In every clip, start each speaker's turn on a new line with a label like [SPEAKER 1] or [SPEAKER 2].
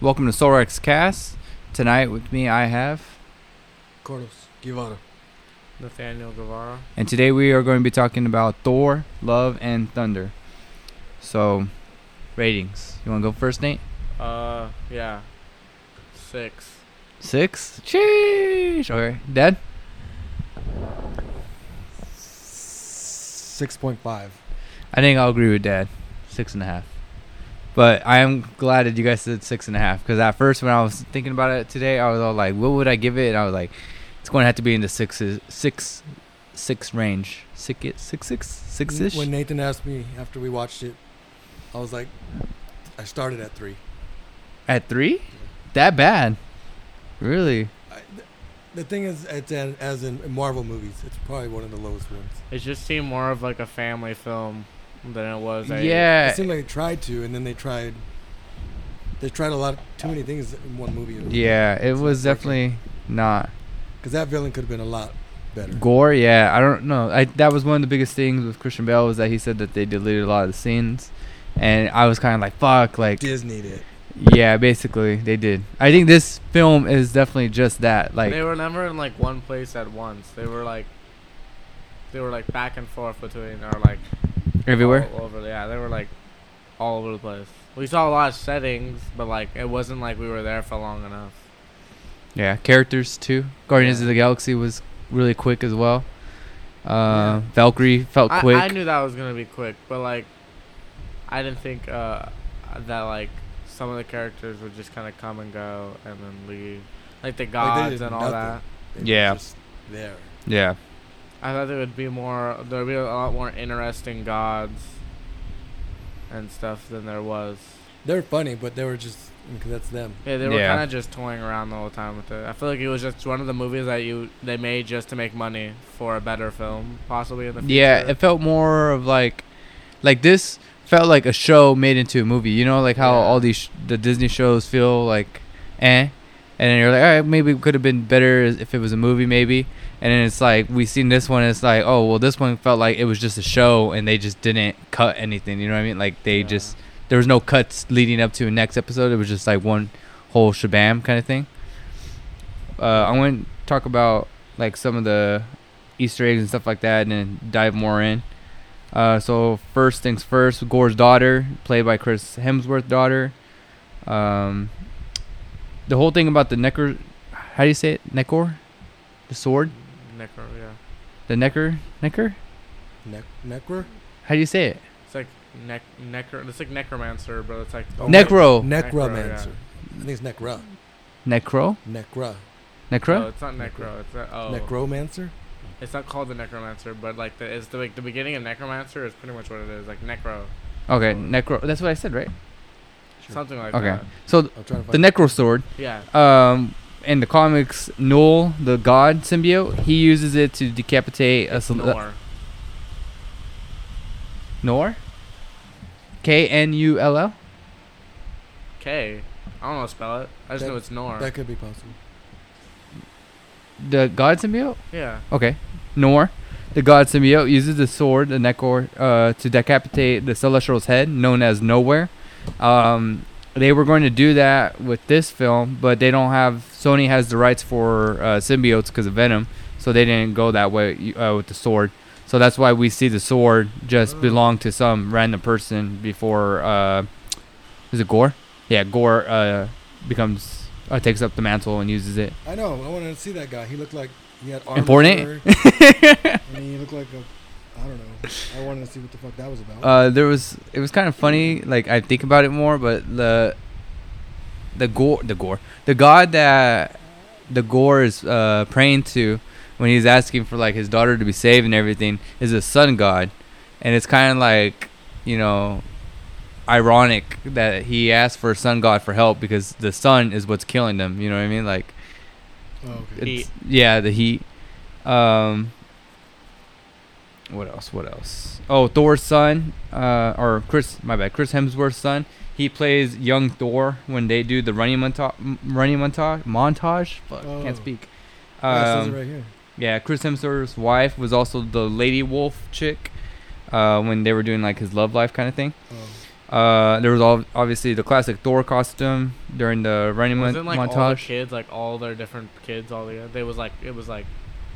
[SPEAKER 1] Welcome to Solrex Cast. Tonight with me, I have,
[SPEAKER 2] Carlos, Guevara.
[SPEAKER 3] Nathaniel Guevara.
[SPEAKER 1] and today we are going to be talking about Thor, Love, and Thunder. So, ratings. You want to go first, Nate?
[SPEAKER 3] Uh, yeah. Six.
[SPEAKER 1] Six. Sheesh. Okay, Dad.
[SPEAKER 2] 6.5.
[SPEAKER 1] I think I'll agree with Dad. Six and a half. But I am glad that you guys said six and a half because at first when I was thinking about it today, I was all like, "What would I give it?" And I was like, "It's going to have to be in the sixes, six, six range, six, six, six, six ish."
[SPEAKER 2] When Nathan asked me after we watched it, I was like, I started at three.
[SPEAKER 1] At three? That bad? Really?
[SPEAKER 2] I, th- the thing is, it's an, as in Marvel movies, it's probably one of the lowest ones.
[SPEAKER 3] It just seemed more of like a family film than it was. A,
[SPEAKER 1] yeah.
[SPEAKER 2] It seemed like they tried to, and then they tried. They tried a lot, too many things in one movie.
[SPEAKER 1] Yeah. It was
[SPEAKER 2] It's
[SPEAKER 1] definitely not
[SPEAKER 2] Because that villain could have been a lot better.
[SPEAKER 1] gore. Yeah. I don't know. I that was one of the biggest things with Christian Bale was that he said that they deleted a lot of the scenes, and I was kind of like, fuck, like.
[SPEAKER 2] Disney did.
[SPEAKER 1] Yeah, basically they did. I think this film is definitely just that. Like,
[SPEAKER 3] they were never in like one place at once. They were like, they were like back and forth between, or like
[SPEAKER 1] everywhere.
[SPEAKER 3] all over. Yeah, they were like all over the place. We saw a lot of settings, but like it wasn't like we were there for long enough.
[SPEAKER 1] Yeah, characters too. Guardians
[SPEAKER 3] Yeah.
[SPEAKER 1] of the Galaxy was really quick as well. Uh,
[SPEAKER 2] Yeah.
[SPEAKER 1] Valkyrie felt
[SPEAKER 3] I,
[SPEAKER 1] quick.
[SPEAKER 3] I knew that was gonna be quick, but like, I didn't think uh, that like some of the characters would just kind of come and go and then leave, like the gods
[SPEAKER 2] did
[SPEAKER 3] and all
[SPEAKER 2] nothing.
[SPEAKER 3] that.
[SPEAKER 2] They were
[SPEAKER 1] Yeah.
[SPEAKER 2] just There.
[SPEAKER 1] yeah,
[SPEAKER 3] I thought there would be more. There would be a lot more interesting gods and stuff than there was.
[SPEAKER 2] They're funny, but they were just. Because that's them.
[SPEAKER 3] Yeah, they were
[SPEAKER 1] Yeah.
[SPEAKER 3] kind of just toying around the whole time with it. I feel like it was just one of the movies that you they made just to make money for a better film, possibly in the future.
[SPEAKER 1] yeah. It felt more of like, like this felt like a show made into a movie. You know, like how
[SPEAKER 3] Yeah.
[SPEAKER 1] all these sh- the Disney shows feel like, eh. And then you're like, all right, maybe it could have been better as- if it was a movie, maybe. And then it's like we seen this one. And it's like, oh well, this one felt like it was just a show, and they just didn't cut anything. You know what I mean? Like they
[SPEAKER 3] Yeah.
[SPEAKER 1] just there was no cuts leading up to the next episode. It was just like one whole shabam kind of thing. Uh, I want to talk about like some of the Easter eggs and stuff like that, and then dive more in. Uh, so first things first, Gore's daughter, played by Chris Hemsworth's daughter. Um, the whole thing about the necker, how do you say it? Neckor, the sword,
[SPEAKER 3] Necro, yeah.
[SPEAKER 1] the necker, necker.
[SPEAKER 2] Nec- Necro?
[SPEAKER 1] How do you say it?
[SPEAKER 3] It's like nec necro. It's like necromancer, but it's like
[SPEAKER 2] Oh,
[SPEAKER 1] Necro,
[SPEAKER 2] Necromancer. I think it's Necra.
[SPEAKER 1] necro,
[SPEAKER 2] Necra.
[SPEAKER 3] No,
[SPEAKER 1] necro.
[SPEAKER 3] it's not necro. It's not, oh,
[SPEAKER 2] Necromancer?
[SPEAKER 3] it's not called the necromancer, but like the it's the like the beginning of necromancer is pretty much what it is, like necro,
[SPEAKER 1] Okay, necro. That's what I said, right?
[SPEAKER 2] Sure.
[SPEAKER 3] something like
[SPEAKER 1] Okay.
[SPEAKER 3] that.
[SPEAKER 1] So
[SPEAKER 2] I'm trying to
[SPEAKER 1] the
[SPEAKER 2] find
[SPEAKER 1] necro sword.
[SPEAKER 3] Yeah.
[SPEAKER 1] um, in the comics, Null, the god symbiote, he uses it to decapitate a cel- uh,
[SPEAKER 3] Nor.
[SPEAKER 1] Nor? K N U L L?
[SPEAKER 3] K. I don't know how to spell it. I just
[SPEAKER 2] That-
[SPEAKER 3] know it's Nor.
[SPEAKER 2] That could be possible.
[SPEAKER 1] The god symbiote?
[SPEAKER 3] yeah.
[SPEAKER 1] Okay. Nor, the god symbiote, uses the sword, the Necor, uh, to decapitate the Celestial's head, known as Nowhere. Um, they were going to do that with this film, but they don't have. Sony has the rights for uh, symbiotes because of Venom, so they didn't go that way uh, with the sword. So that's why we see the sword just
[SPEAKER 3] Oh.
[SPEAKER 1] belong to some random person before. Uh, is it Gore? Yeah, Gore uh, becomes uh, takes up the mantle and uses it.
[SPEAKER 2] I know. I wanted to see that guy. He looked like he had armor.
[SPEAKER 1] Important?
[SPEAKER 2] I mean, he looked like a. I don't know. I wanted to see what the fuck that was about.
[SPEAKER 1] Uh, there was it was kind of funny. Like I think about it more, but the the gore, the gore, the god that the gore is uh, praying to when he's asking for like his daughter to be saved and everything is a sun god, and it's kind of like you know ironic that he asked for a sun god for help because the sun is what's killing them. You know what I mean? Like
[SPEAKER 2] oh, okay.
[SPEAKER 1] it's, yeah, the heat. Um, what else? What else? Oh, Thor's son, uh, or Chris, my bad, Chris Hemsworth's son. He plays young Thor when they do the running montage. Running montage. Montage. Fuck,
[SPEAKER 2] Oh.
[SPEAKER 1] can't speak.
[SPEAKER 3] Oh,
[SPEAKER 2] Yeah, it says
[SPEAKER 1] Um,
[SPEAKER 2] it right here.
[SPEAKER 1] yeah, Chris Hemsworth's wife was also the Lady Wolf chick uh, when they were doing like his love life kind of thing.
[SPEAKER 2] Oh.
[SPEAKER 1] Uh, there was all obviously the classic Thor costume during the running mon-
[SPEAKER 3] Wasn't like all the
[SPEAKER 1] montage.
[SPEAKER 3] kids, like all their different kids, all the they was like it was like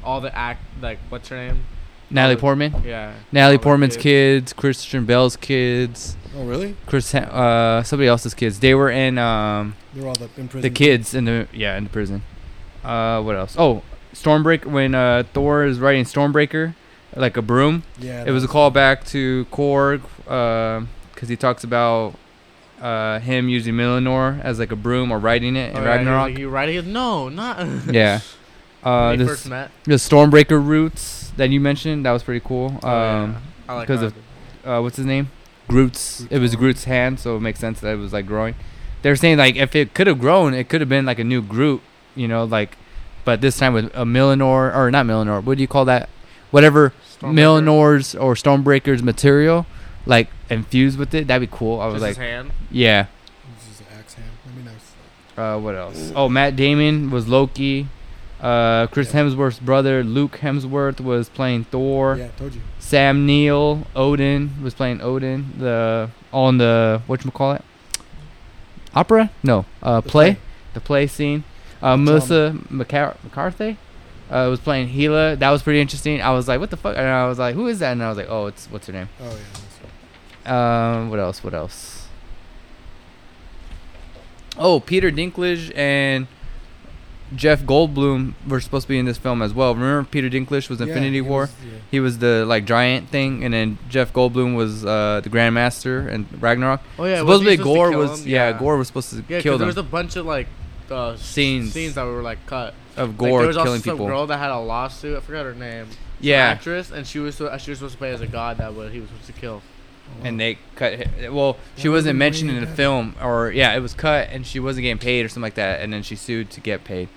[SPEAKER 3] all the act like what's her name?
[SPEAKER 1] Natalie
[SPEAKER 3] the-
[SPEAKER 1] Portman,
[SPEAKER 3] Yeah.
[SPEAKER 1] Natalie
[SPEAKER 3] all the
[SPEAKER 1] Portman's kids, Christian Bell's kids,
[SPEAKER 2] Oh, really?
[SPEAKER 1] Chris, Ha- uh, somebody else's kids. They were in um,
[SPEAKER 2] They're all the in prison.
[SPEAKER 1] the kids in the yeah in the prison. Uh, what else? Oh, Stormbreaker. When uh, Thor is riding Stormbreaker, like a broom.
[SPEAKER 2] Yeah.
[SPEAKER 1] It was a callback to Korg, because he talks about uh, him using Millenor as like a broom or riding it
[SPEAKER 3] Oh,
[SPEAKER 1] in
[SPEAKER 3] yeah, he's
[SPEAKER 1] Ragnarok.
[SPEAKER 3] Like, you riding it? No, not.
[SPEAKER 1] yeah. Uh,
[SPEAKER 3] when they
[SPEAKER 1] this,
[SPEAKER 3] first met.
[SPEAKER 1] the Stormbreaker roots that you mentioned, that was pretty cool. Um,
[SPEAKER 3] Oh, yeah. I like
[SPEAKER 1] because of-
[SPEAKER 3] Rocket.
[SPEAKER 1] uh, what's his name? Groot's.
[SPEAKER 2] Groot's
[SPEAKER 1] it was
[SPEAKER 2] arm.
[SPEAKER 1] Groot's hand, so it makes sense that it was like growing. They're saying like if it could have grown, it could have been like a new Groot, you know, like, but this time with a Millenor or not Millenor. What do you call that? Whatever
[SPEAKER 3] Stormbreaker.
[SPEAKER 1] Milnor's or Stormbreaker's material, like infused with it. That'd be cool. I was
[SPEAKER 3] Just his
[SPEAKER 1] like,
[SPEAKER 3] hand.
[SPEAKER 1] yeah.
[SPEAKER 2] This is an axe hand. That'd be nice.
[SPEAKER 1] Uh, what else? Oh, Matt Damon was Loki. Uh, Chris
[SPEAKER 2] Yeah.
[SPEAKER 1] Hemsworth's brother Luke Hemsworth was playing Thor.
[SPEAKER 2] yeah, I told you.
[SPEAKER 1] Sam Neill, Odin was playing Odin. The on the what you call it? Opera? No, uh,
[SPEAKER 2] The
[SPEAKER 1] play. The play scene. Uh,
[SPEAKER 2] The
[SPEAKER 1] Melissa McCar- McCarthy uh, was playing Gila. That was pretty interesting. I was like, what the fuck? And I was like, who is that? And I was like, oh, it's what's her name?
[SPEAKER 2] Oh yeah. That's right.
[SPEAKER 1] Um, what else? What else? Oh, Peter Dinklage and Jeff Goldblum were supposed to be in this film as well. Remember, Peter Dinklage was
[SPEAKER 2] Yeah,
[SPEAKER 1] Infinity
[SPEAKER 2] he
[SPEAKER 1] War.
[SPEAKER 2] was- yeah.
[SPEAKER 1] He was the like giant thing, and then Jeff Goldblum was uh, the Grandmaster and Ragnarok.
[SPEAKER 3] Oh yeah. wasn't
[SPEAKER 1] Supposedly,
[SPEAKER 3] he supposed to
[SPEAKER 1] Gore
[SPEAKER 3] kill
[SPEAKER 1] was
[SPEAKER 3] him?
[SPEAKER 1] yeah, Gore was supposed to
[SPEAKER 3] Yeah, 'cause
[SPEAKER 1] kill them
[SPEAKER 3] there was a bunch of like uh,
[SPEAKER 1] Scenes.
[SPEAKER 3] scenes scenes that were like cut.
[SPEAKER 1] of
[SPEAKER 3] Like,
[SPEAKER 1] Gore
[SPEAKER 3] there was
[SPEAKER 1] killing
[SPEAKER 3] also some
[SPEAKER 1] people.
[SPEAKER 3] girl that had a lawsuit. I forgot her name. Some
[SPEAKER 1] yeah,
[SPEAKER 3] Actress, and she was so- she was supposed to play as a god that what he was supposed to kill.
[SPEAKER 1] and they cut. hi- Well, she
[SPEAKER 2] Why would
[SPEAKER 1] wasn't
[SPEAKER 2] they
[SPEAKER 1] mentioned
[SPEAKER 2] bring
[SPEAKER 1] in the
[SPEAKER 2] it back?
[SPEAKER 1] film, or yeah, it was cut, and she wasn't getting paid or something like that, and then she sued to get paid.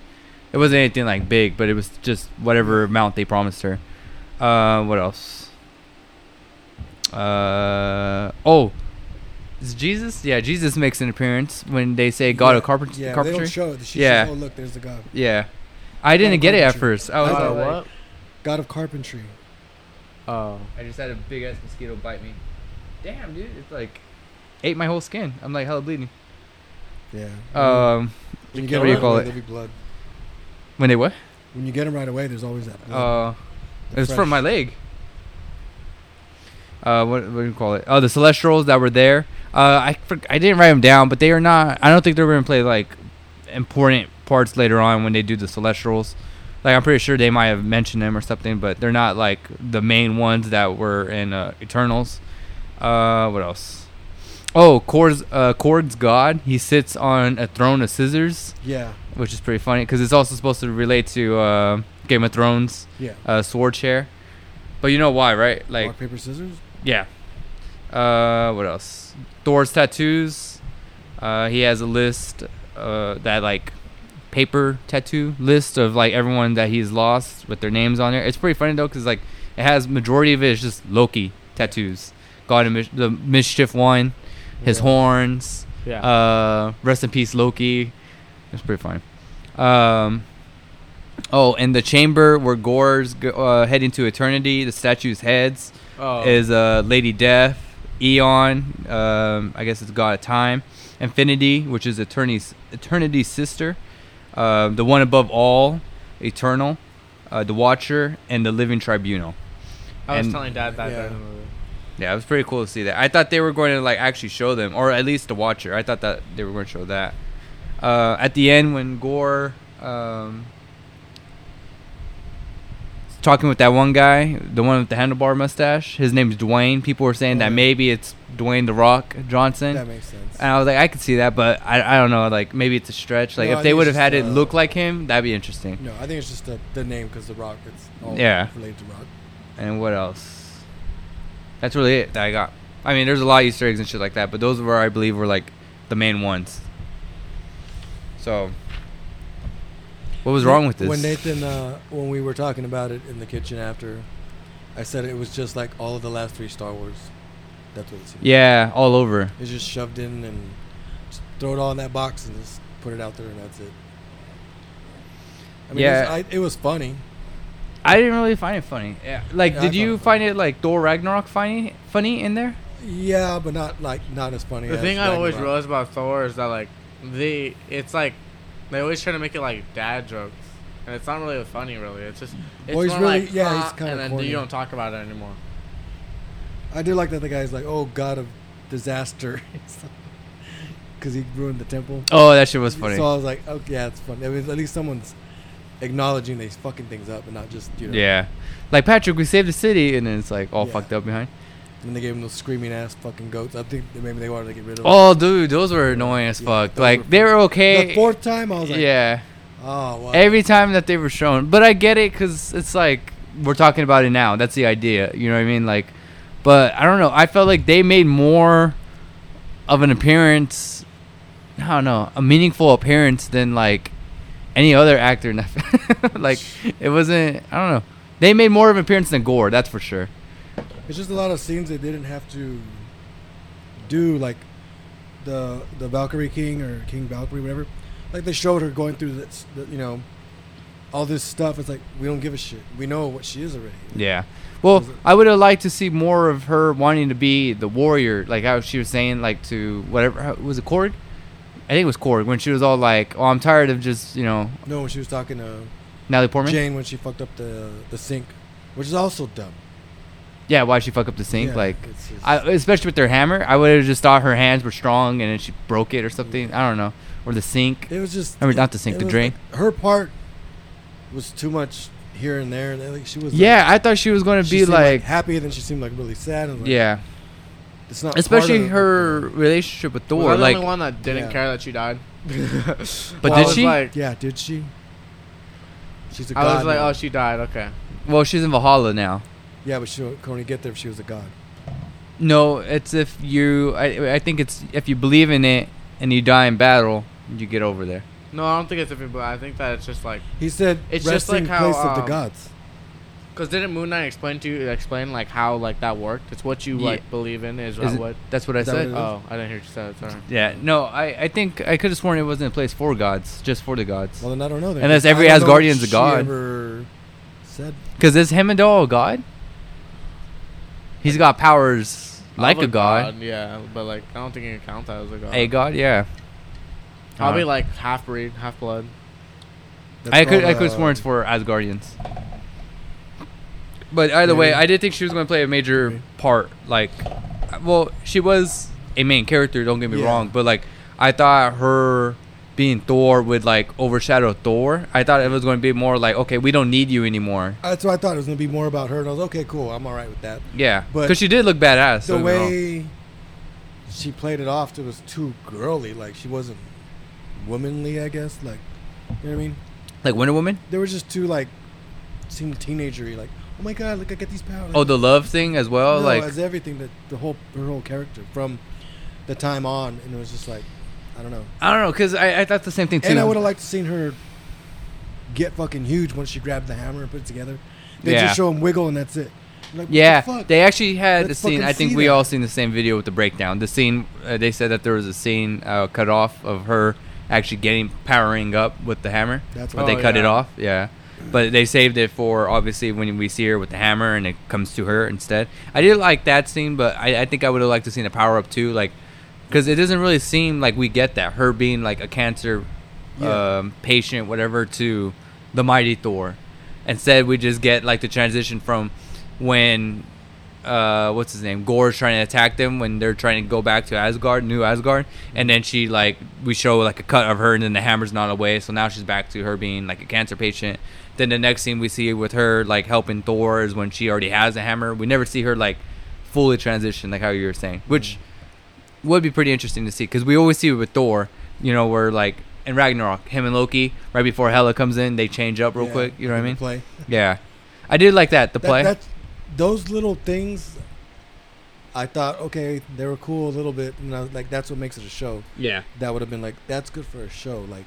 [SPEAKER 1] It wasn't anything like big, but it was just whatever amount they promised her. Uh, what else? Uh oh, is Jesus? Yeah, Jesus makes an appearance when they say God of carpent-
[SPEAKER 2] Yeah, they
[SPEAKER 1] carpentry.
[SPEAKER 2] don't show it. She
[SPEAKER 1] Yeah.
[SPEAKER 2] says, oh look, there's the god.
[SPEAKER 1] Yeah. I didn't
[SPEAKER 2] of
[SPEAKER 1] get it at
[SPEAKER 2] carpentry. Uh,
[SPEAKER 1] first.
[SPEAKER 3] Uh,
[SPEAKER 1] I was
[SPEAKER 2] God
[SPEAKER 1] like,
[SPEAKER 2] of
[SPEAKER 1] Oh, what?
[SPEAKER 2] God of carpentry.
[SPEAKER 3] Oh.
[SPEAKER 1] I just had a big ass mosquito bite me. Damn, dude. It's like ate my whole skin. I'm like hella bleeding.
[SPEAKER 2] Yeah.
[SPEAKER 1] Um what do
[SPEAKER 2] when
[SPEAKER 1] you
[SPEAKER 2] right
[SPEAKER 1] call
[SPEAKER 2] away,
[SPEAKER 1] it?
[SPEAKER 2] There'll be blood.
[SPEAKER 1] when they what?
[SPEAKER 2] When you get him right away, there's always that. blood.
[SPEAKER 1] Uh it
[SPEAKER 2] The
[SPEAKER 1] was from my
[SPEAKER 2] fresh-
[SPEAKER 1] leg. Uh, what, what do you call it? Oh, the Celestials that were there. Uh, I for, I didn't write them down, but they are not. I don't think they're gonna play like important parts later on when they do the Celestials. Like I'm pretty sure they might have mentioned them or something, but they're not like the main ones that were in uh, Eternals. Uh, what else? Oh, Korg's uh, Korg's god. He sits on a throne of scissors,
[SPEAKER 2] Yeah.
[SPEAKER 1] which is pretty funny because it's also supposed to relate to uh, Game of Thrones
[SPEAKER 2] Yeah.
[SPEAKER 1] uh, sword chair. But you know why, right? Like,
[SPEAKER 2] Rock paper scissors.
[SPEAKER 1] yeah. Uh, what else? Thor's tattoos. Uh, he has a list, uh, that like paper tattoo list of like everyone that he's lost with their names on there. It's pretty funny though, cause like it has majority of it is just Loki tattoos. God and Mis- the mischief one, his
[SPEAKER 2] Yeah.
[SPEAKER 1] horns.
[SPEAKER 3] Yeah.
[SPEAKER 1] Uh, rest in peace, Loki. It's pretty funny. Um, oh, and the chamber where Gore's go, uh, heading to eternity, the statue's heads
[SPEAKER 3] oh.
[SPEAKER 1] is uh, Lady Death, Eon. Um, I guess it's God of Time, Infinity, which is Eternity's Eternity's sister, um, the one above all, Eternal, uh, the Watcher, and the Living Tribunal.
[SPEAKER 3] I was
[SPEAKER 1] and-
[SPEAKER 3] telling Dad that
[SPEAKER 2] Yeah.
[SPEAKER 3] during the movie.
[SPEAKER 1] Yeah, it was pretty cool to see that. I thought they were going to like actually show them, or at least the Watcher. I thought that they were going to show that. Uh, at the end, when Gore um, is talking with that one guy, the one with the handlebar mustache, his name's Dwayne. People were saying
[SPEAKER 2] Oh,
[SPEAKER 1] that
[SPEAKER 2] yeah.
[SPEAKER 1] maybe it's Dwayne the Rock Johnson,
[SPEAKER 2] That makes sense.
[SPEAKER 1] and I was like, I could see that, but I, I don't know. Like maybe it's a stretch. Like
[SPEAKER 2] No,
[SPEAKER 1] if
[SPEAKER 2] I
[SPEAKER 1] they
[SPEAKER 2] think
[SPEAKER 1] would have
[SPEAKER 2] it's
[SPEAKER 1] had it
[SPEAKER 2] just, uh,
[SPEAKER 1] look like him, that'd be interesting.
[SPEAKER 2] No, I think it's just the, the name because the rock. It's all
[SPEAKER 1] Yeah.
[SPEAKER 2] related to rock.
[SPEAKER 1] And what else? That's really it that I got. I mean, there's a lot of Easter eggs and shit like that, but those were, I believe, were like the main ones. So, what was wrong with this?
[SPEAKER 2] When Nathan, uh, when we were talking about it in the kitchen after, I said it was just like all of the last three Star Wars. That's what it seemed.
[SPEAKER 1] yeah, all over.
[SPEAKER 2] It's just shoved in and just throw it all in that box and just put it out there and that's it. I mean,
[SPEAKER 1] Yeah.
[SPEAKER 2] it, was, I, it was funny.
[SPEAKER 1] I didn't really find it funny. Yeah. Like,
[SPEAKER 2] Yeah, I
[SPEAKER 1] did
[SPEAKER 2] thought
[SPEAKER 1] you
[SPEAKER 2] it was
[SPEAKER 1] find it like Thor Ragnarok funny, funny in there?
[SPEAKER 2] Yeah, but not like not as funny.
[SPEAKER 3] The
[SPEAKER 2] as
[SPEAKER 3] thing I always
[SPEAKER 2] Ragnarok.
[SPEAKER 3] realized about Thor is that like they it's like they always try to make it like dad jokes. And it's not really funny really. It's just it's
[SPEAKER 2] Well, he's
[SPEAKER 3] more
[SPEAKER 2] really-
[SPEAKER 3] like
[SPEAKER 2] yeah,
[SPEAKER 3] "Ah,"
[SPEAKER 2] he's kinda
[SPEAKER 3] and then
[SPEAKER 2] corny.
[SPEAKER 3] you don't talk about it anymore.
[SPEAKER 2] I do like that the guy's like, "Oh God of disaster," because he ruined the temple.
[SPEAKER 1] Oh, that shit was funny.
[SPEAKER 2] So I was like, "Oh yeah, it's funny." I mean, at least someone's acknowledging they fucking things up and not just you know.
[SPEAKER 1] Yeah. Like Patrick, we saved the city, and then it's like all
[SPEAKER 2] Yeah.
[SPEAKER 1] fucked up behind.
[SPEAKER 2] And they gave him those screaming ass fucking goats. I think that maybe they wanted to get rid of.
[SPEAKER 1] Oh, dude, those were annoying as
[SPEAKER 2] Yeah,
[SPEAKER 1] fuck.
[SPEAKER 2] those were
[SPEAKER 1] Like they were
[SPEAKER 2] them.
[SPEAKER 1] okay.
[SPEAKER 2] the fourth time I was like,
[SPEAKER 1] yeah.
[SPEAKER 2] "Oh wow."
[SPEAKER 1] Every time that they were shown, but I get it because it's like we're talking about it now. That's the idea. You know what I mean? Like, but I don't know. I felt like they made more of an appearance. I don't know, a meaningful appearance than like any other actor in that. film. like it wasn't. I don't know. They made more of an appearance than Gore. That's for sure.
[SPEAKER 2] It's just a lot of scenes they didn't have to do, like the the Valkyrie King or King Valkyrie, whatever. Like they showed her going through this, the, you know, all this stuff. It's like we don't give a shit. We know what she is already.
[SPEAKER 1] Yeah. Well,
[SPEAKER 2] Was it-
[SPEAKER 1] I would have liked to see more of her wanting to be the warrior, like how she was saying, like to whatever how- was it Korg? I think it was Korg when she was all like, "Oh, I'm tired of just you know
[SPEAKER 2] No, when she was talking to
[SPEAKER 1] Natalie Portman."
[SPEAKER 2] Jane when she fucked up the the sink, which is also dumb.
[SPEAKER 1] yeah, why she fuck up the sink?
[SPEAKER 2] Yeah,
[SPEAKER 1] like,
[SPEAKER 2] it's just-
[SPEAKER 1] I, especially with their hammer, I would have just thought her hands were strong and then she broke it or something. I don't know, or the sink.
[SPEAKER 2] it was just.
[SPEAKER 1] I mean, not the sink,
[SPEAKER 2] it
[SPEAKER 1] the
[SPEAKER 2] was
[SPEAKER 1] drain.
[SPEAKER 2] like- her part was too much here and there. Like she was. like-
[SPEAKER 1] Yeah, I thought she was gonna
[SPEAKER 2] she
[SPEAKER 1] be
[SPEAKER 2] seemed,
[SPEAKER 1] like,
[SPEAKER 2] happy, and then she seemed like really sad. And like,
[SPEAKER 1] yeah,
[SPEAKER 2] it's not. part of
[SPEAKER 1] especially
[SPEAKER 2] the-
[SPEAKER 1] her relationship with
[SPEAKER 3] Was
[SPEAKER 1] Thor.
[SPEAKER 3] I the
[SPEAKER 1] Like,
[SPEAKER 3] only one that didn't
[SPEAKER 2] Yeah.
[SPEAKER 3] care that she died.
[SPEAKER 1] but
[SPEAKER 3] I
[SPEAKER 1] did
[SPEAKER 3] was
[SPEAKER 1] she?
[SPEAKER 3] Like,
[SPEAKER 2] Yeah, did she? She's a god.
[SPEAKER 3] I was like,
[SPEAKER 2] now.
[SPEAKER 3] oh, she died. Okay.
[SPEAKER 1] well, she's in Valhalla now.
[SPEAKER 2] yeah, but she could only get there if she was a god.
[SPEAKER 1] No, it's if you. I, I think it's if you believe in it and you die in battle, you get over there.
[SPEAKER 3] No, I don't think it's different, but I think that it's just like
[SPEAKER 2] He said,
[SPEAKER 3] It's
[SPEAKER 2] resting
[SPEAKER 3] just like how,
[SPEAKER 2] place of the
[SPEAKER 3] um,
[SPEAKER 2] gods.
[SPEAKER 3] because didn't Moon Knight explain to you explain like how like that worked? It's what you
[SPEAKER 1] Yeah.
[SPEAKER 3] like believe in is, uh,
[SPEAKER 1] Is it-
[SPEAKER 3] what.
[SPEAKER 1] That's what I
[SPEAKER 2] Is that
[SPEAKER 1] said.
[SPEAKER 2] what it is?
[SPEAKER 3] Oh, I didn't hear what you said. Sorry.
[SPEAKER 1] yeah. No, I, I think I could have sworn it wasn't a place for gods, just for the gods.
[SPEAKER 2] Well, then I don't know. Then.
[SPEAKER 1] Unless
[SPEAKER 2] I
[SPEAKER 1] every
[SPEAKER 2] don't know if
[SPEAKER 1] Asgardian's a
[SPEAKER 2] she
[SPEAKER 1] god.
[SPEAKER 2] ever said
[SPEAKER 1] Because is Heimdall a god? He's got powers like
[SPEAKER 3] I'm
[SPEAKER 1] a god.
[SPEAKER 3] Yeah, but like I don't think you can count that as a god.
[SPEAKER 1] A god, yeah.
[SPEAKER 3] Probably
[SPEAKER 1] Uh,
[SPEAKER 3] like half breed, half blood.
[SPEAKER 2] that's
[SPEAKER 1] I could
[SPEAKER 2] called,
[SPEAKER 1] I could have
[SPEAKER 2] uh,
[SPEAKER 1] sworn it's for Asgardians. But either way,
[SPEAKER 2] Maybe.
[SPEAKER 1] I did think she was going to play a major
[SPEAKER 2] Maybe.
[SPEAKER 1] part. Like, well, she was a main character. Don't get me
[SPEAKER 2] Yeah.
[SPEAKER 1] wrong, but like, I thought her being Thor would like overshadow Thor. I thought it was going to be more like, okay, we don't need you anymore.
[SPEAKER 2] uh, That's what I thought it was gonna be more about her, and I was okay, cool. I'm all right with that.
[SPEAKER 1] Yeah,
[SPEAKER 2] But
[SPEAKER 1] because she did look badass.
[SPEAKER 2] the
[SPEAKER 1] don't get me wrong.
[SPEAKER 2] way she played it off, it was too girly. Like she wasn't womanly, I guess. Like you know what I mean?
[SPEAKER 1] like Wonder Woman.
[SPEAKER 2] They were just too like seemed teenagery. Like oh my god, look I get these powers.
[SPEAKER 1] Oh, the love thing as well.
[SPEAKER 2] no,
[SPEAKER 1] Oh, like,
[SPEAKER 2] as everything that the whole her whole character from the time on, and it was just like, I don't know.
[SPEAKER 1] I don't know, because I, I thought the same thing too.
[SPEAKER 2] And I would have liked to seen her get fucking huge once she grabbed the hammer and put it together. They
[SPEAKER 1] Yeah.
[SPEAKER 2] just show him wiggle and that's it. I'm Like, what the
[SPEAKER 1] Yeah,
[SPEAKER 2] fuck?
[SPEAKER 1] they actually had
[SPEAKER 2] Let's
[SPEAKER 1] a scene.
[SPEAKER 2] fucking
[SPEAKER 1] I think
[SPEAKER 2] see
[SPEAKER 1] we
[SPEAKER 2] that.
[SPEAKER 1] all seen the same video with the breakdown. The scene uh, they said that there was a scene uh, cut off of her actually getting powering up with the hammer,
[SPEAKER 2] That's
[SPEAKER 1] but
[SPEAKER 2] what
[SPEAKER 1] they
[SPEAKER 3] Oh,
[SPEAKER 1] cut it
[SPEAKER 3] yeah.
[SPEAKER 1] off. Yeah, but they saved it for obviously when we see her with the hammer and it comes to her instead. I did like that scene, but I, I think I would have liked to seen a power up too, like because it doesn't really seem like we get that her being like a cancer
[SPEAKER 2] Yeah.
[SPEAKER 1] um, patient, whatever, to the mighty Thor. Instead, we just get like the transition from when uh, what's his name? Gore's trying to attack them when they're trying to go back to Asgard, New Asgard, and then she like we show like a cut of her, and then the hammer's not away, so now she's back to her being like a cancer patient. Then the next scene we see with her like helping Thor is when she already has a hammer. We never see her like fully transition, like how you were saying, which would be pretty interesting to see because we always see it with Thor, you know, where like in Ragnarok, him and Loki right before Hela comes in, they change up real
[SPEAKER 2] Yeah,
[SPEAKER 1] quick. You know what I
[SPEAKER 2] the
[SPEAKER 1] mean?
[SPEAKER 2] Play.
[SPEAKER 1] Yeah, I did like that. The
[SPEAKER 2] That-
[SPEAKER 1] play.
[SPEAKER 2] that's, those little things. I thought, okay, they were cool a little bit, and I was like, that's what makes it a show.
[SPEAKER 1] yeah.
[SPEAKER 2] That would have been like, that's good for a show. Like,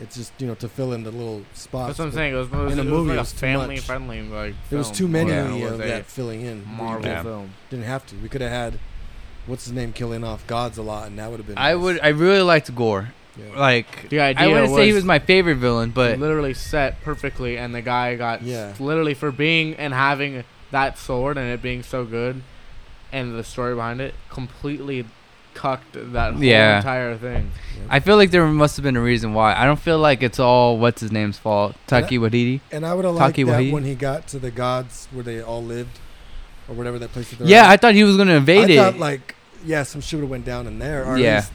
[SPEAKER 2] it's just you know to fill in the little spots.
[SPEAKER 3] That's what I'm
[SPEAKER 2] but
[SPEAKER 3] saying. It was, it was,
[SPEAKER 2] in a
[SPEAKER 3] it was
[SPEAKER 2] movie,
[SPEAKER 3] like
[SPEAKER 2] it
[SPEAKER 3] a
[SPEAKER 2] was too
[SPEAKER 3] family
[SPEAKER 2] much.
[SPEAKER 3] friendly like.
[SPEAKER 2] There was
[SPEAKER 3] film.
[SPEAKER 2] than many
[SPEAKER 1] Yeah,
[SPEAKER 3] it was
[SPEAKER 2] of
[SPEAKER 3] a
[SPEAKER 2] that filling in.
[SPEAKER 3] Marvel
[SPEAKER 1] Yeah.
[SPEAKER 3] film.
[SPEAKER 2] Didn't have to. We could have had what's his name killing off gods a lot, and that would have been.
[SPEAKER 1] I
[SPEAKER 2] nice.
[SPEAKER 1] would. I really liked Gore.
[SPEAKER 2] Yeah.
[SPEAKER 1] Like
[SPEAKER 3] The
[SPEAKER 1] I
[SPEAKER 3] idea
[SPEAKER 1] wouldn't say he
[SPEAKER 3] was-
[SPEAKER 1] was my favorite villain, but
[SPEAKER 3] literally set perfectly, and the guy got
[SPEAKER 2] Yeah.
[SPEAKER 3] literally for being and having that sword and it being so good. and the story behind it completely cucked that whole
[SPEAKER 1] Yeah.
[SPEAKER 3] entire thing.
[SPEAKER 1] I feel like there must have been a reason why. I don't feel like it's all what's his name's fault. Taki Wadidi.
[SPEAKER 2] And I would have liked
[SPEAKER 1] Taki
[SPEAKER 2] that
[SPEAKER 1] Wahi.
[SPEAKER 2] when he got to the gods where they all lived, or whatever that place that they're
[SPEAKER 1] Yeah,
[SPEAKER 2] at.
[SPEAKER 1] I thought he was gonna invade
[SPEAKER 2] I
[SPEAKER 1] it.
[SPEAKER 2] thought like yeah, some shit would have went down in there. Or
[SPEAKER 1] Yeah.
[SPEAKER 2] At least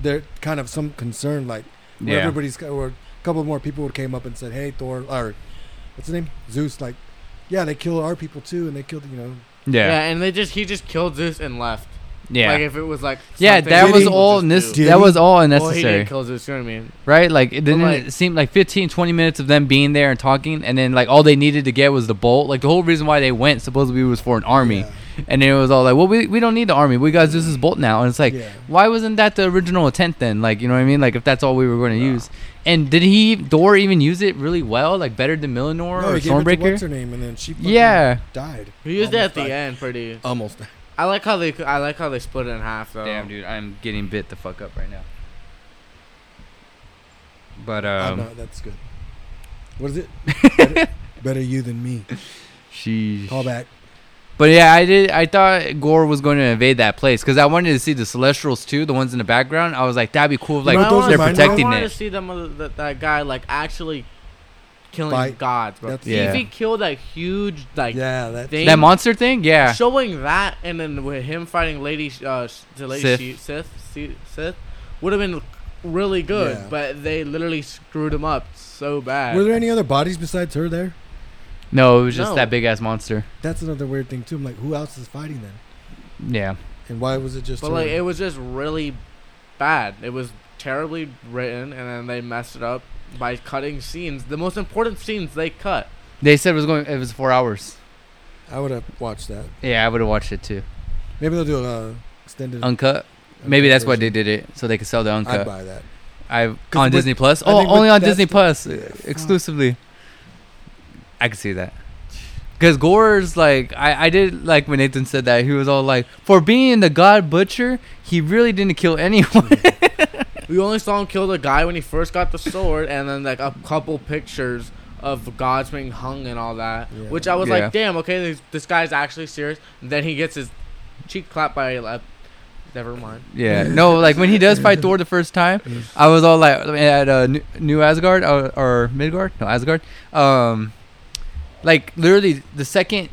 [SPEAKER 2] there kind of some concern like where
[SPEAKER 1] yeah.
[SPEAKER 2] everybody's or a couple more people would came up and said, "Hey, Thor, or what's his name, Zeus." Like, yeah, they killed our people too, and they killed you know.
[SPEAKER 3] Yeah.
[SPEAKER 1] yeah,
[SPEAKER 3] and they just he just killed Zeus and left.
[SPEAKER 1] yeah,
[SPEAKER 3] Like if it was like
[SPEAKER 1] yeah.
[SPEAKER 3] something
[SPEAKER 1] That
[SPEAKER 2] Did
[SPEAKER 3] people
[SPEAKER 1] was
[SPEAKER 2] he-
[SPEAKER 3] just
[SPEAKER 1] all
[SPEAKER 3] do.
[SPEAKER 1] this.
[SPEAKER 2] Did
[SPEAKER 1] That
[SPEAKER 2] he?
[SPEAKER 1] was all
[SPEAKER 3] Well, he
[SPEAKER 1] unnecessary,
[SPEAKER 3] did kill Zeus. You know what I mean?
[SPEAKER 1] right? Like it didn't
[SPEAKER 3] like-
[SPEAKER 1] seem like 15, 20 minutes of them being there and talking, and then like all they needed to get was the bolt. Like the whole reason why they went supposedly was for an army,
[SPEAKER 2] Yeah,
[SPEAKER 1] and it was all like, well, we we don't need the army. We got Zeus's bolt now, and it's like.
[SPEAKER 2] yeah.
[SPEAKER 1] Why wasn't that the original intent then? Like, you know what I mean? Like, if that's all we were going to
[SPEAKER 3] Yeah.
[SPEAKER 1] use, and did he Thor even use it really well? Like, better than Millinor
[SPEAKER 2] No,
[SPEAKER 1] or
[SPEAKER 2] he gave it to
[SPEAKER 1] Stormbreaker?
[SPEAKER 2] what's her name, and then she fucking
[SPEAKER 1] Yeah.
[SPEAKER 2] died.
[SPEAKER 1] Oh
[SPEAKER 3] He used it
[SPEAKER 2] Almost
[SPEAKER 3] at the
[SPEAKER 2] died.
[SPEAKER 3] end, pretty.
[SPEAKER 2] Almost. died.
[SPEAKER 3] I like how they I like how they split it in half though.
[SPEAKER 1] Damn, dude, I'm getting bit the fuck up right now. But
[SPEAKER 2] I'm
[SPEAKER 1] um,
[SPEAKER 2] not, that's good. What is it? better, better you than me.
[SPEAKER 1] she.
[SPEAKER 2] Call back.
[SPEAKER 1] But yeah, I did. I thought Gore was going to invade that place because I wanted to see the Celestials too, the ones in the background. I was like, that'd be cool. If,
[SPEAKER 2] You
[SPEAKER 1] like
[SPEAKER 2] know what those
[SPEAKER 1] they're
[SPEAKER 2] remind me of?
[SPEAKER 3] I
[SPEAKER 1] protecting
[SPEAKER 3] wanted to
[SPEAKER 1] it.
[SPEAKER 3] see them, other- that, that guy like actually killing
[SPEAKER 2] Fight.
[SPEAKER 3] gods, bro.
[SPEAKER 2] That's-
[SPEAKER 1] Yeah.
[SPEAKER 3] If he killed that huge like
[SPEAKER 2] yeah, that.
[SPEAKER 3] thing,
[SPEAKER 1] That monster thing, yeah,
[SPEAKER 3] showing that, and then with him fighting Lady Sh- uh, Sh- the Lady
[SPEAKER 1] Sith.
[SPEAKER 3] She- Sith Si- Sith would have been really good,
[SPEAKER 2] Yeah.
[SPEAKER 3] but they literally screwed him up so bad.
[SPEAKER 2] Were there any other bodies besides her there?
[SPEAKER 1] no, it was just
[SPEAKER 3] No.
[SPEAKER 1] that big ass monster.
[SPEAKER 2] That's another weird thing too. I'm like, who else is fighting then?
[SPEAKER 1] Yeah,
[SPEAKER 2] And why was it just?
[SPEAKER 3] but
[SPEAKER 2] her?
[SPEAKER 3] like it was just really bad. It was terribly written, and then they messed it up by cutting scenes. The most important scenes they cut.
[SPEAKER 1] they said it was going. It was four hours.
[SPEAKER 2] I would have watched that.
[SPEAKER 1] Yeah, I would have watched it too,
[SPEAKER 2] Maybe they'll do a uh, extended.
[SPEAKER 1] uncut. Maybe that's why they did it so they could sell the
[SPEAKER 2] I'd
[SPEAKER 1] uncut.
[SPEAKER 2] buy that.
[SPEAKER 1] I
[SPEAKER 2] with-
[SPEAKER 1] on Disney Plus.
[SPEAKER 2] I
[SPEAKER 1] Oh,
[SPEAKER 2] think
[SPEAKER 1] only
[SPEAKER 2] with-
[SPEAKER 1] on
[SPEAKER 2] that's
[SPEAKER 1] Disney
[SPEAKER 2] the-
[SPEAKER 1] Plus
[SPEAKER 2] yeah, fuck.
[SPEAKER 1] exclusively. I can see that. Cause Gore's like I, I did like when Nathan said that he was all like for being the God Butcher he really didn't kill anyone
[SPEAKER 3] We only saw him kill the guy when he first got the sword, and then like a couple pictures of gods being hung and all that,
[SPEAKER 2] Yeah.
[SPEAKER 3] which I was
[SPEAKER 1] Yeah.
[SPEAKER 3] like, damn, okay, this, this guy's actually serious. And then he gets his cheek clapped by a lap. Never mind.
[SPEAKER 1] yeah no like when he does fight Thor the first time I was all like at uh, New- New Asgard or, or Midgard no Asgard um like literally the second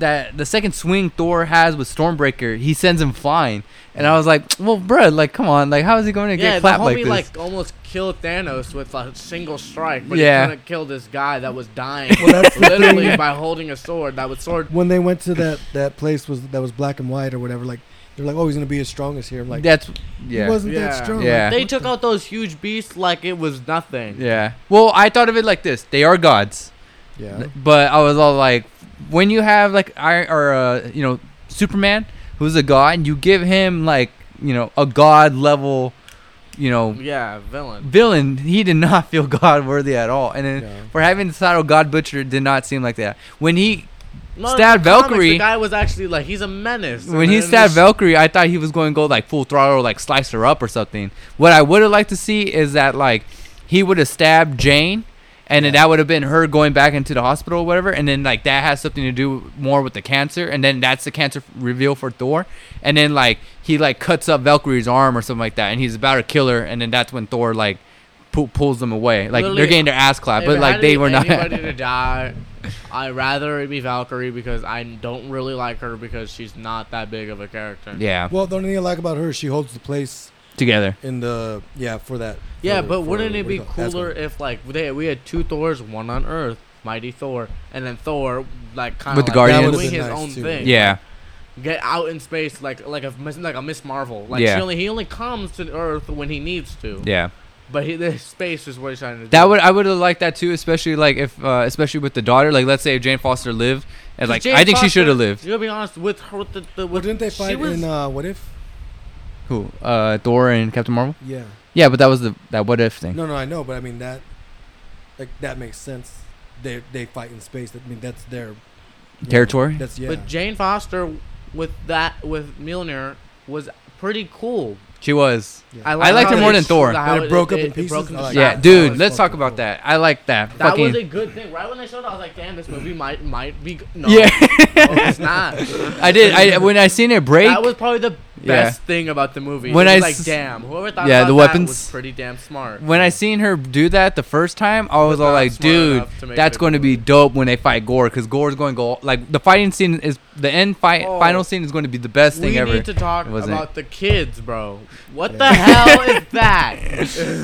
[SPEAKER 1] that the second swing Thor has with Stormbreaker he sends him flying and I was like well bruh like come on like how is he going to
[SPEAKER 3] Yeah,
[SPEAKER 1] get
[SPEAKER 3] the
[SPEAKER 1] clapped like
[SPEAKER 3] homie
[SPEAKER 1] this
[SPEAKER 3] like, almost killed Thanos with a single strike, but
[SPEAKER 1] Yeah.
[SPEAKER 3] he couldn't kill this guy that was dying
[SPEAKER 2] Well, that's the
[SPEAKER 3] literally
[SPEAKER 2] thing.
[SPEAKER 3] by holding a sword. That was sword.
[SPEAKER 2] When they went to that that place was that was black and white or whatever. Like they're like, oh, he's gonna be as strong as here. I'm like,
[SPEAKER 1] that's
[SPEAKER 2] he
[SPEAKER 1] yeah
[SPEAKER 2] wasn't
[SPEAKER 3] Yeah.
[SPEAKER 2] that strong.
[SPEAKER 1] Yeah.
[SPEAKER 3] They took out those huge beasts like it was nothing.
[SPEAKER 1] yeah well i thought of it like this they are gods
[SPEAKER 2] yeah.
[SPEAKER 1] but i was all like when you have like i or uh, you know superman who's a god and you give him like you know a god level you know
[SPEAKER 3] Yeah, villain.
[SPEAKER 1] villain he did not feel god worthy at all and then
[SPEAKER 2] No.
[SPEAKER 1] for having the title god butcher it did not seem like that when he
[SPEAKER 3] No,
[SPEAKER 1] Stab
[SPEAKER 3] in the comics,
[SPEAKER 1] Valkyrie.
[SPEAKER 3] The guy was actually like he's a menace.
[SPEAKER 1] when he stabbed
[SPEAKER 3] stabbed
[SPEAKER 1] Valkyrie, I thought he was going to go like full throttle, like slice her up or something. What I would have liked to see is that like he would have stabbed Jane, and then
[SPEAKER 2] Yeah.
[SPEAKER 1] that would have been her going back into the hospital or whatever. And then like that has something to do more with the cancer, and then that's the cancer f- reveal for Thor. And then like he like cuts up Valkyrie's arm or something like that, and he's about to kill her, and then that's when Thor like pu- pulls them away. Like they're
[SPEAKER 3] Literally,
[SPEAKER 1] getting their ass clapped, but like they were not.
[SPEAKER 3] ready to die. I rather it be Valkyrie because I don't really like her because she's not that big of a character.
[SPEAKER 1] yeah,
[SPEAKER 2] Well, the only thing I like about her, is she holds the place
[SPEAKER 1] together.
[SPEAKER 2] in the yeah for that.
[SPEAKER 3] Yeah,
[SPEAKER 2] for-
[SPEAKER 3] but
[SPEAKER 2] for-
[SPEAKER 3] wouldn't it
[SPEAKER 2] what do
[SPEAKER 3] be
[SPEAKER 2] you call
[SPEAKER 3] cooler
[SPEAKER 2] Asgard.
[SPEAKER 3] if like they, we had two Thors, one on Earth, mighty Thor, and then Thor like kind
[SPEAKER 1] With
[SPEAKER 3] of
[SPEAKER 1] the
[SPEAKER 3] like,
[SPEAKER 1] Guardians?
[SPEAKER 3] doing
[SPEAKER 2] That
[SPEAKER 3] his
[SPEAKER 2] would've been
[SPEAKER 3] own
[SPEAKER 2] nice, too.
[SPEAKER 3] thing.
[SPEAKER 1] Yeah,
[SPEAKER 3] get out in space like like a miss- like a Miss Marvel. Like
[SPEAKER 1] Yeah.
[SPEAKER 3] she only he only comes to Earth when he needs to.
[SPEAKER 1] yeah.
[SPEAKER 3] But he, the space is what he's trying to do.
[SPEAKER 1] That would I would have liked that too, especially like if uh, especially with the daughter. Like let's say if Jane Foster lived, and like
[SPEAKER 3] Jane
[SPEAKER 1] I think she
[SPEAKER 3] Foster-
[SPEAKER 1] should have lived.
[SPEAKER 3] You'll be honest with her. With the, the
[SPEAKER 2] Well,
[SPEAKER 3] with,
[SPEAKER 2] didn't they
[SPEAKER 3] she
[SPEAKER 2] fight
[SPEAKER 3] was-
[SPEAKER 2] in uh, what if?
[SPEAKER 1] Who? Uh, Thor and Captain Marvel.
[SPEAKER 2] Yeah.
[SPEAKER 1] Yeah, but that was the that what if thing.
[SPEAKER 2] No, no, I know, but I mean that, like that makes sense. They they fight in space. I mean that's their you know,
[SPEAKER 1] Territory?
[SPEAKER 2] that's yeah.
[SPEAKER 3] But Jane Foster with that with Milner was pretty cool.
[SPEAKER 1] She was.
[SPEAKER 2] Yeah.
[SPEAKER 1] I liked
[SPEAKER 3] how
[SPEAKER 1] her more
[SPEAKER 3] they
[SPEAKER 1] than
[SPEAKER 3] sh-
[SPEAKER 1] Thor.
[SPEAKER 3] the- how
[SPEAKER 2] But it broke up in
[SPEAKER 3] broke
[SPEAKER 2] pieces?
[SPEAKER 3] into
[SPEAKER 2] I like
[SPEAKER 3] chapters.
[SPEAKER 1] Yeah,
[SPEAKER 2] that.
[SPEAKER 1] dude,
[SPEAKER 2] That's
[SPEAKER 1] let's
[SPEAKER 2] fucking
[SPEAKER 1] talk about
[SPEAKER 2] cool.
[SPEAKER 1] that. I like that.
[SPEAKER 3] That
[SPEAKER 1] Fucking
[SPEAKER 3] was a good thing. Right when I showed, it, I was like, "Damn, this movie might might be g- no,
[SPEAKER 1] yeah.
[SPEAKER 3] no, it's not."
[SPEAKER 1] I did. I when I seen it break.
[SPEAKER 3] That was probably the
[SPEAKER 1] Yeah.
[SPEAKER 3] best thing about the movie.
[SPEAKER 1] When
[SPEAKER 3] When
[SPEAKER 1] I
[SPEAKER 3] I like,
[SPEAKER 1] s-
[SPEAKER 3] damn, whoever thought
[SPEAKER 1] Yeah,
[SPEAKER 3] about
[SPEAKER 1] the
[SPEAKER 3] that
[SPEAKER 1] weapons-
[SPEAKER 3] was pretty damn smart.
[SPEAKER 1] when I seen her do that the first time, I was
[SPEAKER 3] But
[SPEAKER 1] all
[SPEAKER 3] not
[SPEAKER 1] like,
[SPEAKER 3] smart
[SPEAKER 1] dude,
[SPEAKER 3] enough to make
[SPEAKER 1] that's
[SPEAKER 3] it a
[SPEAKER 1] going to
[SPEAKER 3] good
[SPEAKER 1] be
[SPEAKER 3] movie."
[SPEAKER 1] dope when they fight Gore, because Gore's going to go like the fighting scene is the end fight
[SPEAKER 3] Oh.
[SPEAKER 1] final scene is going to be the best thing
[SPEAKER 3] we
[SPEAKER 1] ever.
[SPEAKER 3] need to talk
[SPEAKER 1] It wasn't.
[SPEAKER 3] about the kids, bro. What
[SPEAKER 2] Yeah.
[SPEAKER 3] the hell is that?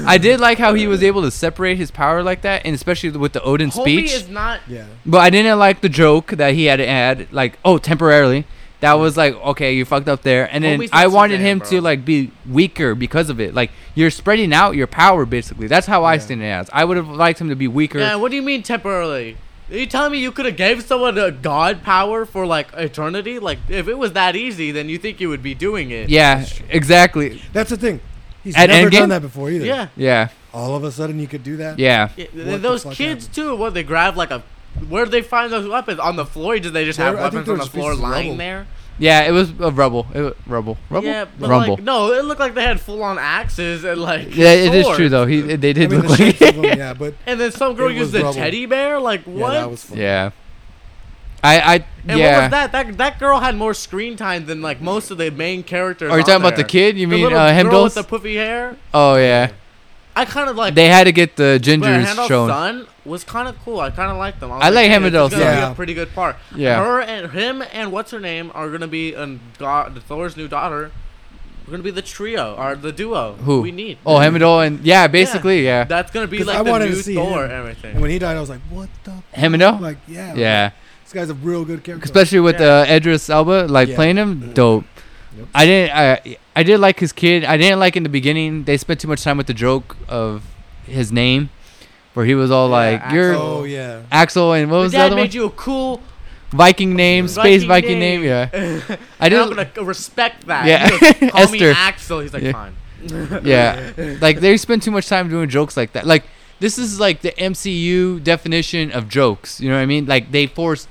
[SPEAKER 1] I did like how he was able to separate his power like that, and especially with the Odin
[SPEAKER 3] Homie
[SPEAKER 1] speech.
[SPEAKER 3] is not.
[SPEAKER 2] Yeah.
[SPEAKER 1] But I didn't like the joke that he had to add, like, oh, temporarily. That was like, okay, you fucked up there. And then
[SPEAKER 3] Homie's
[SPEAKER 1] I
[SPEAKER 3] not
[SPEAKER 1] wanted
[SPEAKER 3] Suzanne,
[SPEAKER 1] him
[SPEAKER 3] bro.
[SPEAKER 1] to like be weaker because of it. Like you're spreading out your power basically. That's how I
[SPEAKER 2] Yeah.
[SPEAKER 1] seen it as. I would have liked him to be weaker.
[SPEAKER 3] Yeah, what do you mean temporarily? Are you telling me you could have gave someone a god power for like eternity? Like, if it was that easy, then you think you would be doing it?
[SPEAKER 1] Yeah, exactly.
[SPEAKER 2] That's the thing. He's
[SPEAKER 1] At
[SPEAKER 2] never
[SPEAKER 1] Endgame?
[SPEAKER 2] done that before either.
[SPEAKER 3] Yeah.
[SPEAKER 1] Yeah,
[SPEAKER 2] All of a sudden you could do that.
[SPEAKER 1] yeah.
[SPEAKER 3] Yeah, th-
[SPEAKER 2] What the
[SPEAKER 3] those
[SPEAKER 2] fuck
[SPEAKER 3] kids
[SPEAKER 2] happened?
[SPEAKER 3] too. What they grab like a? Where did they find those weapons on the floor? Did they just
[SPEAKER 2] They
[SPEAKER 3] have
[SPEAKER 2] were- I think
[SPEAKER 3] weapons
[SPEAKER 2] they were
[SPEAKER 3] on the
[SPEAKER 2] just
[SPEAKER 3] floor
[SPEAKER 2] pieces of
[SPEAKER 3] lying
[SPEAKER 2] rubble.
[SPEAKER 3] there?
[SPEAKER 1] Yeah, it was a rubble. It was rubble. Rubble?
[SPEAKER 3] Yeah, but
[SPEAKER 1] Rumble.
[SPEAKER 3] like no, it looked like they had full on axes and like
[SPEAKER 1] yeah, it is true
[SPEAKER 3] swords.
[SPEAKER 1] though. He they
[SPEAKER 2] I
[SPEAKER 1] did
[SPEAKER 2] mean, the
[SPEAKER 1] look
[SPEAKER 2] shapes
[SPEAKER 1] like
[SPEAKER 2] of them, yeah, but
[SPEAKER 3] And then some girl
[SPEAKER 2] It
[SPEAKER 3] used
[SPEAKER 2] was
[SPEAKER 3] a
[SPEAKER 2] rubble.
[SPEAKER 3] teddy bear. Like
[SPEAKER 2] yeah,
[SPEAKER 3] what?
[SPEAKER 2] that was fun.
[SPEAKER 1] Yeah. I I
[SPEAKER 3] and
[SPEAKER 1] yeah.
[SPEAKER 3] what was that? That that girl had more screen time than like most of the main characters.
[SPEAKER 1] Are you
[SPEAKER 3] on
[SPEAKER 1] talking about the
[SPEAKER 3] there.
[SPEAKER 1] kid? You
[SPEAKER 3] The
[SPEAKER 1] mean
[SPEAKER 3] little
[SPEAKER 1] uh,
[SPEAKER 3] girl
[SPEAKER 1] Hemdall's?
[SPEAKER 3] with the poofy hair?
[SPEAKER 1] oh yeah.
[SPEAKER 3] I kind of like.
[SPEAKER 1] they had to get the
[SPEAKER 3] but
[SPEAKER 1] gingers
[SPEAKER 3] Handel's
[SPEAKER 1] shown.
[SPEAKER 3] son was kind of cool. I kind of liked them. was
[SPEAKER 1] I like
[SPEAKER 3] "Hey, this
[SPEAKER 1] Hemdall's
[SPEAKER 3] is gonna
[SPEAKER 2] son.
[SPEAKER 3] Be
[SPEAKER 2] Yeah.
[SPEAKER 3] a pretty good part.
[SPEAKER 1] Yeah.
[SPEAKER 3] Her and him and what's her name are gonna be and God, Thor's new daughter. We're gonna be the trio or the duo.
[SPEAKER 1] Who?
[SPEAKER 3] we need?
[SPEAKER 1] Oh, Hemdall and yeah, basically yeah.
[SPEAKER 3] That's gonna be
[SPEAKER 2] 'Cause
[SPEAKER 3] like
[SPEAKER 2] I
[SPEAKER 3] the
[SPEAKER 2] wanted to
[SPEAKER 3] new
[SPEAKER 2] see him.
[SPEAKER 3] Thor and everything.
[SPEAKER 2] And when he died, I was like, what the?
[SPEAKER 1] Hemdall?
[SPEAKER 2] Like, yeah.
[SPEAKER 1] Yeah,
[SPEAKER 2] This guy's a real good character.
[SPEAKER 1] especially with
[SPEAKER 3] Yeah.
[SPEAKER 1] uh, Edris Elba, like
[SPEAKER 2] Yeah.
[SPEAKER 1] playing him, dope.
[SPEAKER 2] Yep.
[SPEAKER 1] I didn't. I I did like his kid. I didn't like in the beginning. They spent too much time with the joke of his name, where he was all
[SPEAKER 3] Yeah,
[SPEAKER 1] like, "You're
[SPEAKER 3] Axel.
[SPEAKER 2] Oh yeah.
[SPEAKER 1] Axel," and what
[SPEAKER 3] Your
[SPEAKER 1] was the
[SPEAKER 3] dad
[SPEAKER 1] other
[SPEAKER 3] made
[SPEAKER 1] one?
[SPEAKER 3] you a cool
[SPEAKER 1] Viking name, space Viking name. Yeah, I
[SPEAKER 3] I do. I'm
[SPEAKER 1] didn't.
[SPEAKER 3] gonna c- respect that.
[SPEAKER 1] Yeah.
[SPEAKER 3] He goes, Call me
[SPEAKER 1] Esther.
[SPEAKER 3] Axel. He's like,
[SPEAKER 1] Yeah.
[SPEAKER 3] fine.
[SPEAKER 1] Yeah, like they spend too much time doing jokes like that. Like this is like the MCU definition of jokes. You know what I mean? Like they forced,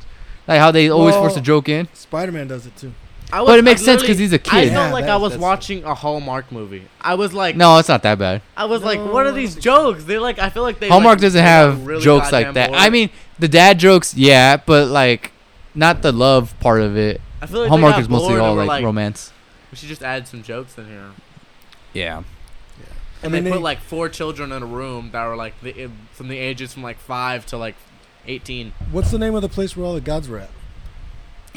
[SPEAKER 1] like how they always force
[SPEAKER 2] Well,
[SPEAKER 1] a joke in.
[SPEAKER 2] Spider Man does it too.
[SPEAKER 3] I
[SPEAKER 1] But it makes
[SPEAKER 3] I
[SPEAKER 1] sense 'cause
[SPEAKER 3] literally-
[SPEAKER 1] he's a
[SPEAKER 3] I
[SPEAKER 1] kid.
[SPEAKER 3] felt
[SPEAKER 2] Yeah,
[SPEAKER 3] like
[SPEAKER 2] that-
[SPEAKER 3] I was
[SPEAKER 2] that's-
[SPEAKER 3] watching a Hallmark movie. I was like,
[SPEAKER 1] No, it's not that bad.
[SPEAKER 3] I was like,
[SPEAKER 2] No,
[SPEAKER 3] what
[SPEAKER 2] I
[SPEAKER 3] are
[SPEAKER 2] don't
[SPEAKER 3] these
[SPEAKER 2] think
[SPEAKER 3] jokes? They like, I feel like they.
[SPEAKER 1] Hallmark
[SPEAKER 3] like,
[SPEAKER 1] doesn't
[SPEAKER 3] they
[SPEAKER 1] have
[SPEAKER 3] got really
[SPEAKER 1] jokes like that.
[SPEAKER 3] goddamn
[SPEAKER 1] I
[SPEAKER 3] bored.
[SPEAKER 1] mean, the dad jokes, yeah, but like not the love part of it.
[SPEAKER 3] I feel like they
[SPEAKER 1] Hallmark
[SPEAKER 3] got
[SPEAKER 1] is mostly
[SPEAKER 3] bored and
[SPEAKER 1] all
[SPEAKER 3] were
[SPEAKER 1] like, romance.
[SPEAKER 3] We should just add some jokes in here.
[SPEAKER 1] Yeah.
[SPEAKER 2] I
[SPEAKER 3] And they,
[SPEAKER 2] mean,
[SPEAKER 3] put
[SPEAKER 2] they-
[SPEAKER 3] like four children in a room that were like the, eh, from the ages from like five to like eighteen.
[SPEAKER 2] What's the name of the place where all the gods were at?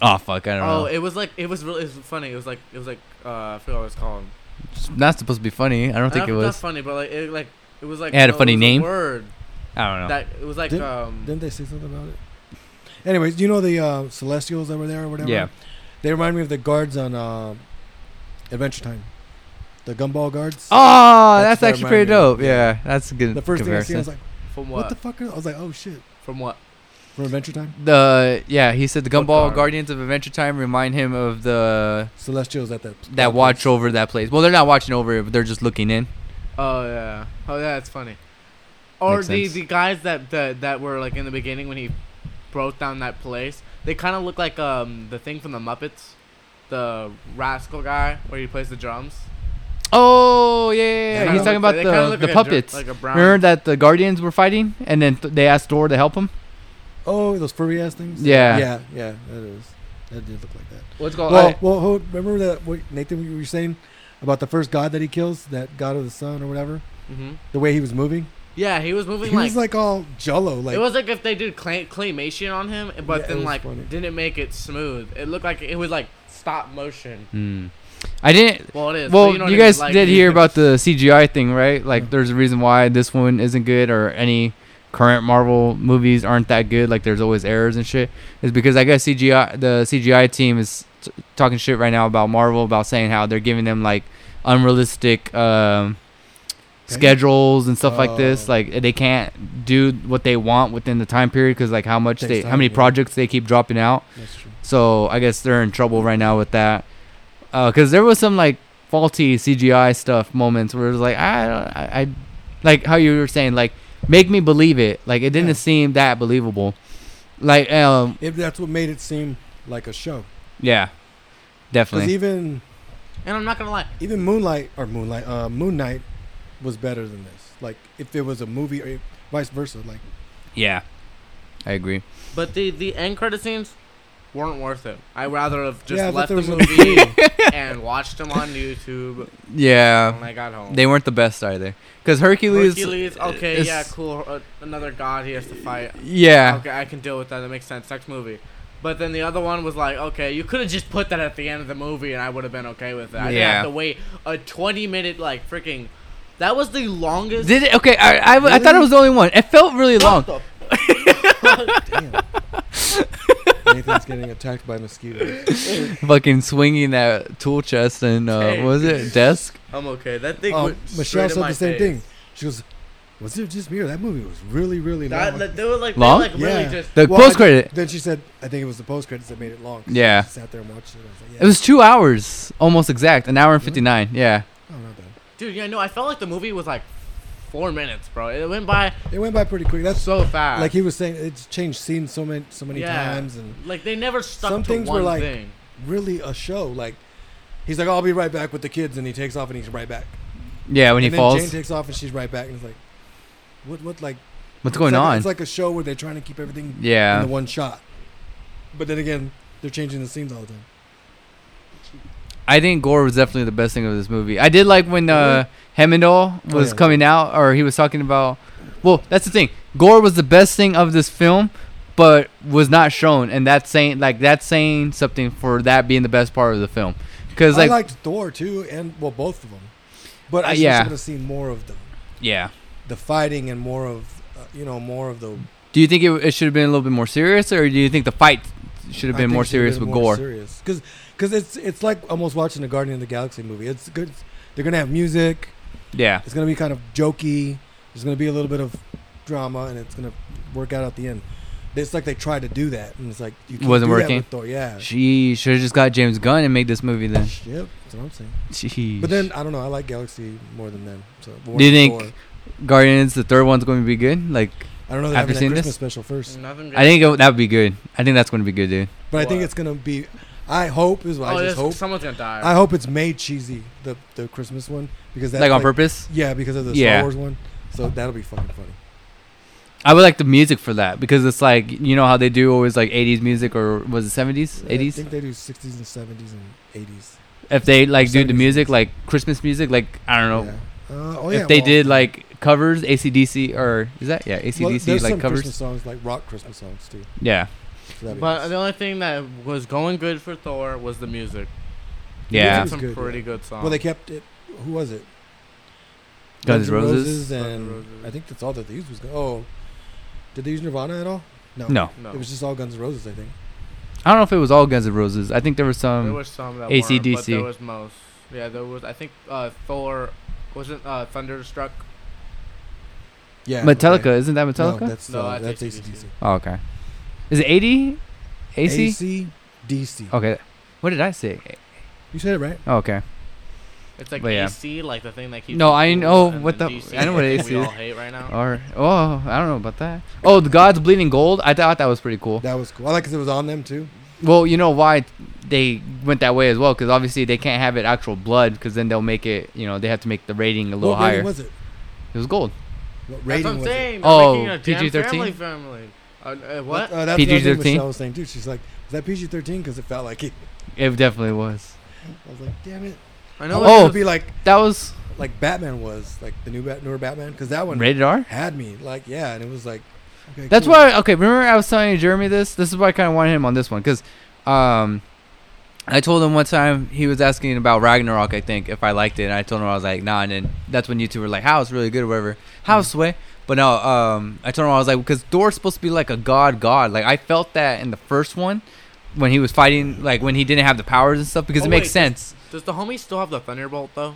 [SPEAKER 1] Oh fuck, I don't
[SPEAKER 3] Oh,
[SPEAKER 1] know.
[SPEAKER 3] it was like it was really it was funny. It was like it was like uh, I forgot what it's called.
[SPEAKER 1] It's not supposed to be funny. I don't think it
[SPEAKER 3] That's
[SPEAKER 1] was.
[SPEAKER 3] funny, but like it like it was like
[SPEAKER 1] It had a
[SPEAKER 3] no,
[SPEAKER 1] funny
[SPEAKER 3] was
[SPEAKER 1] name?
[SPEAKER 3] word
[SPEAKER 1] I don't know.
[SPEAKER 3] that it was like
[SPEAKER 2] Didn't-
[SPEAKER 3] um.
[SPEAKER 2] Didn't they say something about it? Anyways, you know the uh, Celestials that were there or whatever.
[SPEAKER 1] Yeah.
[SPEAKER 2] They remind me of the guards on uh, Adventure Time, the gumball guards.
[SPEAKER 1] Oh,
[SPEAKER 2] That's
[SPEAKER 1] that's,
[SPEAKER 2] what
[SPEAKER 1] actually pretty
[SPEAKER 2] reminded
[SPEAKER 1] dope.
[SPEAKER 2] me.
[SPEAKER 1] Yeah, that's a good
[SPEAKER 2] The first thing I seen,
[SPEAKER 1] comparison.
[SPEAKER 2] I was like,
[SPEAKER 3] from
[SPEAKER 2] "What
[SPEAKER 3] what?
[SPEAKER 2] the fuck?" Are, I was like, "Oh shit!"
[SPEAKER 3] from what?
[SPEAKER 2] From Adventure Time,
[SPEAKER 1] the yeah, he said the
[SPEAKER 3] What
[SPEAKER 1] Gumball
[SPEAKER 3] guard?
[SPEAKER 1] Guardians of Adventure Time remind him of the
[SPEAKER 2] Celestials at that
[SPEAKER 1] that watch over that place. Well, they're not watching over it, but they're just looking in.
[SPEAKER 3] Oh yeah. Oh yeah, it's funny. Or
[SPEAKER 1] Makes
[SPEAKER 3] the,
[SPEAKER 1] sense.
[SPEAKER 3] the guys that, that that were like in the beginning when he broke down that place, they kind of look like um the thing from the Muppets, the rascal guy where he plays the drums.
[SPEAKER 1] Oh yeah, yeah, yeah.
[SPEAKER 2] Kinda
[SPEAKER 1] he's talking about
[SPEAKER 3] They kinda
[SPEAKER 1] the
[SPEAKER 3] look
[SPEAKER 1] the
[SPEAKER 3] like a dr-
[SPEAKER 1] puppets.
[SPEAKER 3] like a brown.
[SPEAKER 1] Remember that the Guardians were fighting, and then th- they asked Thor to help him.
[SPEAKER 2] Oh, those furry ass things.
[SPEAKER 1] Yeah.
[SPEAKER 2] yeah, yeah. That is. That did look like that.
[SPEAKER 1] What's going?
[SPEAKER 2] well, well, hold- remember that what Nathan you were saying about the first god that he kills, that god of the sun or whatever,
[SPEAKER 3] Mhm.
[SPEAKER 2] the way he was moving.
[SPEAKER 3] Yeah, he was moving
[SPEAKER 2] He
[SPEAKER 3] like,
[SPEAKER 2] was like all jello, like
[SPEAKER 3] it was like if they did clay- claymation on him, but
[SPEAKER 2] Yeah, it
[SPEAKER 3] then
[SPEAKER 2] was
[SPEAKER 3] like
[SPEAKER 2] funny.
[SPEAKER 3] didn't make it smooth. It looked like it was like stop motion.
[SPEAKER 1] Hmm. I didn't.
[SPEAKER 3] Well, it is. but
[SPEAKER 1] Well,
[SPEAKER 3] know
[SPEAKER 1] you,
[SPEAKER 3] what I mean,
[SPEAKER 1] guys
[SPEAKER 3] like,
[SPEAKER 1] did
[SPEAKER 3] you
[SPEAKER 1] hear
[SPEAKER 3] can-
[SPEAKER 1] about the CGI thing, right? Like,
[SPEAKER 2] Yeah.
[SPEAKER 1] there's a reason why this one isn't good, or any current Marvel movies aren't that good. Like, there's always errors and shit. Is because I guess CGI, the CGI team is t- talking shit right now about Marvel, about saying how they're giving them like unrealistic um,
[SPEAKER 2] Okay.
[SPEAKER 1] schedules and stuff like this.
[SPEAKER 2] Oh.
[SPEAKER 1] Like, they can't do what they want within the time period because like how much
[SPEAKER 2] Takes
[SPEAKER 1] they, how
[SPEAKER 2] time,
[SPEAKER 1] many
[SPEAKER 2] yeah.
[SPEAKER 1] projects they keep dropping out.
[SPEAKER 2] That's true.
[SPEAKER 1] So I guess they're in trouble right now with that. Because there was some like faulty CGI stuff moments where it was like I don't I, I like how you were saying like make me believe it. Like it didn't
[SPEAKER 2] Yeah.
[SPEAKER 1] seem that believable. Like um
[SPEAKER 2] It, that's what made it seem like a show.
[SPEAKER 1] yeah,
[SPEAKER 2] Because
[SPEAKER 1] definitely.
[SPEAKER 2] even
[SPEAKER 3] And I'm not gonna lie,
[SPEAKER 2] Even Moonlight or Moonlight, uh, Moon Knight was better than this. Like if it was a movie or vice versa, like
[SPEAKER 1] Yeah, I agree.
[SPEAKER 3] but the the end credit scenes weren't worth it. I rather have just
[SPEAKER 2] Yeah, I thought
[SPEAKER 3] left
[SPEAKER 2] there
[SPEAKER 3] the
[SPEAKER 2] was a-
[SPEAKER 3] movie and watched them on YouTube when
[SPEAKER 1] Yeah,
[SPEAKER 3] I got home.
[SPEAKER 1] they weren't the best either. Because Hercules, uh,
[SPEAKER 3] Hercules, okay,
[SPEAKER 1] is-
[SPEAKER 3] yeah, cool. Uh, another god he has to fight.
[SPEAKER 1] Yeah,
[SPEAKER 3] Okay, I can deal with that. That makes sense. Sex movie. But then the other one was like, okay, you could have just put that at the end of the movie, and I would have been okay with it. I didn't
[SPEAKER 1] Yeah.
[SPEAKER 3] have to wait a 20 minute like freaking. That was the longest.
[SPEAKER 1] did it? Okay, I, I, I thought it was the only one. It felt really long.
[SPEAKER 3] What the fuck?
[SPEAKER 2] damn. Nathan's getting attacked by mosquitoes.
[SPEAKER 1] Fucking swinging that tool chest and uh, what was it desk?
[SPEAKER 3] I'm okay. That thing.
[SPEAKER 2] Um,
[SPEAKER 3] went
[SPEAKER 2] Michelle
[SPEAKER 3] straight in
[SPEAKER 2] said
[SPEAKER 3] my
[SPEAKER 2] the same
[SPEAKER 3] face.
[SPEAKER 2] thing. She goes, "Was it just me or that movie was really, really
[SPEAKER 3] That,
[SPEAKER 2] long?"
[SPEAKER 3] that, they were like,
[SPEAKER 1] Long?
[SPEAKER 3] They, were, like really
[SPEAKER 2] Yeah.
[SPEAKER 3] just.
[SPEAKER 1] The
[SPEAKER 2] Well,
[SPEAKER 1] post
[SPEAKER 2] I-
[SPEAKER 1] credit.
[SPEAKER 2] Then she said, "I think it was the post credits that made it long." 'cause
[SPEAKER 1] Yeah.
[SPEAKER 2] I sat there and watched it. I was like, yeah,
[SPEAKER 1] It was two hours, almost exact, an hour and
[SPEAKER 2] Really?
[SPEAKER 1] fifty nine. Yeah,
[SPEAKER 2] oh, not bad.
[SPEAKER 3] Dude, yeah, no, I felt like the movie was like four minutes, bro. It went by
[SPEAKER 2] It went by pretty quick. That's
[SPEAKER 3] so fast.
[SPEAKER 2] like he was saying. It's changed scenes so many, so many
[SPEAKER 3] Yeah.
[SPEAKER 2] times, and
[SPEAKER 3] Like they never stuck
[SPEAKER 2] Some
[SPEAKER 3] to
[SPEAKER 2] things were
[SPEAKER 3] one
[SPEAKER 2] like-
[SPEAKER 3] thing.
[SPEAKER 2] really a show. Like he's like, "I'll be right back with the kids," and he takes off and he's right back.
[SPEAKER 1] yeah. When
[SPEAKER 2] and
[SPEAKER 1] he
[SPEAKER 2] then Jane
[SPEAKER 1] falls,
[SPEAKER 2] takes off and she's right back, and it's like, "What? What? Like
[SPEAKER 1] what's going
[SPEAKER 2] it's like-
[SPEAKER 1] on?
[SPEAKER 2] It's like a show where they're trying to keep everything in
[SPEAKER 1] yeah,
[SPEAKER 2] the one shot. But then again, they're changing the scenes all the time.
[SPEAKER 1] I think Gore was definitely the best thing of this movie. I did like when uh, Hemendall
[SPEAKER 2] Oh,
[SPEAKER 1] was
[SPEAKER 2] yeah.
[SPEAKER 1] coming out, or he was talking about. Well, that's the thing. Gore was the best thing of this film, but was not shown, and that's saying like that's saying something for that being the best part of the film. Because
[SPEAKER 2] I
[SPEAKER 1] like,
[SPEAKER 2] liked Thor too, and well, both of them. But
[SPEAKER 1] Uh,
[SPEAKER 2] I
[SPEAKER 1] yeah.
[SPEAKER 2] just want to see more of the
[SPEAKER 1] yeah.
[SPEAKER 2] the fighting and more of uh, you know more of the.
[SPEAKER 1] Do you think it, it should have been a little bit more serious, or do you think the fight should have been more serious with Gore?
[SPEAKER 2] because because it's it's like almost watching a Guardian of the Galaxy movie. It's good. They're gonna have music.
[SPEAKER 1] yeah.
[SPEAKER 2] It's gonna be kind of jokey. There's gonna be a little bit of drama, and it's gonna work out at the end. It's like they tried to do that, and it's like you can't
[SPEAKER 1] Wasn't
[SPEAKER 2] do that
[SPEAKER 1] working?
[SPEAKER 2] with Thor. Yeah.
[SPEAKER 1] She should have just got James Gunn and made this movie then.
[SPEAKER 2] Yep, that's what I'm saying.
[SPEAKER 1] Jeez.
[SPEAKER 2] But then I don't know. I like Galaxy more than them. So more
[SPEAKER 1] Do you
[SPEAKER 2] than
[SPEAKER 1] think-
[SPEAKER 2] Thor.
[SPEAKER 1] Guardians, the third one's going to be good. Like,
[SPEAKER 2] I don't know. They're
[SPEAKER 1] after
[SPEAKER 2] having that
[SPEAKER 1] seeing
[SPEAKER 2] Christmas
[SPEAKER 1] this?
[SPEAKER 2] special first,
[SPEAKER 3] Nothing.
[SPEAKER 1] I think it, that would be good. I think that's going to be good, dude.
[SPEAKER 2] but I think
[SPEAKER 3] What?
[SPEAKER 2] it's gonna be. I hope is
[SPEAKER 3] Oh,
[SPEAKER 2] what I just
[SPEAKER 3] this-
[SPEAKER 2] hope.
[SPEAKER 3] someone's gonna die.
[SPEAKER 2] I hope it's made cheesy the the Christmas one because that's
[SPEAKER 1] like on purpose.
[SPEAKER 2] Yeah, because of the
[SPEAKER 1] Yeah.
[SPEAKER 2] Star Wars one. So that'll be fucking funny.
[SPEAKER 1] I would like the music for that because it's like you know how they do always like 80s music or was it 70s,
[SPEAKER 2] I
[SPEAKER 1] 80s?
[SPEAKER 2] think they do sixties and seventies and eighties.
[SPEAKER 1] If they like do the
[SPEAKER 2] 70s.
[SPEAKER 1] music like Christmas music, like I don't know.
[SPEAKER 2] Yeah. Uh, oh, yeah,
[SPEAKER 1] if they
[SPEAKER 2] well,
[SPEAKER 1] did like covers, ACDC or is that yeah
[SPEAKER 2] well,
[SPEAKER 1] ACDC
[SPEAKER 2] there's
[SPEAKER 1] like
[SPEAKER 2] some
[SPEAKER 1] covers?
[SPEAKER 2] Christmas songs like rock Christmas songs too.
[SPEAKER 1] Yeah,
[SPEAKER 2] So that'd be
[SPEAKER 3] but uh,
[SPEAKER 2] nice.
[SPEAKER 3] the only thing that was going good for Thor was the music. They had
[SPEAKER 1] yeah.
[SPEAKER 2] music-
[SPEAKER 3] some
[SPEAKER 2] It was good,
[SPEAKER 3] pretty
[SPEAKER 2] yeah.
[SPEAKER 3] good songs.
[SPEAKER 2] well, they kept it. Who was it?
[SPEAKER 1] Guns N'
[SPEAKER 2] N'
[SPEAKER 1] Roses.
[SPEAKER 2] and
[SPEAKER 3] Guns N' Roses.
[SPEAKER 2] I think that's all that they used was. Oh, did they use Nirvana at all? No.
[SPEAKER 1] No,
[SPEAKER 3] no,
[SPEAKER 2] It was just all Guns N' Roses, I think.
[SPEAKER 1] I don't know if it was all Guns N' Roses. I think there was some.
[SPEAKER 3] there was some that weren't, but
[SPEAKER 1] AC/DC.
[SPEAKER 3] there was most. Yeah, there was. I think uh, Thor wasn't uh, Thunderstruck.
[SPEAKER 2] Yeah.
[SPEAKER 1] Metallica,
[SPEAKER 2] okay.
[SPEAKER 1] isn't that
[SPEAKER 2] No,
[SPEAKER 1] Metallica?
[SPEAKER 2] that's
[SPEAKER 3] No,
[SPEAKER 2] uh,
[SPEAKER 3] that's
[SPEAKER 2] that's
[SPEAKER 3] AC/DC.
[SPEAKER 2] ACDC.
[SPEAKER 1] oh, okay. Is it 80? AC?
[SPEAKER 2] DC.
[SPEAKER 1] Okay. What did I say?
[SPEAKER 2] You said it right.
[SPEAKER 1] Oh, okay.
[SPEAKER 3] It's like
[SPEAKER 1] But yeah.
[SPEAKER 3] AC, like the thing that keeps.
[SPEAKER 1] No,
[SPEAKER 3] you
[SPEAKER 1] I
[SPEAKER 3] cool,
[SPEAKER 1] know
[SPEAKER 3] and
[SPEAKER 1] what
[SPEAKER 3] then
[SPEAKER 1] the-
[SPEAKER 3] DC,
[SPEAKER 1] I know what
[SPEAKER 3] which
[SPEAKER 1] AC
[SPEAKER 3] We
[SPEAKER 1] is.
[SPEAKER 3] all hate right
[SPEAKER 2] Uh,
[SPEAKER 3] now.
[SPEAKER 1] Or oh, I don't know about that. Oh, the gods bleeding gold. I thought that was pretty cool.
[SPEAKER 2] That was cool. I like because it was on them too.
[SPEAKER 1] Well, you know why they went that way as well? Because obviously they can't have it actual blood, because then they'll make it. You know, they have to make the rating a little
[SPEAKER 2] what rating
[SPEAKER 1] higher.
[SPEAKER 2] was it?
[SPEAKER 1] It was gold.
[SPEAKER 2] What
[SPEAKER 3] That's
[SPEAKER 2] rating
[SPEAKER 3] what I'm
[SPEAKER 2] was it?
[SPEAKER 3] saying.
[SPEAKER 1] Oh,
[SPEAKER 3] Oh,
[SPEAKER 1] PG-13?
[SPEAKER 3] Family, family. Uh, uh, what?
[SPEAKER 2] Uh, that's
[SPEAKER 1] PG-13?
[SPEAKER 2] PG thirteen. Michelle was saying too. She's like, "Is that PG thirteen? Because it felt like it."
[SPEAKER 1] It definitely was.
[SPEAKER 2] I was like, "Damn it!"
[SPEAKER 3] I
[SPEAKER 2] I
[SPEAKER 3] know.
[SPEAKER 1] Oh,
[SPEAKER 2] wanted
[SPEAKER 3] what
[SPEAKER 2] it
[SPEAKER 1] oh.
[SPEAKER 2] to be like
[SPEAKER 1] That was
[SPEAKER 2] like Batman was like the new Bat- newer Batman because that one
[SPEAKER 1] rated R.
[SPEAKER 2] had me like yeah, and it was like. Okay,
[SPEAKER 1] That's
[SPEAKER 2] cool.
[SPEAKER 1] why. Okay, remember I was telling Jeremy this. This is why I kind of wanted him on this one because, um, I told him one time he was asking about Ragnarok. I think if I liked it, and I told him I was like, nah. And then that's when you two were like, how it's really good, or whatever. How
[SPEAKER 3] Mm.
[SPEAKER 1] sway. But no, um, I told him I was like, because Thor's supposed to be like a god, god. Like I felt that in the first one when he was fighting, like when he didn't have the powers and stuff, because
[SPEAKER 3] Oh,
[SPEAKER 1] it makes
[SPEAKER 3] wait,
[SPEAKER 1] sense.
[SPEAKER 3] Does the homie still have the Thunderbolt though?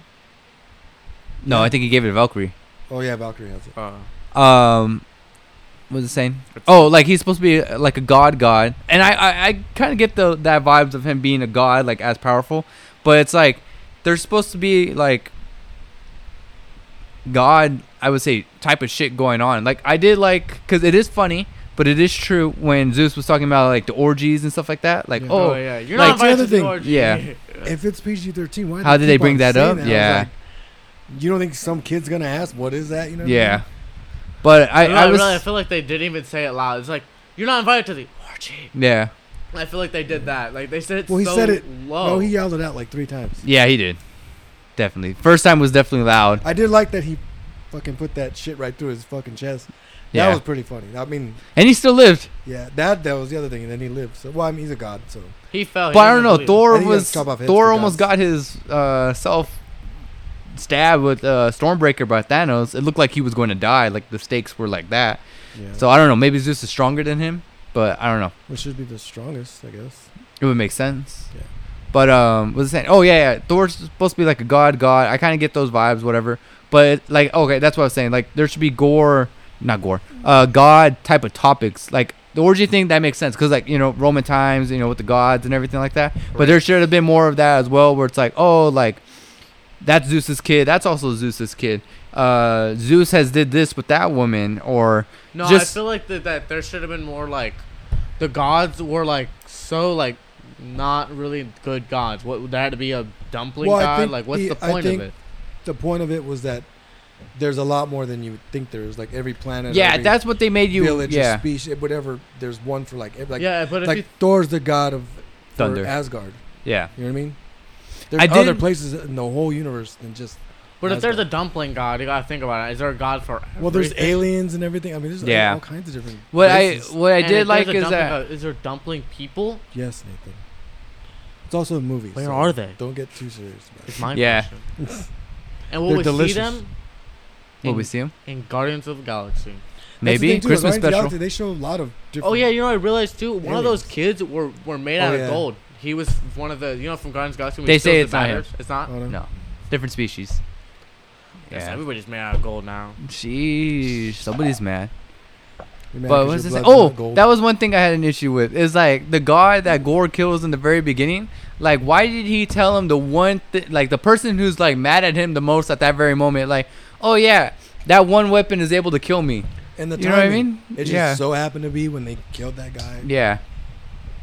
[SPEAKER 1] No, I think he gave it to Valkyrie.
[SPEAKER 2] Oh yeah, Valkyrie has it.
[SPEAKER 3] Uh,
[SPEAKER 1] Um, what was it saying? Oh, like he's supposed to be uh, like a god, god, and I, I, I kind of get the that vibes of him being a god, like as powerful, but it's like there's supposed to be like god, I would say type of shit going on. Like I did like because it is funny, But it is true when Zeus was talking about like the orgies and stuff like that. Like,
[SPEAKER 2] Yeah.
[SPEAKER 1] oh,
[SPEAKER 3] yeah, you're
[SPEAKER 1] like-
[SPEAKER 3] not invited
[SPEAKER 2] That's the
[SPEAKER 3] to the
[SPEAKER 2] other
[SPEAKER 3] orgy.
[SPEAKER 1] Yeah.
[SPEAKER 2] If it's PG thirteen, why?
[SPEAKER 1] How did they
[SPEAKER 2] keep
[SPEAKER 1] bring
[SPEAKER 2] on
[SPEAKER 1] that
[SPEAKER 2] saying
[SPEAKER 1] up?
[SPEAKER 2] I was
[SPEAKER 1] Yeah.
[SPEAKER 2] like, you don't think some kid's gonna ask what is that? You know? what I
[SPEAKER 1] yeah. But I,
[SPEAKER 3] I,
[SPEAKER 1] I was,
[SPEAKER 3] really, I feel like they didn't even say it loud. It's like you're not invited to the orgy.
[SPEAKER 1] yeah,
[SPEAKER 3] I feel like they did that. Like they said it
[SPEAKER 2] Well, he
[SPEAKER 3] so
[SPEAKER 2] said it-
[SPEAKER 3] low.
[SPEAKER 2] mean? No, he yelled it out like three times.
[SPEAKER 1] yeah, he did. Definitely, first time was definitely loud.
[SPEAKER 2] I did like that he fucking put that shit right through his fucking chest.
[SPEAKER 1] Yeah,
[SPEAKER 2] That was pretty funny. I mean,
[SPEAKER 1] and he still lived.
[SPEAKER 2] yeah, that that was the other thing. And then he lived. So, well, I mean, he's a god. So
[SPEAKER 3] He fell. he
[SPEAKER 1] But I don't know.
[SPEAKER 3] didn't believe
[SPEAKER 2] I
[SPEAKER 3] it.
[SPEAKER 1] Thor
[SPEAKER 2] think he
[SPEAKER 1] was
[SPEAKER 2] got chopped off heads
[SPEAKER 1] Thor
[SPEAKER 2] for
[SPEAKER 1] almost
[SPEAKER 2] gods.
[SPEAKER 1] got his uh, self stabbed with uh, Stormbreaker by Thanos. It looked like he was going to die. Like the stakes were like that.
[SPEAKER 2] yeah,
[SPEAKER 1] So I don't know. Maybe Zeus is stronger than him, but I don't know.
[SPEAKER 2] which should be the strongest, I guess.
[SPEAKER 1] It would make sense.
[SPEAKER 2] Yeah.
[SPEAKER 1] But um, what was I saying? Oh yeah, yeah. Thor's supposed to be like a god, god. I kind of get those vibes, whatever. But like, okay, that's what I was saying. Like, there should be gore, not gore, uh, god type of topics. Like the orgy thing, that makes sense because like you know Roman times, you know with the gods and everything like that. But there should have been more of that as well, where it's like, oh, like that's Zeus's kid. That's also Zeus's kid. Uh, Zeus has did this with that woman, or
[SPEAKER 3] No,
[SPEAKER 1] just-
[SPEAKER 3] I feel like that, that there should have been more like the gods were like so like not really good gods. What there had to be a dumpling
[SPEAKER 2] Well, I
[SPEAKER 3] god.
[SPEAKER 2] think
[SPEAKER 3] Like what's
[SPEAKER 2] the-
[SPEAKER 3] the
[SPEAKER 2] I
[SPEAKER 3] point
[SPEAKER 2] think
[SPEAKER 3] of it?
[SPEAKER 2] The point of it was that there's a lot more than you would think there is. Like every planet,
[SPEAKER 1] yeah,
[SPEAKER 2] every
[SPEAKER 1] that's what they made you.
[SPEAKER 2] village, or
[SPEAKER 1] yeah,
[SPEAKER 2] species, whatever. There's one for like every, like
[SPEAKER 3] yeah, but if
[SPEAKER 2] like
[SPEAKER 3] you,
[SPEAKER 2] Thor's the god of for
[SPEAKER 1] Thunder.
[SPEAKER 2] Asgard.
[SPEAKER 1] yeah.
[SPEAKER 2] You know what I mean? There's
[SPEAKER 1] I
[SPEAKER 2] other
[SPEAKER 1] did-
[SPEAKER 2] places in the whole universe than just
[SPEAKER 3] but if there's a
[SPEAKER 2] Asgard.
[SPEAKER 3] dumpling god, you gotta think about it. Is there a god for?
[SPEAKER 2] well, there's
[SPEAKER 3] everything?
[SPEAKER 2] aliens and everything. I mean, there's like,
[SPEAKER 1] Yeah.
[SPEAKER 2] all kinds of different.
[SPEAKER 1] What
[SPEAKER 2] races.
[SPEAKER 1] I what I did
[SPEAKER 3] And if there's
[SPEAKER 1] like
[SPEAKER 3] a
[SPEAKER 1] is
[SPEAKER 3] dumpling
[SPEAKER 1] that
[SPEAKER 3] god, is there dumpling people?
[SPEAKER 2] yes, Nathan. It's also a movie.
[SPEAKER 3] Where
[SPEAKER 2] so
[SPEAKER 3] are they?
[SPEAKER 2] Don't get too serious. About it.
[SPEAKER 3] It's my
[SPEAKER 1] Yeah.
[SPEAKER 3] question. and will
[SPEAKER 2] They're
[SPEAKER 3] we
[SPEAKER 2] delicious.
[SPEAKER 3] see them?
[SPEAKER 1] Will we
[SPEAKER 3] in-
[SPEAKER 1] see him?
[SPEAKER 3] in Guardians of the Galaxy.
[SPEAKER 2] That's the
[SPEAKER 1] Maybe
[SPEAKER 2] thing, too, is
[SPEAKER 1] Christmas
[SPEAKER 2] Guardians
[SPEAKER 1] special.
[SPEAKER 2] of the Galaxy, they show a lot of different.
[SPEAKER 3] Oh yeah, you know I realized too. One of those
[SPEAKER 2] Aliens.
[SPEAKER 3] kids were were made
[SPEAKER 2] Oh,
[SPEAKER 3] out
[SPEAKER 2] yeah.
[SPEAKER 3] of gold. He was one of the you know from Guardians of the Galaxy. when
[SPEAKER 1] They
[SPEAKER 3] he steals
[SPEAKER 1] say
[SPEAKER 3] the
[SPEAKER 1] it's not him.
[SPEAKER 3] batteries? It's not.
[SPEAKER 2] Oh,
[SPEAKER 1] No, different species.
[SPEAKER 3] Yes,
[SPEAKER 1] Yeah.
[SPEAKER 3] everybody's made out of gold now.
[SPEAKER 1] Sheesh, somebody's mad.
[SPEAKER 2] You're mad
[SPEAKER 1] But
[SPEAKER 2] 'cause
[SPEAKER 1] what was
[SPEAKER 2] your
[SPEAKER 1] this?
[SPEAKER 2] blood's
[SPEAKER 1] Oh,
[SPEAKER 2] not gold.
[SPEAKER 1] that was one thing I had an issue with. Is like the guy that Gore kills in the very beginning. Like, why did he tell him the one thing? Like the person who's like mad at him the most at that very moment. Like, oh yeah, that one weapon is able to kill me.
[SPEAKER 2] and the
[SPEAKER 1] you know what I
[SPEAKER 2] timing.
[SPEAKER 1] mean?
[SPEAKER 2] It just
[SPEAKER 1] yeah,
[SPEAKER 2] so happened to be when they killed that guy,
[SPEAKER 1] yeah,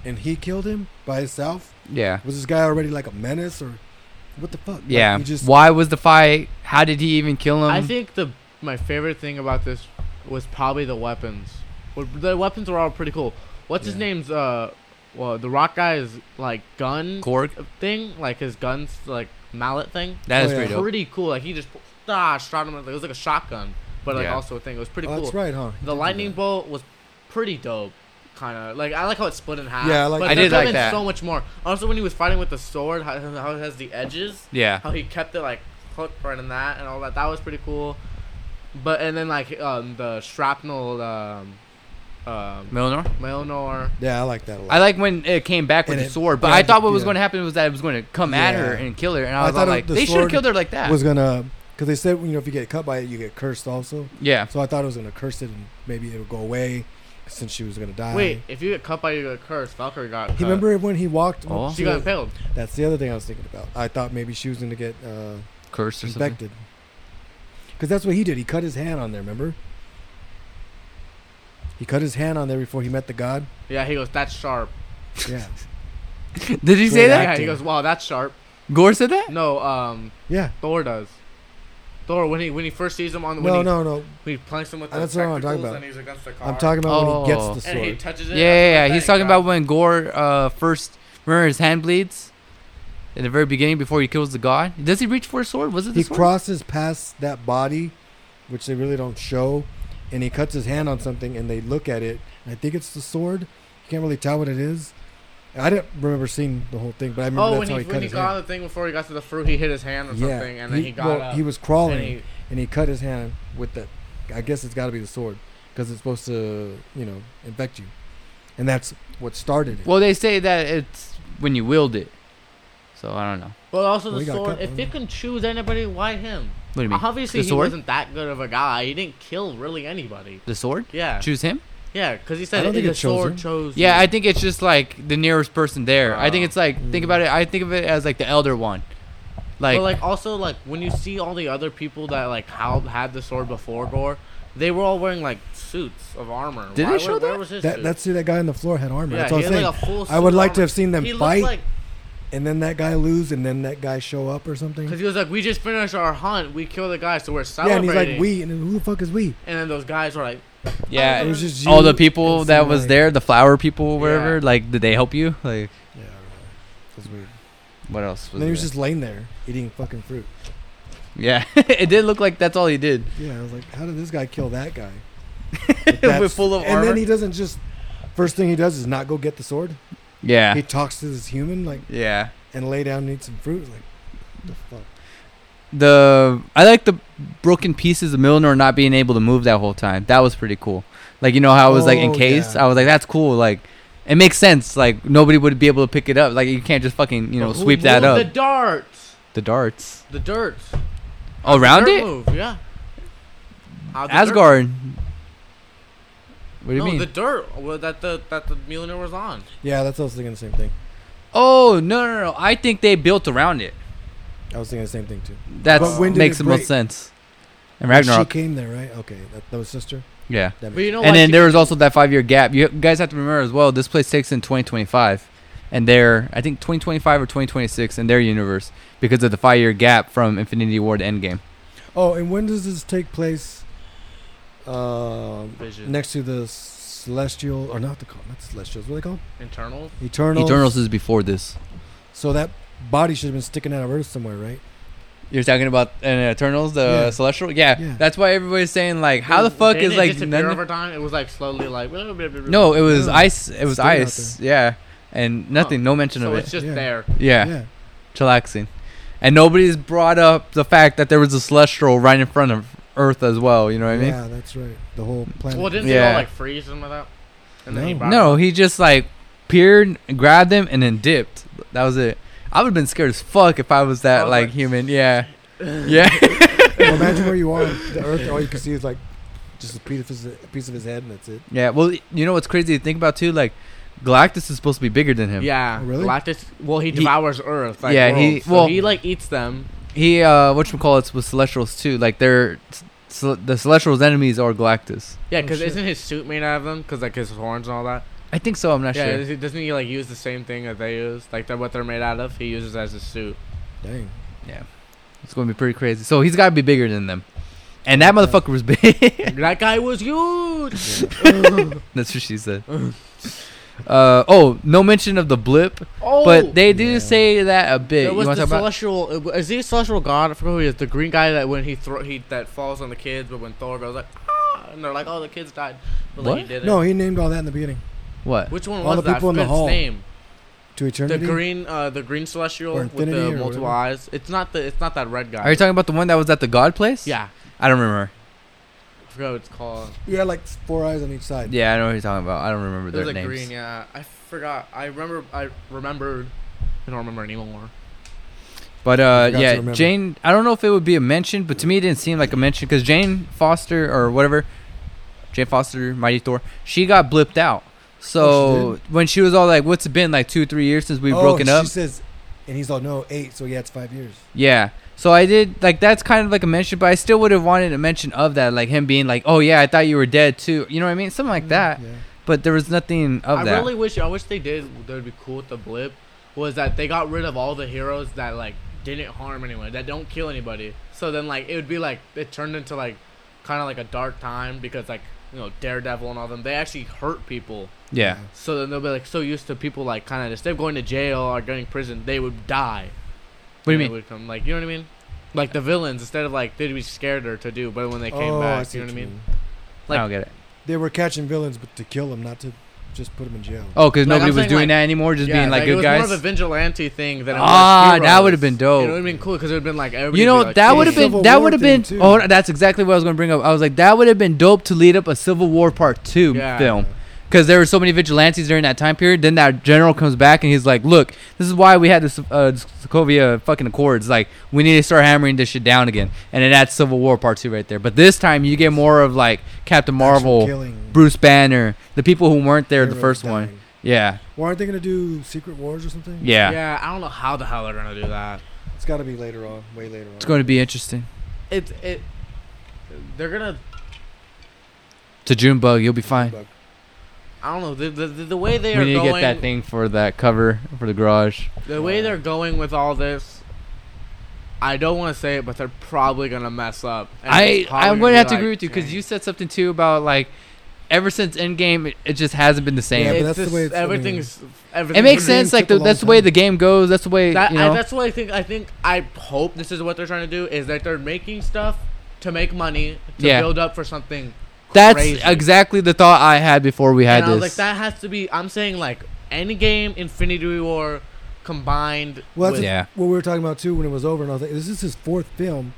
[SPEAKER 2] and he killed him by himself.
[SPEAKER 1] yeah,
[SPEAKER 2] Was this guy already like a menace or what the fuck? Like,
[SPEAKER 1] yeah.
[SPEAKER 2] he just
[SPEAKER 1] why was the fight? How did he even kill him?
[SPEAKER 3] I think the my favorite thing about this was probably the weapons. Well, The weapons were all pretty cool. What's his
[SPEAKER 2] Yeah.
[SPEAKER 3] name's uh, well the rock guy's like gun
[SPEAKER 1] Gorg.
[SPEAKER 3] thing, like his guns like mallet thing.
[SPEAKER 1] That
[SPEAKER 2] Oh,
[SPEAKER 1] is
[SPEAKER 2] yeah.
[SPEAKER 1] pretty dope.
[SPEAKER 3] Pretty cool. Like he just ah shot him. Like, it was like a shotgun, but like
[SPEAKER 1] Yeah.
[SPEAKER 3] also a thing. It was pretty
[SPEAKER 2] Oh,
[SPEAKER 3] cool.
[SPEAKER 2] that's right, huh? He did do
[SPEAKER 3] The
[SPEAKER 2] that.
[SPEAKER 3] lightning bolt was pretty dope. Kind of like I like how it's split in half.
[SPEAKER 2] Yeah, I like
[SPEAKER 3] but
[SPEAKER 2] that.
[SPEAKER 1] I
[SPEAKER 3] there
[SPEAKER 1] did
[SPEAKER 3] could've
[SPEAKER 1] like
[SPEAKER 3] been
[SPEAKER 1] that.
[SPEAKER 3] So much more. Also, when he was fighting with the sword, how, how it has the edges,
[SPEAKER 1] Yeah.
[SPEAKER 3] how he kept it like hooked right in that and all that. That was pretty cool. But and then like um, the shrapnel, um, um,
[SPEAKER 1] Milner.
[SPEAKER 3] Melnor.
[SPEAKER 2] Yeah, I like that a lot.
[SPEAKER 1] I like when it came back with
[SPEAKER 2] And
[SPEAKER 1] the
[SPEAKER 2] it
[SPEAKER 1] sword, but
[SPEAKER 2] grabbed
[SPEAKER 1] I
[SPEAKER 2] the-
[SPEAKER 1] thought what was
[SPEAKER 2] yeah.
[SPEAKER 1] going to happen was that it was going to come at her
[SPEAKER 2] Yeah.
[SPEAKER 1] and kill her, and
[SPEAKER 2] I
[SPEAKER 1] I was
[SPEAKER 2] thought
[SPEAKER 1] all
[SPEAKER 2] it-
[SPEAKER 1] like,
[SPEAKER 2] the
[SPEAKER 1] they should have
[SPEAKER 2] sword
[SPEAKER 1] killed her like that.
[SPEAKER 2] was gonna because they said you know if you get cut by it you get cursed also.
[SPEAKER 1] yeah,
[SPEAKER 2] So I thought it was gonna curse it and maybe it'll go away since she was gonna die.
[SPEAKER 3] Wait, if you get cut by your curse, Valkyrie got.
[SPEAKER 2] He
[SPEAKER 3] cut.
[SPEAKER 2] remember when he walked?
[SPEAKER 1] Oh.
[SPEAKER 3] She got impaled.
[SPEAKER 2] That's the other thing I was thinking about. I thought maybe she was gonna get uh,
[SPEAKER 1] cursed or something.
[SPEAKER 2] infected. Because that's what he did. He cut his hand on there. Remember? He cut his hand on there before he met the god.
[SPEAKER 3] Yeah, he goes. That's sharp.
[SPEAKER 2] Yeah,
[SPEAKER 1] Did he say that?
[SPEAKER 2] Yeah.
[SPEAKER 3] Yeah, he
[SPEAKER 2] Acting.
[SPEAKER 3] goes. Wow, that's sharp.
[SPEAKER 1] Gore said that.
[SPEAKER 3] No, um,
[SPEAKER 2] yeah.
[SPEAKER 3] Thor does. Thor when he when he first sees him on when
[SPEAKER 2] No,
[SPEAKER 3] he,
[SPEAKER 2] no, no.
[SPEAKER 3] he planks him with the
[SPEAKER 2] That's what I'm talking
[SPEAKER 3] spectacles
[SPEAKER 2] about.
[SPEAKER 3] and he's against the car.
[SPEAKER 2] I'm talking about when he
[SPEAKER 1] Oh.
[SPEAKER 2] gets the
[SPEAKER 3] and he
[SPEAKER 2] sword.
[SPEAKER 3] touches
[SPEAKER 1] Yeah,
[SPEAKER 3] it.
[SPEAKER 1] yeah, yeah.
[SPEAKER 3] that's
[SPEAKER 1] He's
[SPEAKER 3] what I
[SPEAKER 1] talking
[SPEAKER 3] thought.
[SPEAKER 1] about when Gore uh, first remember his hand bleeds in the very beginning before he kills the god. Does he reach for a sword? Was it the
[SPEAKER 2] He
[SPEAKER 1] sword?
[SPEAKER 2] crosses past that body, which they really don't show, and he cuts his hand on something, and they look at it. And I think it's the sword. You can't really tell what it is. I didn't remember seeing the whole thing, but I remember
[SPEAKER 3] Oh,
[SPEAKER 2] that's
[SPEAKER 3] when
[SPEAKER 2] how
[SPEAKER 3] he,
[SPEAKER 2] he
[SPEAKER 3] when
[SPEAKER 2] cut
[SPEAKER 3] he
[SPEAKER 2] his
[SPEAKER 3] got on
[SPEAKER 2] hand.
[SPEAKER 3] the thing before he got to the fruit, he hit his hand or
[SPEAKER 2] yeah,
[SPEAKER 3] something, and then he, got
[SPEAKER 2] well,
[SPEAKER 3] up.
[SPEAKER 2] he was
[SPEAKER 3] and
[SPEAKER 2] crawling,
[SPEAKER 3] he,
[SPEAKER 2] and he cut his hand with that. I guess it's got to be the sword because it's supposed to, you know, infect you, and that's what started it.
[SPEAKER 1] Well, they say that it's when you wield it. So I don't know.
[SPEAKER 3] but also
[SPEAKER 2] Well,
[SPEAKER 3] the
[SPEAKER 2] Oh, he got
[SPEAKER 3] sword.
[SPEAKER 2] cut,
[SPEAKER 3] If
[SPEAKER 2] wasn't
[SPEAKER 3] it can choose anybody, why him?
[SPEAKER 1] What do you mean?
[SPEAKER 3] Obviously,
[SPEAKER 1] the
[SPEAKER 3] he
[SPEAKER 1] sword.
[SPEAKER 3] wasn't that good of a guy. He didn't kill really anybody.
[SPEAKER 1] the sword.
[SPEAKER 3] Yeah,
[SPEAKER 1] Choose him.
[SPEAKER 3] yeah, because he
[SPEAKER 2] I
[SPEAKER 3] said
[SPEAKER 2] don't
[SPEAKER 3] it-
[SPEAKER 2] think
[SPEAKER 3] the
[SPEAKER 2] it chose
[SPEAKER 3] sword
[SPEAKER 2] him.
[SPEAKER 3] chose.
[SPEAKER 1] Yeah, I
[SPEAKER 3] you.
[SPEAKER 1] think it's just like the nearest person there. I think
[SPEAKER 3] Oh.
[SPEAKER 1] it's like think about it. I think of it as like the elder one. Like,
[SPEAKER 3] but like also like when you see all the other people that like how had the sword before Gore, They were all wearing like suits of armor.
[SPEAKER 1] Did they
[SPEAKER 3] Why would-
[SPEAKER 1] show
[SPEAKER 3] where
[SPEAKER 1] that?
[SPEAKER 3] was his
[SPEAKER 2] That
[SPEAKER 3] suit?
[SPEAKER 2] that's see that guy on the floor had armor.
[SPEAKER 3] Yeah,
[SPEAKER 2] that's what
[SPEAKER 3] he
[SPEAKER 2] I'm
[SPEAKER 3] had,
[SPEAKER 2] saying.
[SPEAKER 3] like, a full
[SPEAKER 2] I would
[SPEAKER 3] suit
[SPEAKER 2] like to
[SPEAKER 3] armor.
[SPEAKER 2] have seen them
[SPEAKER 3] He looked
[SPEAKER 2] fight
[SPEAKER 3] like-
[SPEAKER 2] and then that guy lose and then that guy show up or something.
[SPEAKER 3] Because he was like, we just finished our hunt. We killed the guy, so
[SPEAKER 2] Yeah,
[SPEAKER 3] we're
[SPEAKER 2] and
[SPEAKER 3] celebrating.
[SPEAKER 2] he's like we and then who the fuck is we?
[SPEAKER 3] And then those guys were like,
[SPEAKER 1] Yeah,
[SPEAKER 2] It was just
[SPEAKER 1] all
[SPEAKER 2] you
[SPEAKER 1] the people
[SPEAKER 2] and
[SPEAKER 1] that
[SPEAKER 2] some,
[SPEAKER 1] was
[SPEAKER 2] like-
[SPEAKER 1] there, the flower people, whatever.
[SPEAKER 3] Yeah.
[SPEAKER 1] Like, did they help you? Like,
[SPEAKER 2] Yeah, I don't know. It was weird.
[SPEAKER 1] what else?
[SPEAKER 2] And
[SPEAKER 1] Was
[SPEAKER 2] then he was
[SPEAKER 1] there?
[SPEAKER 2] just laying there eating fucking fruit.
[SPEAKER 1] yeah, it did look like that's all he did.
[SPEAKER 2] Yeah, I was like, how did this guy kill that guy?
[SPEAKER 1] With full of
[SPEAKER 2] and
[SPEAKER 1] armor.
[SPEAKER 2] then he doesn't just. First thing he does is not go get the sword.
[SPEAKER 1] yeah,
[SPEAKER 2] He talks to this human like
[SPEAKER 1] yeah.
[SPEAKER 2] and lay down and eat some fruit. Like, what the fuck?
[SPEAKER 1] The I like the broken pieces of Milner not being able to move that whole time. That was pretty cool. Like you know how it was like
[SPEAKER 2] Oh,
[SPEAKER 1] encased.
[SPEAKER 2] yeah.
[SPEAKER 1] I was like, that's cool. Like, it makes sense. Like nobody would be able to pick it up. Like you can't just fucking you know
[SPEAKER 2] But who
[SPEAKER 1] sweep that
[SPEAKER 3] "Move
[SPEAKER 1] up.
[SPEAKER 3] The darts.
[SPEAKER 1] the darts
[SPEAKER 3] The dirt.
[SPEAKER 1] around
[SPEAKER 3] Dirt
[SPEAKER 1] it.
[SPEAKER 3] Move. Yeah. How'd the dirt-
[SPEAKER 1] Asgard. What do you
[SPEAKER 3] no,
[SPEAKER 1] mean?
[SPEAKER 3] the dirt well, that the that the Mjolnir was on.
[SPEAKER 2] Yeah, that's what I was thinking the same thing.
[SPEAKER 1] oh no no no! I think they built around it.
[SPEAKER 2] I was thinking the same thing too.
[SPEAKER 1] That
[SPEAKER 2] But when did
[SPEAKER 1] makes the
[SPEAKER 2] it break?
[SPEAKER 1] most sense. And Ragnarok,
[SPEAKER 2] She came there, right? Okay, that, that was sister.
[SPEAKER 1] yeah.
[SPEAKER 2] That
[SPEAKER 3] But you know,
[SPEAKER 1] And
[SPEAKER 3] like,
[SPEAKER 1] then there was also that five-year gap. You guys have to remember as well. This place takes in 2025, and they're I think 2025 or 2026 in their universe because of the five-year gap from Infinity War to Endgame.
[SPEAKER 2] oh, and when does this take place? Um,
[SPEAKER 3] Vision.
[SPEAKER 2] next to the celestial, or not the call, not the celestials. What are they called?
[SPEAKER 3] internals.
[SPEAKER 2] Eternals.
[SPEAKER 1] Eternals is before this.
[SPEAKER 2] So that body should have been sticking out of Earth somewhere, right?
[SPEAKER 1] You're talking about uh, Eternals, the
[SPEAKER 2] Yeah.
[SPEAKER 1] Celestial. Yeah,
[SPEAKER 2] Yeah.
[SPEAKER 1] that's why everybody's saying like, how the
[SPEAKER 3] They
[SPEAKER 1] fuck is
[SPEAKER 3] didn't
[SPEAKER 1] like
[SPEAKER 3] disappear
[SPEAKER 1] none of-
[SPEAKER 3] over time? It was like slowly like. No,
[SPEAKER 1] no? It was
[SPEAKER 2] Yeah.
[SPEAKER 1] ice. It was
[SPEAKER 2] Still out
[SPEAKER 1] ice. Yeah, and nothing. No mention
[SPEAKER 3] so
[SPEAKER 1] of it.
[SPEAKER 3] it's just
[SPEAKER 2] Yeah.
[SPEAKER 3] there.
[SPEAKER 1] yeah. chillaxing. And nobody's brought up the fact that there was a celestial right in front of Earth as well. You know what
[SPEAKER 2] yeah, that's right. The whole planet.
[SPEAKER 3] Well, didn't they
[SPEAKER 1] Yeah.
[SPEAKER 3] all like freeze and without? And then he
[SPEAKER 2] No.
[SPEAKER 1] I mean?
[SPEAKER 3] brought
[SPEAKER 1] No, he just like peered, grabbed them, and then dipped. That was it. I would have been scared as fuck if I was that
[SPEAKER 3] Oh,
[SPEAKER 1] like
[SPEAKER 3] but-
[SPEAKER 1] human. Yeah, yeah.
[SPEAKER 2] Well, imagine where you are. on The Earth, all you can see is like just a piece of his, a piece of his head, and that's it.
[SPEAKER 1] yeah. Well, you know what's crazy to think about too? Like, Galactus is supposed to be bigger than him.
[SPEAKER 3] Yeah,
[SPEAKER 2] Oh, really?
[SPEAKER 3] Galactus. Well, he
[SPEAKER 1] He-
[SPEAKER 3] devours Earth. Like,
[SPEAKER 1] Yeah,
[SPEAKER 3] yeah,
[SPEAKER 1] he-
[SPEAKER 3] he. So
[SPEAKER 1] well-
[SPEAKER 3] he like eats them.
[SPEAKER 1] He, uh, what call it was Celestials too. Like, they're so the Celestials' enemies are Galactus.
[SPEAKER 3] Yeah,
[SPEAKER 2] Oh,
[SPEAKER 3] because
[SPEAKER 2] shit.
[SPEAKER 3] isn't his suit made out of them? Because like his horns and all that.
[SPEAKER 1] I think so. I'm not
[SPEAKER 3] yeah,
[SPEAKER 1] sure.
[SPEAKER 3] does he- doesn't he like use the same thing that they use? Like that what they're made out of. He uses as a suit.
[SPEAKER 2] Dang.
[SPEAKER 1] It's going to be pretty crazy. So he's got to be bigger than them. And that
[SPEAKER 2] Okay.
[SPEAKER 1] motherfucker was big.
[SPEAKER 3] that guy was huge.
[SPEAKER 1] That's what she said. uh, oh, no mention of the blip,
[SPEAKER 3] Oh,
[SPEAKER 1] but they do
[SPEAKER 2] Yeah.
[SPEAKER 1] say that a bit.
[SPEAKER 3] There
[SPEAKER 1] You
[SPEAKER 3] was
[SPEAKER 1] want to
[SPEAKER 3] the
[SPEAKER 1] talk about?
[SPEAKER 3] celestial. it wa- Is he a celestial god? I forgot who he is. The green guy that when he throw he that falls on the kids, but when Thor goes like, ah, and they're like, oh, the kids died. But like,
[SPEAKER 1] What?
[SPEAKER 3] He did
[SPEAKER 2] No, he named all that in the beginning.
[SPEAKER 1] What?
[SPEAKER 3] Which one
[SPEAKER 2] All
[SPEAKER 3] was
[SPEAKER 2] the
[SPEAKER 3] that?
[SPEAKER 2] people in the
[SPEAKER 3] Fitz
[SPEAKER 2] hall.
[SPEAKER 3] name.
[SPEAKER 2] To
[SPEAKER 3] The
[SPEAKER 2] eternity.
[SPEAKER 3] green, uh, the green celestial
[SPEAKER 2] Or
[SPEAKER 3] with the
[SPEAKER 2] Infinity or
[SPEAKER 3] multiple
[SPEAKER 2] whatever.
[SPEAKER 3] eyes. It's not the. It's not that red guy.
[SPEAKER 1] Are you talking about the one that was at the God place?
[SPEAKER 3] Yeah,
[SPEAKER 1] I don't remember.
[SPEAKER 3] I forgot what it's called.
[SPEAKER 2] You had like four eyes on each side.
[SPEAKER 1] Yeah, I know what you're talking about. I don't remember
[SPEAKER 3] It was
[SPEAKER 1] their
[SPEAKER 3] like
[SPEAKER 1] names.
[SPEAKER 3] green. Yeah, I forgot. I remember. I remembered. I don't remember anymore.
[SPEAKER 1] But
[SPEAKER 2] I
[SPEAKER 1] uh,
[SPEAKER 2] forgot to
[SPEAKER 1] yeah,
[SPEAKER 2] remember.
[SPEAKER 1] Jane. I don't know if it would be a mention, but to me, it didn't seem like a mention because Jane Foster or whatever, Jane Foster, Mighty Thor, she got blipped out.
[SPEAKER 2] Oh,
[SPEAKER 1] So when she was all like, "What's it been like two, three years since we've
[SPEAKER 2] oh,
[SPEAKER 1] broken
[SPEAKER 2] she
[SPEAKER 1] up?"
[SPEAKER 2] says, and he's like, no, eight. So yeah, it's five years.
[SPEAKER 1] Yeah. So I did like that's kind of like a mention, but I still would have wanted a mention of that, like him being like, "Oh yeah, I thought you were dead too," you know what I mean, something like that.
[SPEAKER 2] Mm, Yeah.
[SPEAKER 1] But there was nothing of
[SPEAKER 3] I
[SPEAKER 1] that.
[SPEAKER 3] really wish. I wish they did. That would be cool with the blip. Was that they got rid of all the heroes that like didn't harm anyone, that don't kill anybody. So then like it would be like it turned into like kind of like a dark time because like you know Daredevil and all them they actually hurt people.
[SPEAKER 1] yeah.
[SPEAKER 3] So then they'll be like so used to people like kind of instead of going to jail or going to prison, they would die.
[SPEAKER 1] What do you
[SPEAKER 3] And it
[SPEAKER 1] mean?
[SPEAKER 3] Would come like you know what I mean? Like the villains instead of like they'd be scared or to do, but when they came
[SPEAKER 2] oh, I
[SPEAKER 3] back,
[SPEAKER 2] see
[SPEAKER 3] you know what I mean?
[SPEAKER 1] I
[SPEAKER 3] like-
[SPEAKER 1] don't get it.
[SPEAKER 2] They were catching villains, but to kill them, not to just put them in jail.
[SPEAKER 1] Oh, because
[SPEAKER 3] Like,
[SPEAKER 1] nobody was
[SPEAKER 3] I'm saying,
[SPEAKER 1] doing
[SPEAKER 3] like-
[SPEAKER 1] that anymore, just
[SPEAKER 3] Yeah,
[SPEAKER 1] being like
[SPEAKER 3] it
[SPEAKER 1] good
[SPEAKER 3] was more of a
[SPEAKER 1] guys.
[SPEAKER 3] vigilante thing than it was
[SPEAKER 1] Ah, that
[SPEAKER 3] heroes.
[SPEAKER 1] would've been dope.
[SPEAKER 3] It would have been cool because it would have been like everybody.
[SPEAKER 1] You know
[SPEAKER 3] would be like,
[SPEAKER 1] that would have
[SPEAKER 2] It's a
[SPEAKER 1] been
[SPEAKER 2] Civil
[SPEAKER 1] that
[SPEAKER 2] War
[SPEAKER 1] would have
[SPEAKER 2] thing,
[SPEAKER 1] been.
[SPEAKER 2] too.
[SPEAKER 1] Oh, that's exactly what I was gonna bring up. I was like, that would have been dope to lead up a Civil War Part Two
[SPEAKER 3] Yeah.
[SPEAKER 1] film. because there were so many vigilantes during that time period. Then that general comes back and he's like, "Look, this is why we had the uh, Sokovia fucking Accords. Like, we need to start hammering this shit down again." And then that's Civil War Part Two right there. But this time you get more of like Captain
[SPEAKER 2] Actual
[SPEAKER 1] Marvel,
[SPEAKER 2] killing.
[SPEAKER 1] Bruce Banner, the people who weren't there the
[SPEAKER 2] heroes
[SPEAKER 1] first
[SPEAKER 2] dying.
[SPEAKER 1] one. Yeah,
[SPEAKER 2] Well, aren't they gonna do Secret Wars or something?
[SPEAKER 1] yeah,
[SPEAKER 3] Yeah, I don't know how the hell they're gonna do that.
[SPEAKER 2] It's got to be later on, way later on.
[SPEAKER 1] It's going to be interesting.
[SPEAKER 3] It's it. They're gonna.
[SPEAKER 1] to Junebug. You'll be fine.
[SPEAKER 3] I don't know the the, the, the way they
[SPEAKER 1] We
[SPEAKER 3] are
[SPEAKER 1] need to
[SPEAKER 3] going.
[SPEAKER 1] get that thing for that cover for the garage.
[SPEAKER 3] The way they're going with all this, I don't want to say it, but they're probably gonna mess up. And
[SPEAKER 1] I
[SPEAKER 3] it's probably
[SPEAKER 1] I'm gonna
[SPEAKER 3] be
[SPEAKER 1] have to
[SPEAKER 3] like,
[SPEAKER 1] agree with you because
[SPEAKER 3] "Dang."
[SPEAKER 1] you said something too about like ever since Endgame, it, it just hasn't been the
[SPEAKER 2] Yeah,
[SPEAKER 1] same.
[SPEAKER 2] but
[SPEAKER 3] It's
[SPEAKER 2] that's the
[SPEAKER 3] just-
[SPEAKER 2] way it's- I mean,
[SPEAKER 3] everything's. everything
[SPEAKER 1] it makes
[SPEAKER 2] Endgame
[SPEAKER 1] sense. Like
[SPEAKER 2] took a
[SPEAKER 1] the,
[SPEAKER 2] long
[SPEAKER 1] that's the way
[SPEAKER 2] time.
[SPEAKER 1] the game goes. That's the way
[SPEAKER 3] That,
[SPEAKER 1] you know.
[SPEAKER 3] I, that's what I think. I think I hope this is what they're trying to do is that they're making stuff to make money to
[SPEAKER 1] Yeah.
[SPEAKER 3] build up for something.
[SPEAKER 1] That's
[SPEAKER 3] crazy.
[SPEAKER 1] exactly the thought I had before we had
[SPEAKER 3] and I was like,
[SPEAKER 1] this.
[SPEAKER 3] that has to be. I'm saying like Endgame, Infinity War, combined.
[SPEAKER 2] Well, that's
[SPEAKER 3] with,
[SPEAKER 1] Yeah.
[SPEAKER 2] what we were talking about too when it was over, and I was like, "This is his fourth film."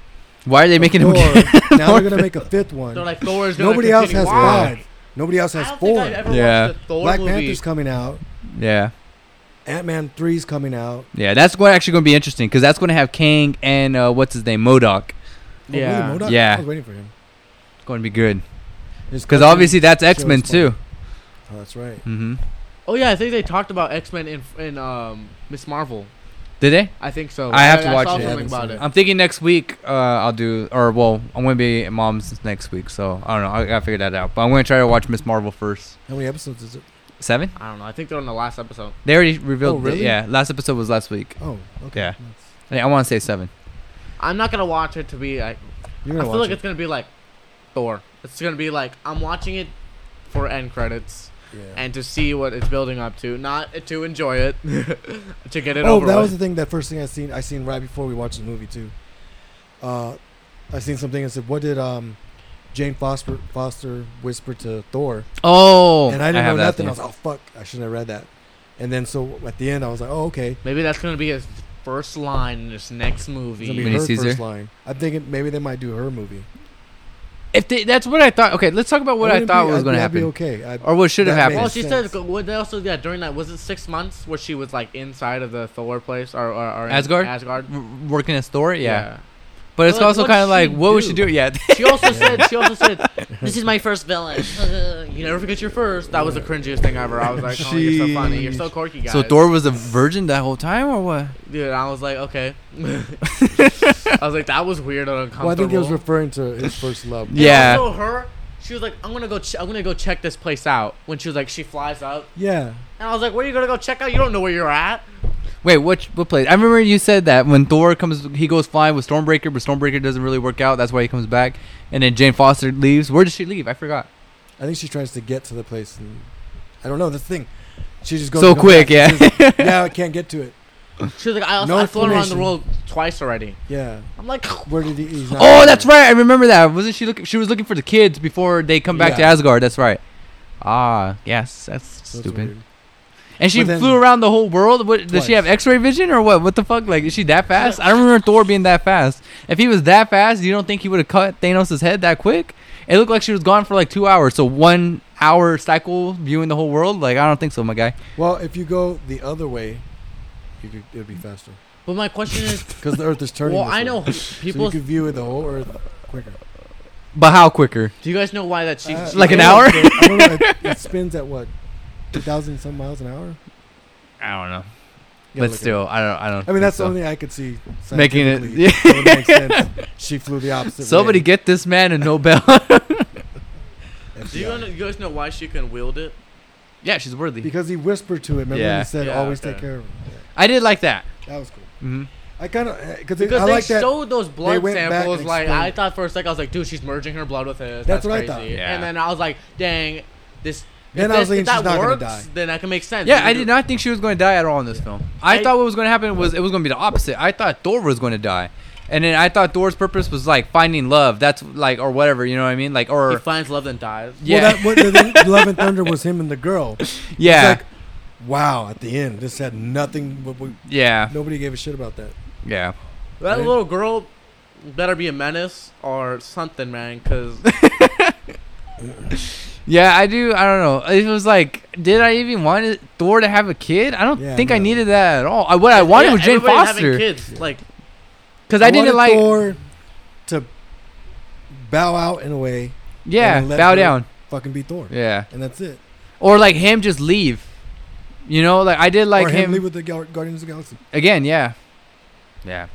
[SPEAKER 1] Why are they making him?
[SPEAKER 2] Thor.
[SPEAKER 1] again?
[SPEAKER 2] now they're gonna make a fifth one.
[SPEAKER 3] They're like Thor is gonna
[SPEAKER 2] Nobody else
[SPEAKER 3] continue
[SPEAKER 2] has
[SPEAKER 3] on.
[SPEAKER 2] five. Nobody else
[SPEAKER 3] I
[SPEAKER 2] has
[SPEAKER 3] don't think
[SPEAKER 2] four.
[SPEAKER 3] I've ever
[SPEAKER 1] Yeah.
[SPEAKER 3] watched a Thor
[SPEAKER 2] Black
[SPEAKER 3] movie.
[SPEAKER 2] Panther's coming out.
[SPEAKER 1] yeah,
[SPEAKER 2] Ant Man three's coming out. Oh,
[SPEAKER 1] yeah. That's going actually going to be interesting because that's going to have Kang and uh, what's his name, Modoc.
[SPEAKER 2] Oh, really,
[SPEAKER 3] Yeah.
[SPEAKER 2] MODOK?
[SPEAKER 1] Yeah.
[SPEAKER 2] I was waiting for him.
[SPEAKER 1] Going to be good
[SPEAKER 2] His
[SPEAKER 1] because
[SPEAKER 2] cousin-
[SPEAKER 1] obviously that's X Men
[SPEAKER 2] it's funny.
[SPEAKER 1] too.
[SPEAKER 2] Oh, that's right.
[SPEAKER 1] hmm
[SPEAKER 3] Oh yeah, I think they talked about X Men in in um Miss Marvel.
[SPEAKER 1] Did they?
[SPEAKER 3] I think so.
[SPEAKER 1] I have to watch
[SPEAKER 3] saw
[SPEAKER 1] it.
[SPEAKER 3] Something
[SPEAKER 2] Haven't
[SPEAKER 3] about
[SPEAKER 2] seen
[SPEAKER 3] it.
[SPEAKER 1] I'm thinking next week uh, I'll do, or well, I'm going to be at mom's next week, so I don't know. I gotta figure that out. But I'm going to try to watch Miss Marvel first.
[SPEAKER 2] How many episodes is it?
[SPEAKER 1] Seven?
[SPEAKER 3] I don't know. I think they're on the last episode.
[SPEAKER 1] They already revealed.
[SPEAKER 2] Oh,
[SPEAKER 1] the-
[SPEAKER 2] really?
[SPEAKER 1] yeah, last episode was last week.
[SPEAKER 2] Oh, okay.
[SPEAKER 1] Yeah. I,
[SPEAKER 2] That's-
[SPEAKER 1] I want to say seven.
[SPEAKER 3] I'm not gonna watch it to be like.
[SPEAKER 2] You're
[SPEAKER 3] I
[SPEAKER 2] gonna
[SPEAKER 3] feel
[SPEAKER 2] watch
[SPEAKER 3] like it's gonna be like Thor. It's gonna be like I'm watching it for end credits
[SPEAKER 2] it. Yeah.
[SPEAKER 3] and to see what it's building up to, not to enjoy it, to get it
[SPEAKER 2] oh,
[SPEAKER 3] over
[SPEAKER 2] that was
[SPEAKER 3] with.
[SPEAKER 2] the thing. That first thing I seen, I seen right before we watched the movie too. Uh, I seen something and said, "What did um, Jane Foster Foster whisper to Thor?"
[SPEAKER 1] Oh,
[SPEAKER 2] and I didn't
[SPEAKER 1] have
[SPEAKER 2] know
[SPEAKER 1] that
[SPEAKER 2] nothing. I
[SPEAKER 1] thing.
[SPEAKER 2] was, "Oh fuck, I shouldn't have read that." And then so at the end, I was like, "Oh okay."
[SPEAKER 3] Maybe that's gonna be his first line in this next movie.
[SPEAKER 2] It's gonna be
[SPEAKER 1] Mini
[SPEAKER 2] her
[SPEAKER 1] Caesar.
[SPEAKER 2] first line. I'm thinking maybe they might do her movie.
[SPEAKER 1] If they, that's what I thought. Okay, let's talk about what I
[SPEAKER 2] That wouldn't
[SPEAKER 1] thought
[SPEAKER 2] be-
[SPEAKER 1] was
[SPEAKER 2] I'd-
[SPEAKER 1] going to
[SPEAKER 2] that'd
[SPEAKER 1] happen,
[SPEAKER 2] Be okay. I,
[SPEAKER 1] or what should have
[SPEAKER 2] That
[SPEAKER 1] happened.
[SPEAKER 3] well,
[SPEAKER 2] makes
[SPEAKER 3] Oh, she said.
[SPEAKER 2] sense.
[SPEAKER 3] What they also yeah during that was it six months where she was like inside of the Thor place or, or, or in
[SPEAKER 1] Asgard?
[SPEAKER 3] Asgard.
[SPEAKER 1] R- working as Thor, yeah. But it's
[SPEAKER 3] But, like,
[SPEAKER 1] also
[SPEAKER 3] what'd
[SPEAKER 1] kind of like,
[SPEAKER 3] she
[SPEAKER 1] what would she
[SPEAKER 3] do?
[SPEAKER 1] do? Yeah,
[SPEAKER 3] She also said, she also said, this is my first villain. you never forget your first. That was the cringiest thing ever. I was like, oh, you're so funny. You're so quirky, guys.
[SPEAKER 1] So Thor was a virgin that whole time, or what?
[SPEAKER 3] Dude, I was like, okay. I was like, that was weird and uncomfortable.
[SPEAKER 2] well, I think it was referring to his first love.
[SPEAKER 1] Yeah.
[SPEAKER 3] And Also her, she was like, I'm gonna go. Ch- I'm gonna go check this place out. When she was like, she flies up,
[SPEAKER 2] Yeah.
[SPEAKER 3] and I was like, where are you gonna go check out? You don't know where you're at.
[SPEAKER 1] Wait, what? What place? I remember you said that when Thor comes, he goes flying with Stormbreaker, but Stormbreaker doesn't really work out. That's why he comes back, and then Jane Foster leaves. Where does she leave? I forgot.
[SPEAKER 2] I think she tries to get to the place, and I don't know. That's the thing. She just goes
[SPEAKER 1] so
[SPEAKER 2] and comes
[SPEAKER 1] quick,
[SPEAKER 2] back.
[SPEAKER 1] yeah.
[SPEAKER 2] yeah, I can't get to it.
[SPEAKER 3] She was like, I,
[SPEAKER 2] No
[SPEAKER 3] I've flown around the
[SPEAKER 2] explanation.
[SPEAKER 3] world twice already.
[SPEAKER 2] Yeah.
[SPEAKER 3] I'm like,
[SPEAKER 2] Where did he? He's not
[SPEAKER 1] oh, that's right. I remember that. Wasn't she looking? She was looking for the kids before they come back to
[SPEAKER 2] Yeah.
[SPEAKER 1] Asgard. That's right. Ah, yes, that's
[SPEAKER 2] So it's
[SPEAKER 1] stupid.
[SPEAKER 2] weird.
[SPEAKER 1] And she
[SPEAKER 2] But then-
[SPEAKER 1] flew around the whole world. What, does she
[SPEAKER 2] Twice.
[SPEAKER 1] have X-ray vision or what? What the fuck? Like, is she that fast? I don't remember Thor being that fast. If he was that fast, you don't think he would have cut Thanos' head that quick? It looked like she was gone for like two hours. So one hour cycle viewing the whole world. Like, I don't think so, my guy.
[SPEAKER 2] Well, if you go the other way, you could, it'd be faster
[SPEAKER 3] but my question is,
[SPEAKER 2] because the Earth is turning.
[SPEAKER 3] well,
[SPEAKER 2] this
[SPEAKER 3] I
[SPEAKER 2] way.
[SPEAKER 3] know
[SPEAKER 2] So you
[SPEAKER 3] people.
[SPEAKER 2] could view the whole Earth quicker.
[SPEAKER 1] But how quicker?
[SPEAKER 3] do you guys know why that she?
[SPEAKER 2] Uh,
[SPEAKER 1] Like an
[SPEAKER 2] I
[SPEAKER 1] hour?
[SPEAKER 2] don't know, I don't know, it, it spins at what, two thousand some miles an hour.
[SPEAKER 1] I don't know.
[SPEAKER 2] Yeah,
[SPEAKER 1] but
[SPEAKER 2] look at
[SPEAKER 1] still, I don't. I don't.
[SPEAKER 2] it. I mean,
[SPEAKER 1] think
[SPEAKER 2] that's
[SPEAKER 1] so.
[SPEAKER 2] the only thing I could see.
[SPEAKER 1] Making it-
[SPEAKER 2] scientifically. It would make sense. She flew the opposite.
[SPEAKER 1] Somebody
[SPEAKER 2] way.
[SPEAKER 1] get this man a Nobel.
[SPEAKER 2] FBI.
[SPEAKER 3] Do you, wanna- you guys know why she can wield it?
[SPEAKER 1] yeah, she's worthy.
[SPEAKER 2] because he whispered to him. Remember,
[SPEAKER 1] Yeah.
[SPEAKER 2] he said,
[SPEAKER 3] Yeah,
[SPEAKER 2] "Always
[SPEAKER 3] okay.
[SPEAKER 2] take care of him."
[SPEAKER 1] I did like that.
[SPEAKER 2] Yeah, that was cool.
[SPEAKER 1] hmm
[SPEAKER 2] I kind of because
[SPEAKER 3] Because
[SPEAKER 2] I
[SPEAKER 3] they
[SPEAKER 2] like that.
[SPEAKER 3] showed those blood
[SPEAKER 2] went back
[SPEAKER 3] samples,
[SPEAKER 2] and
[SPEAKER 3] like I
[SPEAKER 2] explained.
[SPEAKER 3] thought for a second, I was like, dude, she's merging her blood with
[SPEAKER 2] That's
[SPEAKER 3] his. That's,
[SPEAKER 2] what I
[SPEAKER 3] crazy.
[SPEAKER 2] thought.
[SPEAKER 1] Yeah.
[SPEAKER 3] And then I was like, dang, this.
[SPEAKER 2] Then
[SPEAKER 3] if
[SPEAKER 2] I was
[SPEAKER 3] this-
[SPEAKER 2] thinking
[SPEAKER 3] if that
[SPEAKER 2] she's not gonna
[SPEAKER 3] works,
[SPEAKER 2] die.
[SPEAKER 3] Then that can make sense.
[SPEAKER 1] Yeah, I
[SPEAKER 3] You-
[SPEAKER 1] did not think she was going to die at all in this film. I,
[SPEAKER 3] I-
[SPEAKER 1] thought what was going to happen was it was going to be the opposite. I thought Thor was going to die, and then I thought Thor's purpose was like finding love. That's like or whatever, you know what I mean? Like
[SPEAKER 3] He
[SPEAKER 1] or
[SPEAKER 3] finds love then dies.
[SPEAKER 1] yeah,
[SPEAKER 2] Well, that, what, the, thing- Love and Thunder was him and the girl.
[SPEAKER 1] yeah,
[SPEAKER 2] It's like, wow, at the end, this had nothing. But we,
[SPEAKER 1] yeah,
[SPEAKER 2] nobody gave a shit about that.
[SPEAKER 1] yeah.
[SPEAKER 3] That
[SPEAKER 2] Right.
[SPEAKER 3] little girl better be a menace or something, man. Because
[SPEAKER 1] Yeah, I do. I don't know. It was like, did I even want it- Thor to have a kid? I don't
[SPEAKER 2] Yeah,
[SPEAKER 1] think I
[SPEAKER 2] no.
[SPEAKER 1] needed that at all. I, what I wanted was Jane Foster
[SPEAKER 3] Kids, like
[SPEAKER 1] because I didn't
[SPEAKER 2] wanted
[SPEAKER 1] like.
[SPEAKER 2] Thor to bow out in a way,
[SPEAKER 1] yeah,
[SPEAKER 2] and let
[SPEAKER 1] bow
[SPEAKER 2] her-
[SPEAKER 1] down.
[SPEAKER 2] fucking be Thor,
[SPEAKER 1] Yeah,
[SPEAKER 2] and that's it.
[SPEAKER 1] or like him just leave. You know, like I did like
[SPEAKER 2] or him,
[SPEAKER 1] him
[SPEAKER 2] leave with the Gal- Guardians of the Galaxy.
[SPEAKER 1] Again, yeah. Yeah.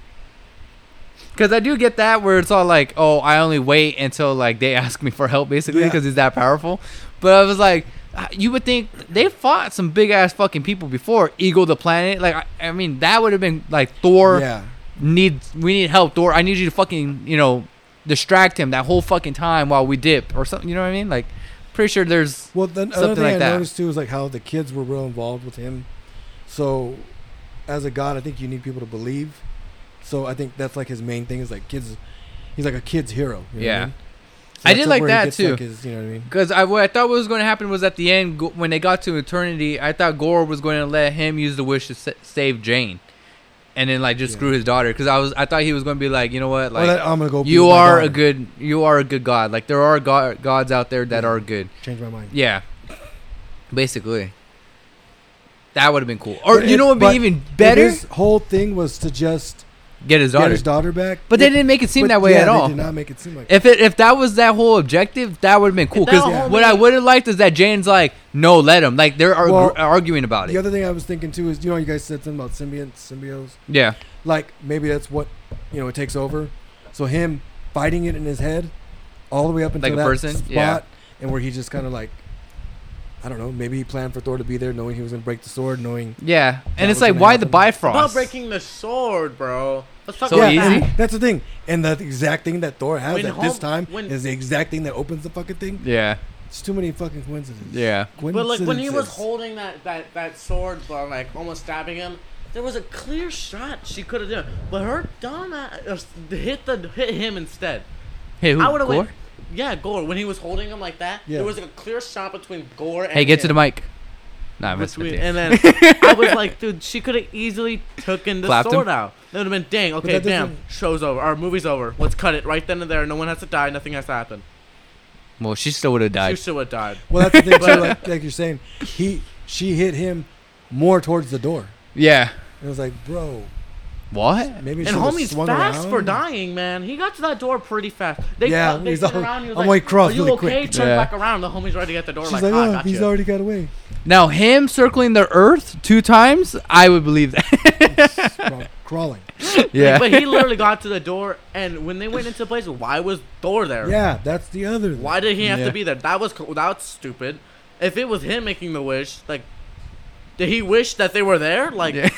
[SPEAKER 1] Because I do get that where it's all like, oh, I only wait until like they ask me for help, basically,
[SPEAKER 2] Yeah.
[SPEAKER 1] because he's that powerful. But I was like, I- you would think they fought some big ass fucking people before Eagle the Planet. Like, I, I mean, that would have been like Thor
[SPEAKER 2] yeah,
[SPEAKER 1] need we need help. Thor, I need you to fucking you know distract him that whole fucking time while we dip or something. You know what I mean? Like, pretty sure there's
[SPEAKER 2] Well, then another
[SPEAKER 1] Something
[SPEAKER 2] thing
[SPEAKER 1] like
[SPEAKER 2] I
[SPEAKER 1] that.
[SPEAKER 2] noticed too is like how the kids were real involved with him. So, as a god, I think you need people to believe. So I think that's like his main thing is like kids. He's like a kid's hero. you know what
[SPEAKER 1] Yeah.
[SPEAKER 2] I, mean? So
[SPEAKER 1] I
[SPEAKER 2] that's
[SPEAKER 1] did like
[SPEAKER 2] where he
[SPEAKER 1] that,
[SPEAKER 2] gets,
[SPEAKER 1] too.
[SPEAKER 2] like, his- you know what I mean?
[SPEAKER 1] Because I, what I thought what was going to happen was at the end, go- when they got to eternity, I thought Gore was going to let him use the wish to sa- save Jane, and then like just
[SPEAKER 2] Yeah.
[SPEAKER 1] screw his daughter. Because I was, I thought he was going to be like, you know what,
[SPEAKER 2] oh,
[SPEAKER 1] like
[SPEAKER 2] that, I'm gonna go. be
[SPEAKER 1] you
[SPEAKER 2] with my
[SPEAKER 1] are a
[SPEAKER 2] daughter.
[SPEAKER 1] good, you are a good god. Like there are go- gods out there that
[SPEAKER 2] Yeah.
[SPEAKER 1] are good.
[SPEAKER 2] Change my mind.
[SPEAKER 1] Yeah, basically, that would have been cool. Or
[SPEAKER 2] But
[SPEAKER 1] you
[SPEAKER 2] it-
[SPEAKER 1] know what would
[SPEAKER 2] but
[SPEAKER 1] be even
[SPEAKER 2] But
[SPEAKER 1] better?
[SPEAKER 2] His whole thing was to just
[SPEAKER 1] Get his
[SPEAKER 2] get
[SPEAKER 1] daughter.
[SPEAKER 2] his daughter back.
[SPEAKER 1] But they
[SPEAKER 2] Yeah,
[SPEAKER 1] didn't make it seem
[SPEAKER 2] but
[SPEAKER 1] that way
[SPEAKER 2] yeah,
[SPEAKER 1] at all.
[SPEAKER 2] They did not make it seem like.
[SPEAKER 1] If it if that was that whole objective, that would have been cool.
[SPEAKER 3] If that
[SPEAKER 1] Because
[SPEAKER 2] whole
[SPEAKER 1] what I
[SPEAKER 3] meeting-
[SPEAKER 1] would have liked is that Jane's like, no, let him. Like they're argu-
[SPEAKER 2] Well,
[SPEAKER 1] arguing about
[SPEAKER 2] The
[SPEAKER 1] it.
[SPEAKER 2] other thing I was thinking too is you know you guys said something about symbionts, symbiotes.
[SPEAKER 1] Yeah,
[SPEAKER 2] like maybe that's what you know it takes over. So him fighting it in his head, all the way up until
[SPEAKER 1] Like a
[SPEAKER 2] that
[SPEAKER 1] person?
[SPEAKER 2] spot,
[SPEAKER 1] Yeah.
[SPEAKER 2] and where he just kind of like, I don't know, maybe he planned for Thor to be there, knowing he was gonna break the sword, knowing.
[SPEAKER 1] yeah. And
[SPEAKER 2] That
[SPEAKER 1] it's
[SPEAKER 2] was
[SPEAKER 1] like,
[SPEAKER 2] gonna
[SPEAKER 1] why the
[SPEAKER 2] happen.
[SPEAKER 1] Bifrost?
[SPEAKER 3] About breaking the sword, bro. Let's talk
[SPEAKER 1] So
[SPEAKER 3] about
[SPEAKER 1] easy?
[SPEAKER 3] that.
[SPEAKER 2] and that's the thing, and the exact thing that Thor has
[SPEAKER 3] When
[SPEAKER 2] at
[SPEAKER 3] Hulk-
[SPEAKER 2] this time
[SPEAKER 3] when-
[SPEAKER 2] is the exact thing that opens the fucking thing.
[SPEAKER 1] Yeah,
[SPEAKER 2] It's too many fucking coincidences.
[SPEAKER 1] yeah.
[SPEAKER 3] But like when he was
[SPEAKER 2] Coincidences.
[SPEAKER 3] holding that that that sword, but like almost stabbing him, there was a clear shot she could have done. But her Donna uh, s- hit the hit him instead.
[SPEAKER 1] Hey, who?
[SPEAKER 3] I would have
[SPEAKER 1] Gore?
[SPEAKER 3] went. Yeah, Gore. When he was holding him like that,
[SPEAKER 2] Yeah.
[SPEAKER 3] there was a clear shot between Gore and
[SPEAKER 1] Hey, get to the
[SPEAKER 3] him
[SPEAKER 1] mic. Nah, I'm messing
[SPEAKER 3] Between,
[SPEAKER 1] with you.
[SPEAKER 3] and then I was like, dude, she could have easily taken the
[SPEAKER 1] Clapped
[SPEAKER 3] sword
[SPEAKER 1] him?
[SPEAKER 3] out. That would have been, dang, okay,
[SPEAKER 2] that
[SPEAKER 3] damn,
[SPEAKER 2] doesn't-
[SPEAKER 3] show's over, our movie's over. Let's cut it right then and there. No one has to die. Nothing has to happen.
[SPEAKER 1] Well, she still would have
[SPEAKER 3] She
[SPEAKER 1] died.
[SPEAKER 3] should have died.
[SPEAKER 2] Well, that's the thing
[SPEAKER 3] But-
[SPEAKER 2] too. Like, like you're saying, he she hit him more towards the door.
[SPEAKER 1] Yeah.
[SPEAKER 2] It was like, bro,
[SPEAKER 1] What?
[SPEAKER 2] maybe.
[SPEAKER 3] And
[SPEAKER 2] should've
[SPEAKER 3] homie's
[SPEAKER 2] swung
[SPEAKER 3] fast
[SPEAKER 2] around.
[SPEAKER 3] for dying, man. He got to that door pretty fast. They,
[SPEAKER 2] Yeah,
[SPEAKER 3] yeah, they
[SPEAKER 2] he's
[SPEAKER 3] turned
[SPEAKER 2] all-
[SPEAKER 3] around. He was
[SPEAKER 2] I'm
[SPEAKER 3] like,
[SPEAKER 2] like, cross
[SPEAKER 3] Are you
[SPEAKER 2] really
[SPEAKER 3] okay?
[SPEAKER 2] quick.
[SPEAKER 3] Turn
[SPEAKER 1] Yeah.
[SPEAKER 3] back around. The homie's ready to get the door.
[SPEAKER 2] She's
[SPEAKER 3] like,
[SPEAKER 2] like,
[SPEAKER 3] "Ah, I
[SPEAKER 2] oh,
[SPEAKER 3] got
[SPEAKER 2] he's
[SPEAKER 3] you."
[SPEAKER 2] already got away.
[SPEAKER 1] Now him circling the Earth two times, I would believe that.
[SPEAKER 2] Crawl- crawling.
[SPEAKER 1] yeah.
[SPEAKER 3] But he literally got to the door. And when they went into the place, why was Thor there?
[SPEAKER 2] Yeah, that's the other. thing.
[SPEAKER 3] Why did he have
[SPEAKER 1] Yeah.
[SPEAKER 3] to be there? That was co- that's stupid. If it was him making the wish, like, did he wish that they were there? Like,
[SPEAKER 1] Yeah.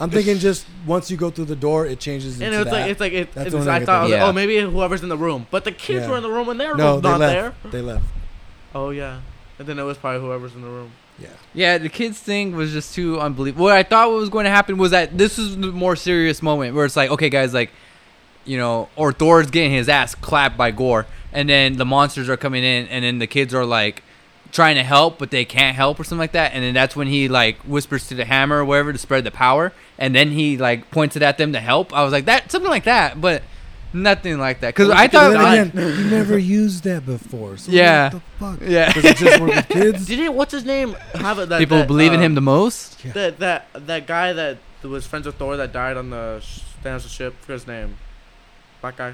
[SPEAKER 2] I'm thinking just once you go through the door, it changes
[SPEAKER 3] and
[SPEAKER 2] into
[SPEAKER 3] it was
[SPEAKER 2] that.
[SPEAKER 3] like it's like it,
[SPEAKER 2] That's
[SPEAKER 3] it's,
[SPEAKER 2] the only
[SPEAKER 3] I
[SPEAKER 2] thing I
[SPEAKER 3] thought I was
[SPEAKER 1] think.
[SPEAKER 3] like,
[SPEAKER 1] Yeah.
[SPEAKER 3] oh maybe whoever's in the room, but the kids
[SPEAKER 2] Yeah.
[SPEAKER 3] were in the room and they're
[SPEAKER 2] no, they
[SPEAKER 3] not there.
[SPEAKER 2] left. They left.
[SPEAKER 3] Oh yeah, and then it was probably whoever's in the room.
[SPEAKER 2] Yeah.
[SPEAKER 1] Yeah, the kids thing was just too unbelievable. What I thought was going to happen was that this is the more serious moment where it's like, okay, guys, like, you know, or Thor's getting his ass clapped by Gore, and then the monsters are coming in, and then the kids are like trying to help, but they can't help or something like that, and then that's when he like whispers to the hammer or whatever to spread the power, and then he like points it at them to help. I was like that something like that, but nothing like that because
[SPEAKER 3] Well,
[SPEAKER 1] I
[SPEAKER 3] you
[SPEAKER 1] thought,
[SPEAKER 3] could've
[SPEAKER 2] But
[SPEAKER 3] I-
[SPEAKER 2] then again, you never used that before. So
[SPEAKER 1] Yeah.
[SPEAKER 2] What the fuck?
[SPEAKER 1] yeah,
[SPEAKER 2] Does it just work with kids?
[SPEAKER 3] Didn't what's his name have it? That,
[SPEAKER 1] people
[SPEAKER 3] that,
[SPEAKER 1] believe in
[SPEAKER 3] uh,
[SPEAKER 1] him the most.
[SPEAKER 2] Yeah.
[SPEAKER 3] That that that guy that was friends with Thor that died on the sh- Thanos' ship. Forget his name. Black guy.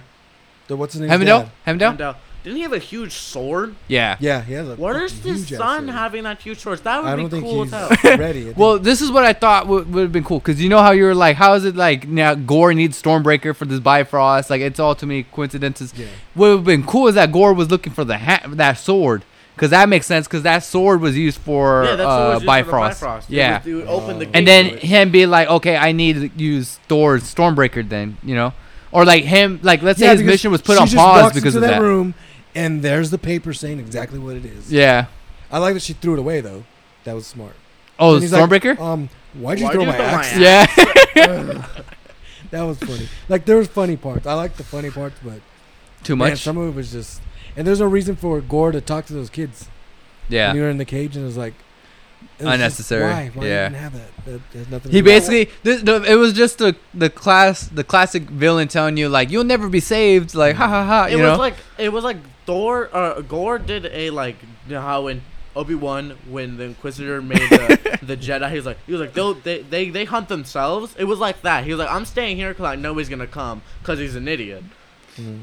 [SPEAKER 2] The- what's his name?
[SPEAKER 1] Hemdell, Hemdell,
[SPEAKER 3] Mandel. Didn't he have a huge sword?
[SPEAKER 1] yeah.
[SPEAKER 2] Yeah, he has a.
[SPEAKER 3] Where's
[SPEAKER 2] fucking
[SPEAKER 3] his
[SPEAKER 2] huge ass
[SPEAKER 3] son
[SPEAKER 2] sword.
[SPEAKER 3] having that huge sword? That would
[SPEAKER 2] I
[SPEAKER 3] be
[SPEAKER 2] don't think
[SPEAKER 3] cool
[SPEAKER 2] he's
[SPEAKER 3] as hell.
[SPEAKER 2] ready.
[SPEAKER 1] Well, this is what I thought would would have been cool because you know how you were like, how is it like now Gore needs Stormbreaker for this Bifrost? Like it's all too many coincidences.
[SPEAKER 2] yeah.
[SPEAKER 1] What would have been cool is that Gore was looking for the ha- that sword because that makes sense because that sword was used for
[SPEAKER 3] Yeah,
[SPEAKER 1] uh,
[SPEAKER 3] that's what was used for the
[SPEAKER 1] Bifrost.
[SPEAKER 3] Bifrost. It
[SPEAKER 1] Yeah,
[SPEAKER 3] was- it would open the
[SPEAKER 2] Oh.
[SPEAKER 1] and
[SPEAKER 3] gate
[SPEAKER 1] then
[SPEAKER 3] to it.
[SPEAKER 1] him be like, okay, I need to use Thor's Stormbreaker then, you know, or like him like let's
[SPEAKER 2] Yeah,
[SPEAKER 1] say his
[SPEAKER 2] because
[SPEAKER 1] mission was put
[SPEAKER 2] she
[SPEAKER 1] on
[SPEAKER 2] just
[SPEAKER 1] pause
[SPEAKER 2] walks
[SPEAKER 1] because
[SPEAKER 2] into
[SPEAKER 1] of that.
[SPEAKER 2] room, and there's the paper saying exactly what it is.
[SPEAKER 1] Yeah.
[SPEAKER 2] I like that she threw it away though. That was smart.
[SPEAKER 1] Oh,
[SPEAKER 2] And he's like,
[SPEAKER 1] Stormbreaker.
[SPEAKER 2] um, why'd you
[SPEAKER 3] Why'd
[SPEAKER 2] throw
[SPEAKER 3] you
[SPEAKER 2] my
[SPEAKER 3] throw my
[SPEAKER 2] axe?
[SPEAKER 3] axe?
[SPEAKER 1] yeah.
[SPEAKER 2] That was funny. Like there was funny parts. I like the funny parts, but
[SPEAKER 1] Too
[SPEAKER 2] man,
[SPEAKER 1] much.
[SPEAKER 2] some of it was just. And there's no reason for Gore to talk to those kids.
[SPEAKER 1] yeah.
[SPEAKER 2] When you were in the cage and it was like it was just,
[SPEAKER 1] Unnecessary.
[SPEAKER 2] why? Why
[SPEAKER 1] Yeah.
[SPEAKER 2] even have that? That has nothing. to
[SPEAKER 1] He
[SPEAKER 2] do with-
[SPEAKER 1] basically, this, the, it was just the the class, the classic villain telling you like you'll never be saved, like ha ha ha.
[SPEAKER 3] Uh, It
[SPEAKER 1] You
[SPEAKER 3] was
[SPEAKER 1] know,
[SPEAKER 3] like it was like Thor uh, Gore did a like you know how in Obi Wan when the Inquisitor made the, the Jedi he was like he was like they they they they hunt themselves. It was like that. He was like I'm staying here because I know he's gonna come because he's an idiot.
[SPEAKER 2] Mhm.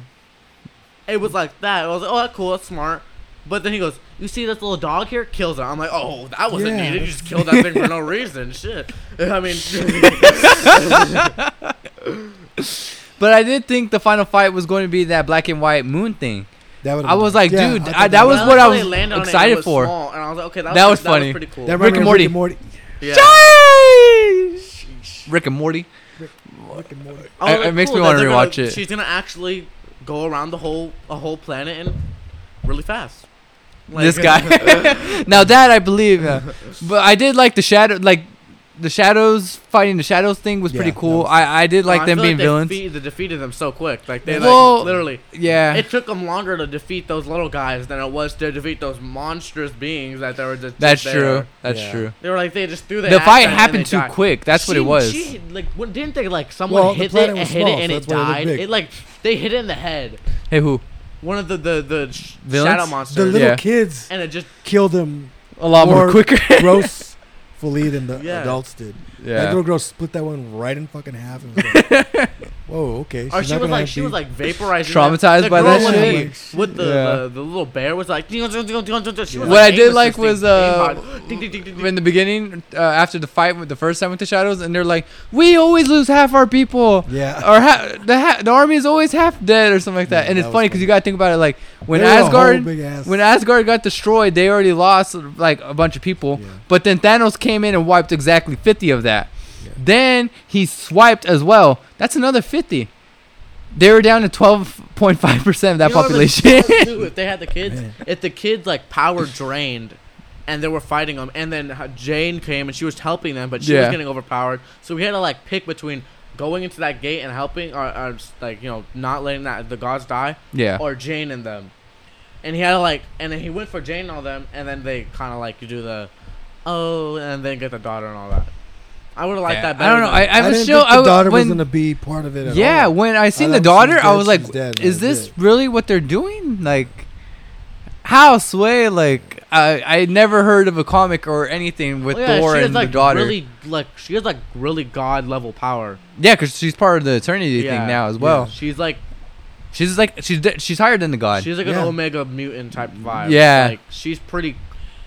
[SPEAKER 3] It was like that. I was like oh that's cool that's smart. But then he goes, you see this little dog here? Kills it. I'm like, oh, that wasn't
[SPEAKER 2] Yeah,
[SPEAKER 3] needed. You
[SPEAKER 2] that's-
[SPEAKER 3] just killed that thing for no reason. Shit. I mean,
[SPEAKER 1] But I did think the final fight was going to be that black and white moon thing.
[SPEAKER 2] That would've
[SPEAKER 1] I
[SPEAKER 2] been
[SPEAKER 1] was
[SPEAKER 2] dope.
[SPEAKER 1] like,
[SPEAKER 2] Yeah,
[SPEAKER 1] dude,
[SPEAKER 2] thought
[SPEAKER 1] I- that
[SPEAKER 2] would've
[SPEAKER 1] was
[SPEAKER 2] been
[SPEAKER 1] what I
[SPEAKER 3] They
[SPEAKER 1] was
[SPEAKER 3] landed on it,
[SPEAKER 1] excited
[SPEAKER 3] it was
[SPEAKER 1] for.
[SPEAKER 3] small, and I was like, okay, that,
[SPEAKER 1] That
[SPEAKER 3] was,
[SPEAKER 1] was
[SPEAKER 3] that
[SPEAKER 1] funny.
[SPEAKER 3] was pretty cool.
[SPEAKER 2] dope. That
[SPEAKER 1] Rick and
[SPEAKER 2] reminded me of
[SPEAKER 1] Morty.
[SPEAKER 3] yeah.
[SPEAKER 1] Johnny! Rick and Morty.
[SPEAKER 2] Rick and Morty.
[SPEAKER 3] I was
[SPEAKER 1] It- it makes me
[SPEAKER 3] that
[SPEAKER 1] wanna
[SPEAKER 3] they're
[SPEAKER 1] rewatch
[SPEAKER 3] gonna-
[SPEAKER 1] it.
[SPEAKER 3] She's gonna actually go around the whole a whole planet and really fast. Like-
[SPEAKER 1] this guy. now that I believe, uh, but I did like the shadow, like the shadows fighting the shadows thing was pretty
[SPEAKER 2] Yeah, that
[SPEAKER 1] cool.
[SPEAKER 2] was-
[SPEAKER 1] I I did like
[SPEAKER 3] Oh, I
[SPEAKER 1] them
[SPEAKER 3] feel
[SPEAKER 1] being
[SPEAKER 3] they
[SPEAKER 1] villains.
[SPEAKER 3] defeat- they defeated them so quick. Like they
[SPEAKER 1] Well-
[SPEAKER 3] like literally.
[SPEAKER 1] yeah,
[SPEAKER 3] It took them longer to defeat those little guys than it was to defeat those monstrous beings that they were just.
[SPEAKER 1] that's
[SPEAKER 3] there.
[SPEAKER 1] true. That's
[SPEAKER 2] Yeah.
[SPEAKER 1] true.
[SPEAKER 3] They were like they just threw
[SPEAKER 1] The,
[SPEAKER 3] their axe
[SPEAKER 1] fight
[SPEAKER 3] at it and
[SPEAKER 1] happened
[SPEAKER 3] they
[SPEAKER 1] too
[SPEAKER 3] died.
[SPEAKER 1] quick. That's what
[SPEAKER 3] She-
[SPEAKER 1] it was.
[SPEAKER 3] She, like what, didn't they like someone
[SPEAKER 2] Well, the
[SPEAKER 3] hit it
[SPEAKER 2] planet
[SPEAKER 3] and
[SPEAKER 2] was
[SPEAKER 3] hit
[SPEAKER 2] small,
[SPEAKER 3] it and
[SPEAKER 2] so
[SPEAKER 3] it
[SPEAKER 2] that's why it looked
[SPEAKER 3] died?
[SPEAKER 2] big.
[SPEAKER 3] It like they hit it in the head.
[SPEAKER 1] hey, who?
[SPEAKER 3] One of the the the sh-
[SPEAKER 1] Villains?
[SPEAKER 3] shadow
[SPEAKER 1] The
[SPEAKER 2] The
[SPEAKER 3] monsters.
[SPEAKER 2] little
[SPEAKER 1] Yeah.
[SPEAKER 2] kids
[SPEAKER 3] and it just
[SPEAKER 2] killed them
[SPEAKER 1] A lot more,
[SPEAKER 2] More-
[SPEAKER 1] quicker.
[SPEAKER 2] grossfully than the
[SPEAKER 3] Yeah.
[SPEAKER 2] adults did. That
[SPEAKER 1] yeah.
[SPEAKER 2] little girl split that one right in fucking half. And was like, Whoa, okay.
[SPEAKER 3] Or
[SPEAKER 2] she's
[SPEAKER 3] Oh, she
[SPEAKER 2] not
[SPEAKER 3] was
[SPEAKER 2] gonna
[SPEAKER 3] like
[SPEAKER 2] have
[SPEAKER 3] she was
[SPEAKER 2] deep-
[SPEAKER 3] like vaporizing.
[SPEAKER 1] Traumatized
[SPEAKER 3] the
[SPEAKER 1] by
[SPEAKER 3] girl
[SPEAKER 1] that
[SPEAKER 3] With
[SPEAKER 2] shit?
[SPEAKER 3] the,
[SPEAKER 2] Like, shit.
[SPEAKER 3] with the,
[SPEAKER 1] Yeah.
[SPEAKER 3] the the little bear was like. She was
[SPEAKER 1] What
[SPEAKER 3] what
[SPEAKER 1] I did like was, uh, In the beginning, uh, after the fight with the first time with the shadows, and they're like, "We always lose half our people."
[SPEAKER 2] yeah.
[SPEAKER 1] or ha- the ha- the army is always half dead or something like that.
[SPEAKER 2] Yeah,
[SPEAKER 1] and it's
[SPEAKER 2] that was
[SPEAKER 1] funny because
[SPEAKER 2] funny.
[SPEAKER 1] you gotta think about it like when
[SPEAKER 2] They were a whole
[SPEAKER 1] Asgard
[SPEAKER 2] big ass-
[SPEAKER 1] when Asgard got destroyed, they already lost like a bunch of people.
[SPEAKER 2] Yeah.
[SPEAKER 1] But then Thanos came in and wiped exactly fifty of that.
[SPEAKER 2] Yeah.
[SPEAKER 1] Then he swiped as well. That's another fifty. They were down to twelve point five percent of that
[SPEAKER 3] You know what would
[SPEAKER 1] population.
[SPEAKER 3] be cool, too, if they had the kids,
[SPEAKER 2] Man.
[SPEAKER 3] if the kids like power drained, and they were fighting them, and then uh, Jane came and she was helping them, but she
[SPEAKER 1] Yeah.
[SPEAKER 3] was getting overpowered. So we had to like pick between going into that gate and helping, or, or just, like you know not letting that the gods die,
[SPEAKER 1] yeah.
[SPEAKER 3] or Jane and them. And he had to like, and then he went for Jane and all them, and then they kind of like you do the, oh, and then get the daughter and all that. I would have liked
[SPEAKER 1] Yeah,
[SPEAKER 3] that
[SPEAKER 1] I
[SPEAKER 3] better.
[SPEAKER 1] don't know.
[SPEAKER 3] than-
[SPEAKER 1] I, I was
[SPEAKER 2] didn't
[SPEAKER 1] still.
[SPEAKER 2] think the
[SPEAKER 1] I w-
[SPEAKER 2] daughter
[SPEAKER 1] when,
[SPEAKER 2] was gonna be part of it. At
[SPEAKER 1] Yeah,
[SPEAKER 2] all.
[SPEAKER 1] when I seen
[SPEAKER 2] thought
[SPEAKER 1] the
[SPEAKER 2] she was
[SPEAKER 1] daughter, I
[SPEAKER 2] dead,
[SPEAKER 1] was
[SPEAKER 2] she
[SPEAKER 1] like,
[SPEAKER 2] was dead, and
[SPEAKER 1] "Is
[SPEAKER 2] that was
[SPEAKER 1] this
[SPEAKER 2] it."
[SPEAKER 1] really what they're doing?" Like, how sway? Like, I I never heard of a comic or anything with
[SPEAKER 3] Well, Oh, yeah,
[SPEAKER 1] Thor
[SPEAKER 3] she has,
[SPEAKER 1] and
[SPEAKER 3] like,
[SPEAKER 1] the daughter.
[SPEAKER 3] Really, like she has like really god level power.
[SPEAKER 1] yeah, because she's part of the Eternity
[SPEAKER 3] Yeah,
[SPEAKER 1] thing now as well.
[SPEAKER 3] She's like
[SPEAKER 1] She's like she's de- she's higher than the god.
[SPEAKER 3] she's like
[SPEAKER 2] Yeah.
[SPEAKER 3] an omega mutant type vibe.
[SPEAKER 1] Yeah.
[SPEAKER 3] like she's pretty.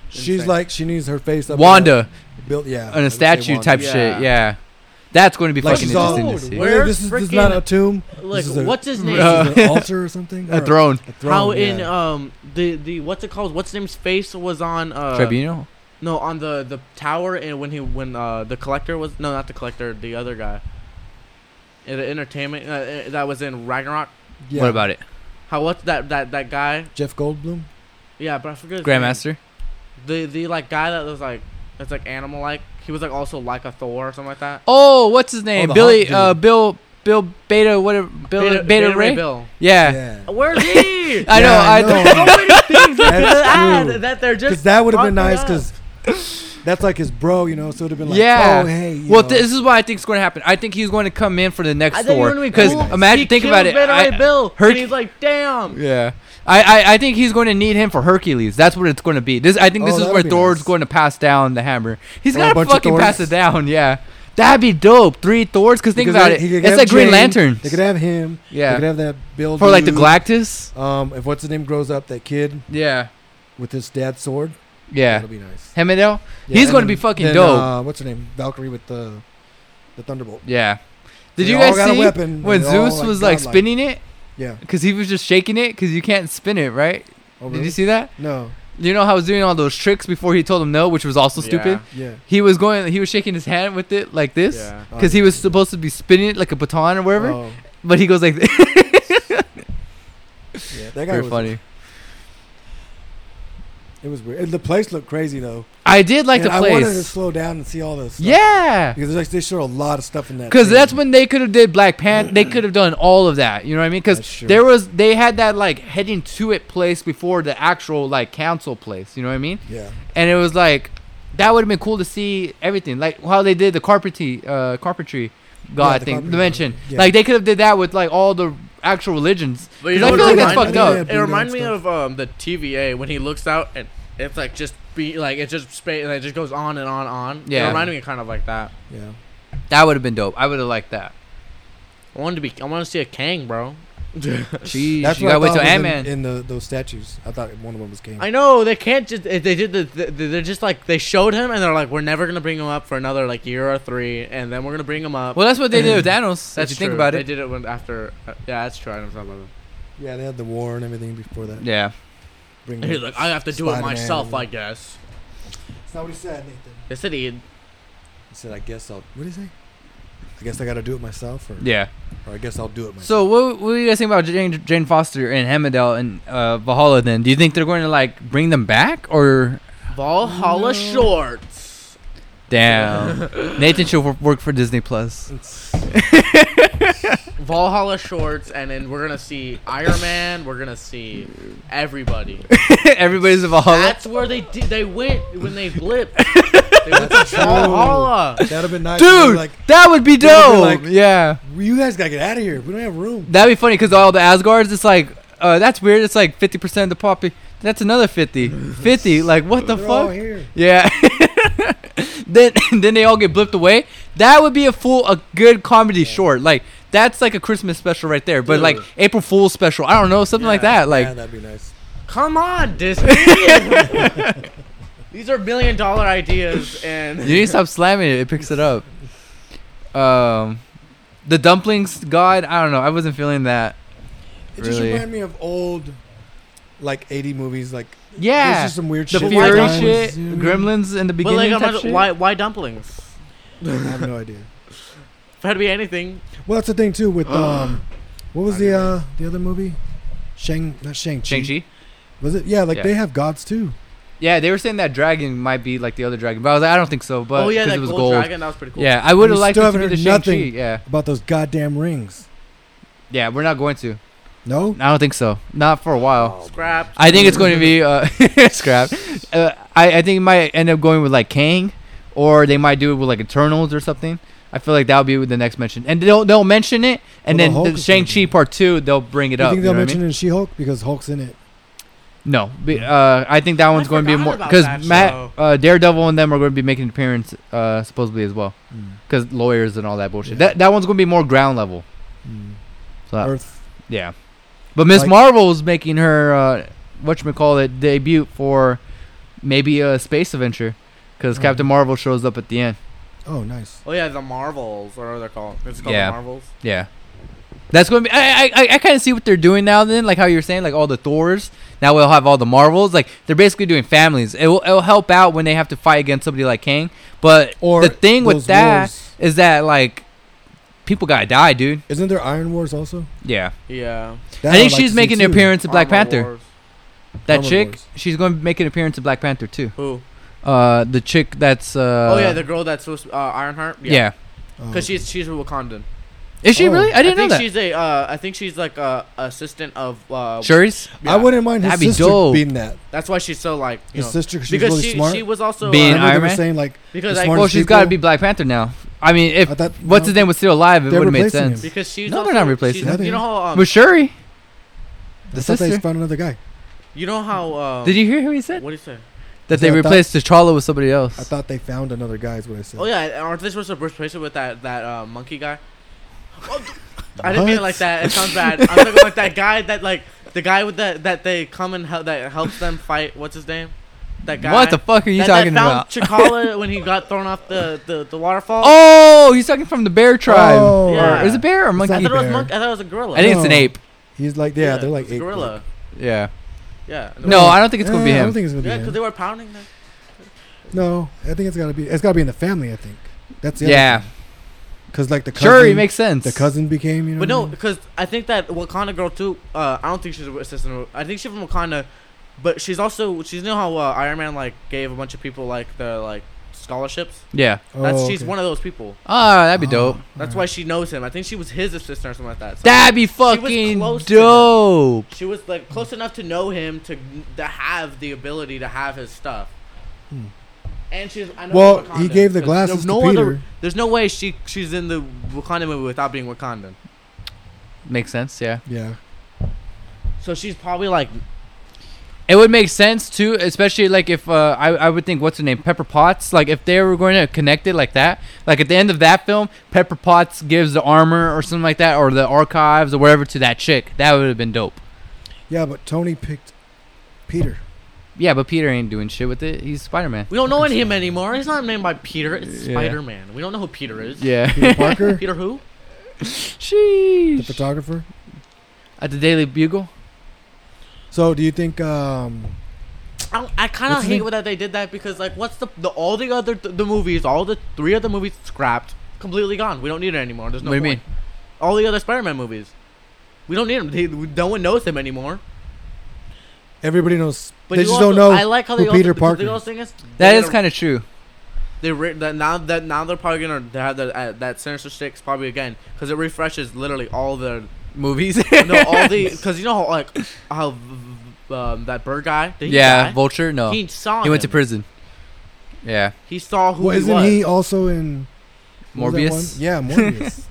[SPEAKER 2] she's
[SPEAKER 3] insane.
[SPEAKER 2] like she needs her face up. in
[SPEAKER 1] Wanda
[SPEAKER 2] a- built yeah I
[SPEAKER 1] on a
[SPEAKER 2] would say
[SPEAKER 1] statue
[SPEAKER 2] Wanda.
[SPEAKER 1] type
[SPEAKER 3] Yeah.
[SPEAKER 1] shit. Yeah, that's going to be
[SPEAKER 2] Like
[SPEAKER 1] fucking
[SPEAKER 2] she's all-
[SPEAKER 1] interesting to see.
[SPEAKER 3] Where-
[SPEAKER 2] Really, this is, this is not
[SPEAKER 3] freaking-
[SPEAKER 2] a tomb.
[SPEAKER 3] like
[SPEAKER 2] this is a-
[SPEAKER 3] what's his
[SPEAKER 2] This
[SPEAKER 3] name?
[SPEAKER 1] Uh,
[SPEAKER 2] is an altar or something. Or
[SPEAKER 1] a throne,
[SPEAKER 2] a throne,
[SPEAKER 3] How
[SPEAKER 2] yeah.
[SPEAKER 3] in um the the what's it called? What's his name's face was on uh
[SPEAKER 1] Tribunal.
[SPEAKER 3] no on the the tower and when he when uh the collector was no not the collector the other guy. In the entertainment uh, uh, that was in Ragnarok.
[SPEAKER 2] Yeah.
[SPEAKER 1] What about it,
[SPEAKER 3] How what's that that that guy?
[SPEAKER 2] Jeff Goldblum?
[SPEAKER 3] Yeah, but I forget. his name.
[SPEAKER 1] Grandmaster?
[SPEAKER 3] The the like guy that was like it's like animal like he was like also like a Thor or something like that.
[SPEAKER 1] Oh, what's his name?
[SPEAKER 2] the
[SPEAKER 1] Billy.
[SPEAKER 2] hot dude.
[SPEAKER 1] Uh, Bill. Bill Beta. Whatever. Bill, Beta, Ray.
[SPEAKER 3] Bill.
[SPEAKER 1] Yeah.
[SPEAKER 3] Where's he?
[SPEAKER 1] I know.
[SPEAKER 2] Yeah, I
[SPEAKER 1] I
[SPEAKER 2] know.
[SPEAKER 3] so many things they could
[SPEAKER 2] That's true.
[SPEAKER 3] add Ah, that they're
[SPEAKER 2] Because
[SPEAKER 3] just.
[SPEAKER 2] that would have been
[SPEAKER 3] fuck it
[SPEAKER 2] nice.
[SPEAKER 3] up.
[SPEAKER 2] Because that's like his bro, you know. So it would have been like,
[SPEAKER 1] Yeah.
[SPEAKER 2] oh hey. you
[SPEAKER 1] Well,
[SPEAKER 2] know.
[SPEAKER 1] this is what I think is going to happen. I think he's going to come in for the
[SPEAKER 3] I
[SPEAKER 1] next
[SPEAKER 3] think
[SPEAKER 1] Thor.
[SPEAKER 3] it would be
[SPEAKER 1] Because
[SPEAKER 3] cool.
[SPEAKER 1] imagine,
[SPEAKER 3] He
[SPEAKER 1] think
[SPEAKER 3] killed
[SPEAKER 1] about it.
[SPEAKER 3] Beta Ray
[SPEAKER 1] I-
[SPEAKER 3] Bill.
[SPEAKER 1] Her-
[SPEAKER 3] and he's like, damn.
[SPEAKER 1] yeah, I, I I think he's going to need him for Hercules. That's what it's going to be. This I think
[SPEAKER 2] Oh,
[SPEAKER 1] this is
[SPEAKER 2] that'd
[SPEAKER 1] where
[SPEAKER 2] be
[SPEAKER 1] Thor's
[SPEAKER 2] nice.
[SPEAKER 1] going to pass down the hammer. He's
[SPEAKER 2] Or a
[SPEAKER 1] going to
[SPEAKER 2] bunch of
[SPEAKER 1] fucking pass
[SPEAKER 2] Thors.
[SPEAKER 1] it down. Yeah, that'd be dope. Three Thors. Because think
[SPEAKER 2] Because
[SPEAKER 1] about
[SPEAKER 2] they-
[SPEAKER 1] it.
[SPEAKER 2] he could
[SPEAKER 1] It's
[SPEAKER 2] have
[SPEAKER 1] like Green
[SPEAKER 2] Jane,
[SPEAKER 1] Lanterns.
[SPEAKER 2] They could have him. They could
[SPEAKER 1] yeah,
[SPEAKER 2] have that Bill.
[SPEAKER 1] for like the
[SPEAKER 2] dude.
[SPEAKER 1] Galactus.
[SPEAKER 2] Um, if what's his name grows up, that kid
[SPEAKER 1] Yeah,
[SPEAKER 2] with his dad's sword.
[SPEAKER 1] yeah.
[SPEAKER 2] That'll be nice.
[SPEAKER 1] Hemedel.
[SPEAKER 2] Yeah,
[SPEAKER 1] He's
[SPEAKER 2] and
[SPEAKER 1] gonna be
[SPEAKER 2] then-
[SPEAKER 1] fucking
[SPEAKER 2] then,
[SPEAKER 1] dope.
[SPEAKER 2] Uh, what's her name? Valkyrie with the the thunderbolt.
[SPEAKER 1] Yeah. Did
[SPEAKER 2] They
[SPEAKER 1] you
[SPEAKER 2] all
[SPEAKER 1] guys
[SPEAKER 2] got a
[SPEAKER 1] see
[SPEAKER 2] weapon, and
[SPEAKER 1] when
[SPEAKER 2] they all,
[SPEAKER 1] Zeus
[SPEAKER 2] like,
[SPEAKER 1] was like
[SPEAKER 2] godlike.
[SPEAKER 1] spinning it?
[SPEAKER 2] Yeah.
[SPEAKER 1] Because he was just shaking it. Because you can't spin it, right?
[SPEAKER 2] Oh,
[SPEAKER 1] Did
[SPEAKER 2] really?
[SPEAKER 1] you see that?
[SPEAKER 2] No.
[SPEAKER 1] You know how I was doing all those tricks before he told him no, which was also stupid.
[SPEAKER 2] Yeah.
[SPEAKER 1] He was going, he was shaking his hand with it like this,
[SPEAKER 3] Yeah.
[SPEAKER 1] because he was supposed to be spinning it like a baton or whatever.
[SPEAKER 2] Oh,
[SPEAKER 1] But he goes like, this.
[SPEAKER 2] yeah. That guy
[SPEAKER 1] very
[SPEAKER 2] was
[SPEAKER 1] funny.
[SPEAKER 2] It was weird. And the place looked crazy though.
[SPEAKER 1] I did like
[SPEAKER 2] And
[SPEAKER 1] the
[SPEAKER 2] I wanted to
[SPEAKER 1] place.
[SPEAKER 2] slow down and see all this. Stuff.
[SPEAKER 1] Yeah,
[SPEAKER 2] Because like, they showed a lot of stuff in that.
[SPEAKER 1] because
[SPEAKER 2] thing.
[SPEAKER 1] that's when they could have did Black Panther. they could have done all of that. You know what I mean? Because
[SPEAKER 2] That's true.
[SPEAKER 1] there was they had that like heading to it place before the actual like council place. You know what I mean?
[SPEAKER 2] Yeah.
[SPEAKER 1] and it was like that would have been cool to see everything like how they did the carpentry uh carpentry god
[SPEAKER 2] Yeah, the
[SPEAKER 1] thing
[SPEAKER 2] carpentry,
[SPEAKER 1] dimension
[SPEAKER 2] yeah.
[SPEAKER 1] like they could have did that with like all the actual religions
[SPEAKER 3] But you
[SPEAKER 1] 'Cause
[SPEAKER 3] know
[SPEAKER 1] i
[SPEAKER 3] what
[SPEAKER 1] feel like
[SPEAKER 3] it
[SPEAKER 1] that's
[SPEAKER 3] reminds
[SPEAKER 1] fucked
[SPEAKER 2] me
[SPEAKER 1] up
[SPEAKER 2] of?
[SPEAKER 3] It
[SPEAKER 2] Buddha
[SPEAKER 3] reminds me
[SPEAKER 2] and
[SPEAKER 3] of um, the TVA when he looks out and it's like just be like it just spa- like, it just goes on and on and on.
[SPEAKER 1] Yeah.
[SPEAKER 3] It reminded me kind of like that.
[SPEAKER 2] Yeah.
[SPEAKER 1] that would have been dope i would have liked that
[SPEAKER 3] I wanted to be. I want to see a Kang, bro.
[SPEAKER 1] Jeez,
[SPEAKER 2] That's
[SPEAKER 1] you
[SPEAKER 2] what I
[SPEAKER 1] gotta wait
[SPEAKER 2] thought
[SPEAKER 1] till
[SPEAKER 2] was in-
[SPEAKER 1] Ant Man.
[SPEAKER 2] in the those statues. I thought one of them was king.
[SPEAKER 3] I know they can't just. They did the. They're just like they showed him, and they're like, we're never gonna bring him up for another like year or three, and then we're gonna bring him up.
[SPEAKER 1] Well, that's what they did with Thanos.
[SPEAKER 3] that's
[SPEAKER 1] That's if you think
[SPEAKER 3] true.
[SPEAKER 1] about
[SPEAKER 3] They
[SPEAKER 1] it.
[SPEAKER 3] did it when after. Uh, yeah, that's true. I don't know about that.
[SPEAKER 2] Yeah, they had the war and everything before that.
[SPEAKER 1] Yeah.
[SPEAKER 2] Bring
[SPEAKER 3] And he's like, I have to do it
[SPEAKER 2] Spider-Man.
[SPEAKER 3] myself, I guess.
[SPEAKER 2] That's not what he said, Nathan.
[SPEAKER 3] They said he.
[SPEAKER 2] He said, I guess I'll. What did he say? I guess I got to do it myself, or,
[SPEAKER 1] Yeah.
[SPEAKER 2] or I guess I'll do it myself.
[SPEAKER 1] So what what do you guys think about Jane, Jane Foster and Hamadel and uh, Valhalla? Then do you think they're going to like bring them back or Oh,
[SPEAKER 3] Valhalla shorts.
[SPEAKER 1] damn? Nathan should wor- work for Disney Plus.
[SPEAKER 3] Valhalla shorts, and then we're gonna see Iron Man. We're gonna see everybody.
[SPEAKER 1] Everybody's a Valhalla.
[SPEAKER 3] That's where they di- they went when they blipped. They went to Valhalla.
[SPEAKER 2] That'd have been nice. They'd
[SPEAKER 1] Dude,
[SPEAKER 2] be Like
[SPEAKER 1] that would be
[SPEAKER 2] they'll be
[SPEAKER 1] dope.
[SPEAKER 2] like-
[SPEAKER 1] yeah,
[SPEAKER 2] you guys gotta get out of here. We don't have room.
[SPEAKER 1] that'd be funny because all the Asgards. It's like uh, that's weird. It's like fifty percent of the pop. That's another 50. 50. Like what the
[SPEAKER 2] They're all
[SPEAKER 1] fuck?
[SPEAKER 2] here.
[SPEAKER 1] Yeah. then then they all get blipped away. That would be a full a good comedy short. Like that's like a Christmas special right there. But like
[SPEAKER 3] Dude.
[SPEAKER 1] April Fool's special. I don't know, something like
[SPEAKER 3] Yeah,
[SPEAKER 1] that. Like
[SPEAKER 2] yeah, that'd be nice.
[SPEAKER 3] Come on, Disney. These are million dollar ideas, and
[SPEAKER 1] you need to stop slamming it. It picks it up. Um the dumplings god, I don't know. I wasn't feeling that.
[SPEAKER 2] It just
[SPEAKER 1] Really?
[SPEAKER 2] reminded me of old, like eighty movies. Like there's
[SPEAKER 1] Yeah.
[SPEAKER 2] just some weird
[SPEAKER 1] The
[SPEAKER 2] shit.
[SPEAKER 3] why
[SPEAKER 1] Fury
[SPEAKER 3] dumplings?
[SPEAKER 1] shit, Gremlins in the
[SPEAKER 3] but
[SPEAKER 1] beginning.
[SPEAKER 3] like, I'm
[SPEAKER 1] type
[SPEAKER 3] not-
[SPEAKER 1] shit.
[SPEAKER 3] why why dumplings?
[SPEAKER 2] I have no idea.
[SPEAKER 3] If it had to be anything,
[SPEAKER 2] Well, that's the thing too with um, what was the uh the other movie? Shang not Shang Chi.
[SPEAKER 1] Shang-Chi?
[SPEAKER 2] Was it? Yeah, like
[SPEAKER 1] Yeah.
[SPEAKER 2] they have gods too.
[SPEAKER 1] Yeah, they were saying that dragon might be like the other dragon, but I was like, I don't think so. But
[SPEAKER 3] oh yeah,
[SPEAKER 1] because
[SPEAKER 3] that
[SPEAKER 1] it was
[SPEAKER 3] gold,
[SPEAKER 1] gold.
[SPEAKER 3] dragon that was pretty cool.
[SPEAKER 1] Yeah, I would have
[SPEAKER 2] We
[SPEAKER 1] liked it
[SPEAKER 2] still
[SPEAKER 1] to be
[SPEAKER 2] haven't
[SPEAKER 1] the
[SPEAKER 2] heard
[SPEAKER 1] Shang-Chi.
[SPEAKER 2] nothing.
[SPEAKER 1] Yeah,
[SPEAKER 2] About those goddamn rings.
[SPEAKER 1] yeah, we're not going to.
[SPEAKER 2] No.
[SPEAKER 1] I don't think so. Not for a while.
[SPEAKER 2] Oh.
[SPEAKER 3] scrap.
[SPEAKER 1] I think it's going to be uh, scrap. Uh, I, I think it might end up going with like Kang, or they might do it with like Eternals or something. I feel like that would be with the next mention, and they'll they'll mention it, and
[SPEAKER 2] Well, the Hulk
[SPEAKER 1] then the
[SPEAKER 2] is gonna
[SPEAKER 1] Shang
[SPEAKER 2] be-
[SPEAKER 1] Chi Part Two they'll bring it
[SPEAKER 2] You
[SPEAKER 1] up.
[SPEAKER 2] think
[SPEAKER 1] you
[SPEAKER 2] they'll
[SPEAKER 1] know what I
[SPEAKER 2] mention
[SPEAKER 1] mean?
[SPEAKER 2] it in She-Hulk because Hulk's in it?
[SPEAKER 1] No, be, uh, I think that one's going to be
[SPEAKER 3] forgot
[SPEAKER 1] more
[SPEAKER 3] about
[SPEAKER 1] because
[SPEAKER 3] that
[SPEAKER 1] Matt
[SPEAKER 3] show.
[SPEAKER 1] uh, Daredevil and them are going to be making an appearance uh, supposedly as well because lawyers and all that bullshit.
[SPEAKER 2] Yeah.
[SPEAKER 1] That that one's going to be more ground level. So
[SPEAKER 2] Mm. Earth.
[SPEAKER 1] Yeah. But Miss
[SPEAKER 2] Like-
[SPEAKER 1] Marvel's making her uh whatchamacallit debut for maybe a space adventure because
[SPEAKER 2] Mhm.
[SPEAKER 1] Captain Marvel shows up at the end.
[SPEAKER 2] Oh, nice.
[SPEAKER 3] Oh yeah, the Marvels, or what they're called. It's called
[SPEAKER 1] Yeah.
[SPEAKER 3] the Marvels.
[SPEAKER 1] Yeah. That's going to be I I, I- I kind of see what they're doing now then like how you were saying like all the Thors now we'll have all the Marvels like they're basically doing families. It will it'll help out when they have to fight against somebody like Kang. But
[SPEAKER 2] Or
[SPEAKER 1] the thing with
[SPEAKER 2] those
[SPEAKER 1] that
[SPEAKER 2] wars.
[SPEAKER 1] is that like people got to die, dude.
[SPEAKER 2] Isn't there Iron Wars also?
[SPEAKER 1] Yeah.
[SPEAKER 3] Yeah.
[SPEAKER 2] That
[SPEAKER 1] I think she's
[SPEAKER 2] like season
[SPEAKER 1] making an
[SPEAKER 2] two.
[SPEAKER 1] appearance in Black
[SPEAKER 3] Armor
[SPEAKER 1] Panther.
[SPEAKER 3] Wars.
[SPEAKER 1] That
[SPEAKER 2] Armor
[SPEAKER 1] chick,
[SPEAKER 2] Wars.
[SPEAKER 1] she's going to make an appearance in Black Panther too.
[SPEAKER 3] Who?
[SPEAKER 1] Uh, the chick that's. Uh,
[SPEAKER 3] oh yeah, the girl that's supposed uh, Ironheart.
[SPEAKER 1] yeah.
[SPEAKER 2] Oh,
[SPEAKER 3] Because she's she's a Wakandan.
[SPEAKER 1] Is she
[SPEAKER 2] Oh.
[SPEAKER 1] really? I didn't
[SPEAKER 3] think
[SPEAKER 1] know that.
[SPEAKER 3] she's a. Uh, I think she's like a assistant of. Uh,
[SPEAKER 1] Shuri's
[SPEAKER 3] yeah.
[SPEAKER 2] I wouldn't mind his
[SPEAKER 1] That'd be
[SPEAKER 2] sister
[SPEAKER 1] dope.
[SPEAKER 2] being that.
[SPEAKER 3] That's why she's so like. You
[SPEAKER 2] His
[SPEAKER 3] know,
[SPEAKER 2] sister, 'cause she's
[SPEAKER 3] because
[SPEAKER 2] really
[SPEAKER 3] she
[SPEAKER 2] smart.
[SPEAKER 3] she was also
[SPEAKER 1] Being
[SPEAKER 3] uh,
[SPEAKER 1] Iron
[SPEAKER 2] I remember they
[SPEAKER 1] Man?
[SPEAKER 2] were saying like
[SPEAKER 3] because
[SPEAKER 2] the
[SPEAKER 3] I,
[SPEAKER 2] smartest
[SPEAKER 1] Well, she's got to
[SPEAKER 2] people.
[SPEAKER 1] be Black Panther now. I mean, if
[SPEAKER 2] I thought-
[SPEAKER 1] what's
[SPEAKER 2] no.
[SPEAKER 1] his name was still alive, it
[SPEAKER 2] They're
[SPEAKER 1] would have made
[SPEAKER 2] replacing
[SPEAKER 1] sense.
[SPEAKER 2] him.
[SPEAKER 3] because she's
[SPEAKER 1] No,
[SPEAKER 3] also,
[SPEAKER 1] they're not replacing
[SPEAKER 3] she's-
[SPEAKER 2] her.
[SPEAKER 3] You know how um,
[SPEAKER 1] But Shuri,
[SPEAKER 2] I
[SPEAKER 1] the
[SPEAKER 2] thought they
[SPEAKER 1] sister.
[SPEAKER 2] found another guy.
[SPEAKER 3] you know how um,
[SPEAKER 1] Did you hear who he said?
[SPEAKER 3] What do you say?
[SPEAKER 1] That they
[SPEAKER 2] I thought-
[SPEAKER 1] replaced T'Challa with somebody else.
[SPEAKER 2] I thought they found another guy. Is what I said.
[SPEAKER 3] Oh yeah, aren't they supposed to replace it with that that uh, monkey guy? Oh, I didn't mean it
[SPEAKER 2] What?
[SPEAKER 3] like that. It sounds bad. I'm talking about that guy that like the guy with the that they come and help that helps them fight. What's his name? That guy.
[SPEAKER 1] what the fuck are you
[SPEAKER 3] that,
[SPEAKER 1] talking
[SPEAKER 3] that
[SPEAKER 1] about?
[SPEAKER 3] found Chikala when he got thrown off the the, the waterfall.
[SPEAKER 1] Oh, he's talking from the bear tribe.
[SPEAKER 2] Oh.
[SPEAKER 3] Yeah.
[SPEAKER 1] Or is it bear or
[SPEAKER 2] It's
[SPEAKER 1] monkey?
[SPEAKER 3] I
[SPEAKER 1] I
[SPEAKER 2] not-
[SPEAKER 3] thought it was
[SPEAKER 2] bear.
[SPEAKER 3] monk. I thought it was a gorilla.
[SPEAKER 1] think it's an
[SPEAKER 2] No.
[SPEAKER 1] ape.
[SPEAKER 2] He's like yeah, they're like
[SPEAKER 3] it's a
[SPEAKER 2] ape,
[SPEAKER 3] gorilla.
[SPEAKER 1] Yeah.
[SPEAKER 3] Yeah. and
[SPEAKER 1] No,
[SPEAKER 3] they were-
[SPEAKER 1] I don't think it's gonna be
[SPEAKER 2] Eh, I
[SPEAKER 1] him.
[SPEAKER 2] don't think it's gonna be
[SPEAKER 3] Yeah,
[SPEAKER 2] him.
[SPEAKER 3] because they were pounding them.
[SPEAKER 2] No, I think it's gotta be. It's gotta be in the family. I think that's the
[SPEAKER 1] yeah.
[SPEAKER 2] Because like the cousin,
[SPEAKER 1] Shuri makes sense.
[SPEAKER 2] the cousin became you know.
[SPEAKER 3] But no,
[SPEAKER 2] what I
[SPEAKER 3] because I think that Wakanda girl too. Uh, I don't think she's a assistant. I think she's from Wakanda, but she's also she's you know how uh, Iron Man like gave a bunch of people like the like scholarships.
[SPEAKER 1] Yeah.
[SPEAKER 2] mean?
[SPEAKER 3] That's
[SPEAKER 2] Oh,
[SPEAKER 3] she's
[SPEAKER 2] okay.
[SPEAKER 3] one of those people.
[SPEAKER 1] Ah, that'd be dope.
[SPEAKER 3] That's why she knows him. I think she was his assistant or something like that. So
[SPEAKER 1] That'd be
[SPEAKER 3] was
[SPEAKER 1] fucking
[SPEAKER 3] close to him.
[SPEAKER 1] dope.
[SPEAKER 3] she was like close enough to know him to to have the ability to have his stuff.
[SPEAKER 2] Hmm.
[SPEAKER 3] And she's I know
[SPEAKER 2] Well,
[SPEAKER 3] she's
[SPEAKER 2] he
[SPEAKER 3] Wakandan,
[SPEAKER 2] gave the
[SPEAKER 3] 'cause
[SPEAKER 2] glasses
[SPEAKER 3] no
[SPEAKER 2] to Peter.
[SPEAKER 3] Other, there's no way she she's in the Wakanda movie without being Wakandan.
[SPEAKER 1] Makes sense. Yeah.
[SPEAKER 2] Yeah.
[SPEAKER 3] So she's probably like
[SPEAKER 1] It would make sense too, especially like if uh, I I would think what's her name Pepper Potts. Like if they were going to connect it like that, like at the end of that film, Pepper Potts gives the armor or something like that, or the archives or whatever to that chick. That would have been dope.
[SPEAKER 2] Yeah, but Tony picked Peter.
[SPEAKER 1] Yeah, but Peter ain't doing shit with it. He's Spider Man.
[SPEAKER 3] We don't know him anymore. He's not named by Peter. It's
[SPEAKER 1] Yeah.
[SPEAKER 3] Spider Man. We don't know who Peter is.
[SPEAKER 2] Peter
[SPEAKER 1] Yeah.
[SPEAKER 2] Parker,
[SPEAKER 3] Peter who?
[SPEAKER 2] the
[SPEAKER 1] Sheesh.
[SPEAKER 2] photographer.
[SPEAKER 1] At the Daily Bugle.
[SPEAKER 2] So do you think um,
[SPEAKER 3] I, I kind of
[SPEAKER 2] What's his
[SPEAKER 3] hate
[SPEAKER 2] name?
[SPEAKER 3] that they did that because like, what's the, the all the other th- the movies, all the three other movies scrapped, completely gone. We don't need it anymore. There's no.
[SPEAKER 1] what do you mean?
[SPEAKER 3] point. All the other Spider-Man movies, we don't need them. They, no one knows them anymore.
[SPEAKER 2] everybody knows?
[SPEAKER 3] But
[SPEAKER 2] they
[SPEAKER 3] you
[SPEAKER 2] just
[SPEAKER 3] also-
[SPEAKER 2] don't know.
[SPEAKER 3] I like how they
[SPEAKER 2] who
[SPEAKER 3] also,
[SPEAKER 2] Peter
[SPEAKER 3] because
[SPEAKER 2] Parker
[SPEAKER 3] The other
[SPEAKER 2] is.
[SPEAKER 3] thing is,
[SPEAKER 1] That is kind of true.
[SPEAKER 3] They re- that now that now they're probably gonna they have that uh, that Sinister Six probably again because it refreshes literally all the
[SPEAKER 1] Movies.
[SPEAKER 3] no all the because you know how like how v- v- um, that bird guy did he
[SPEAKER 1] yeah,
[SPEAKER 3] die?
[SPEAKER 1] Vulture. No, he,
[SPEAKER 3] he saw
[SPEAKER 1] went to
[SPEAKER 3] him.
[SPEAKER 1] prison. Yeah,
[SPEAKER 3] he saw who
[SPEAKER 2] Well,
[SPEAKER 3] he
[SPEAKER 2] isn't
[SPEAKER 3] was
[SPEAKER 2] he also in what was that
[SPEAKER 1] Morbius.
[SPEAKER 2] one? Yeah, Morbius.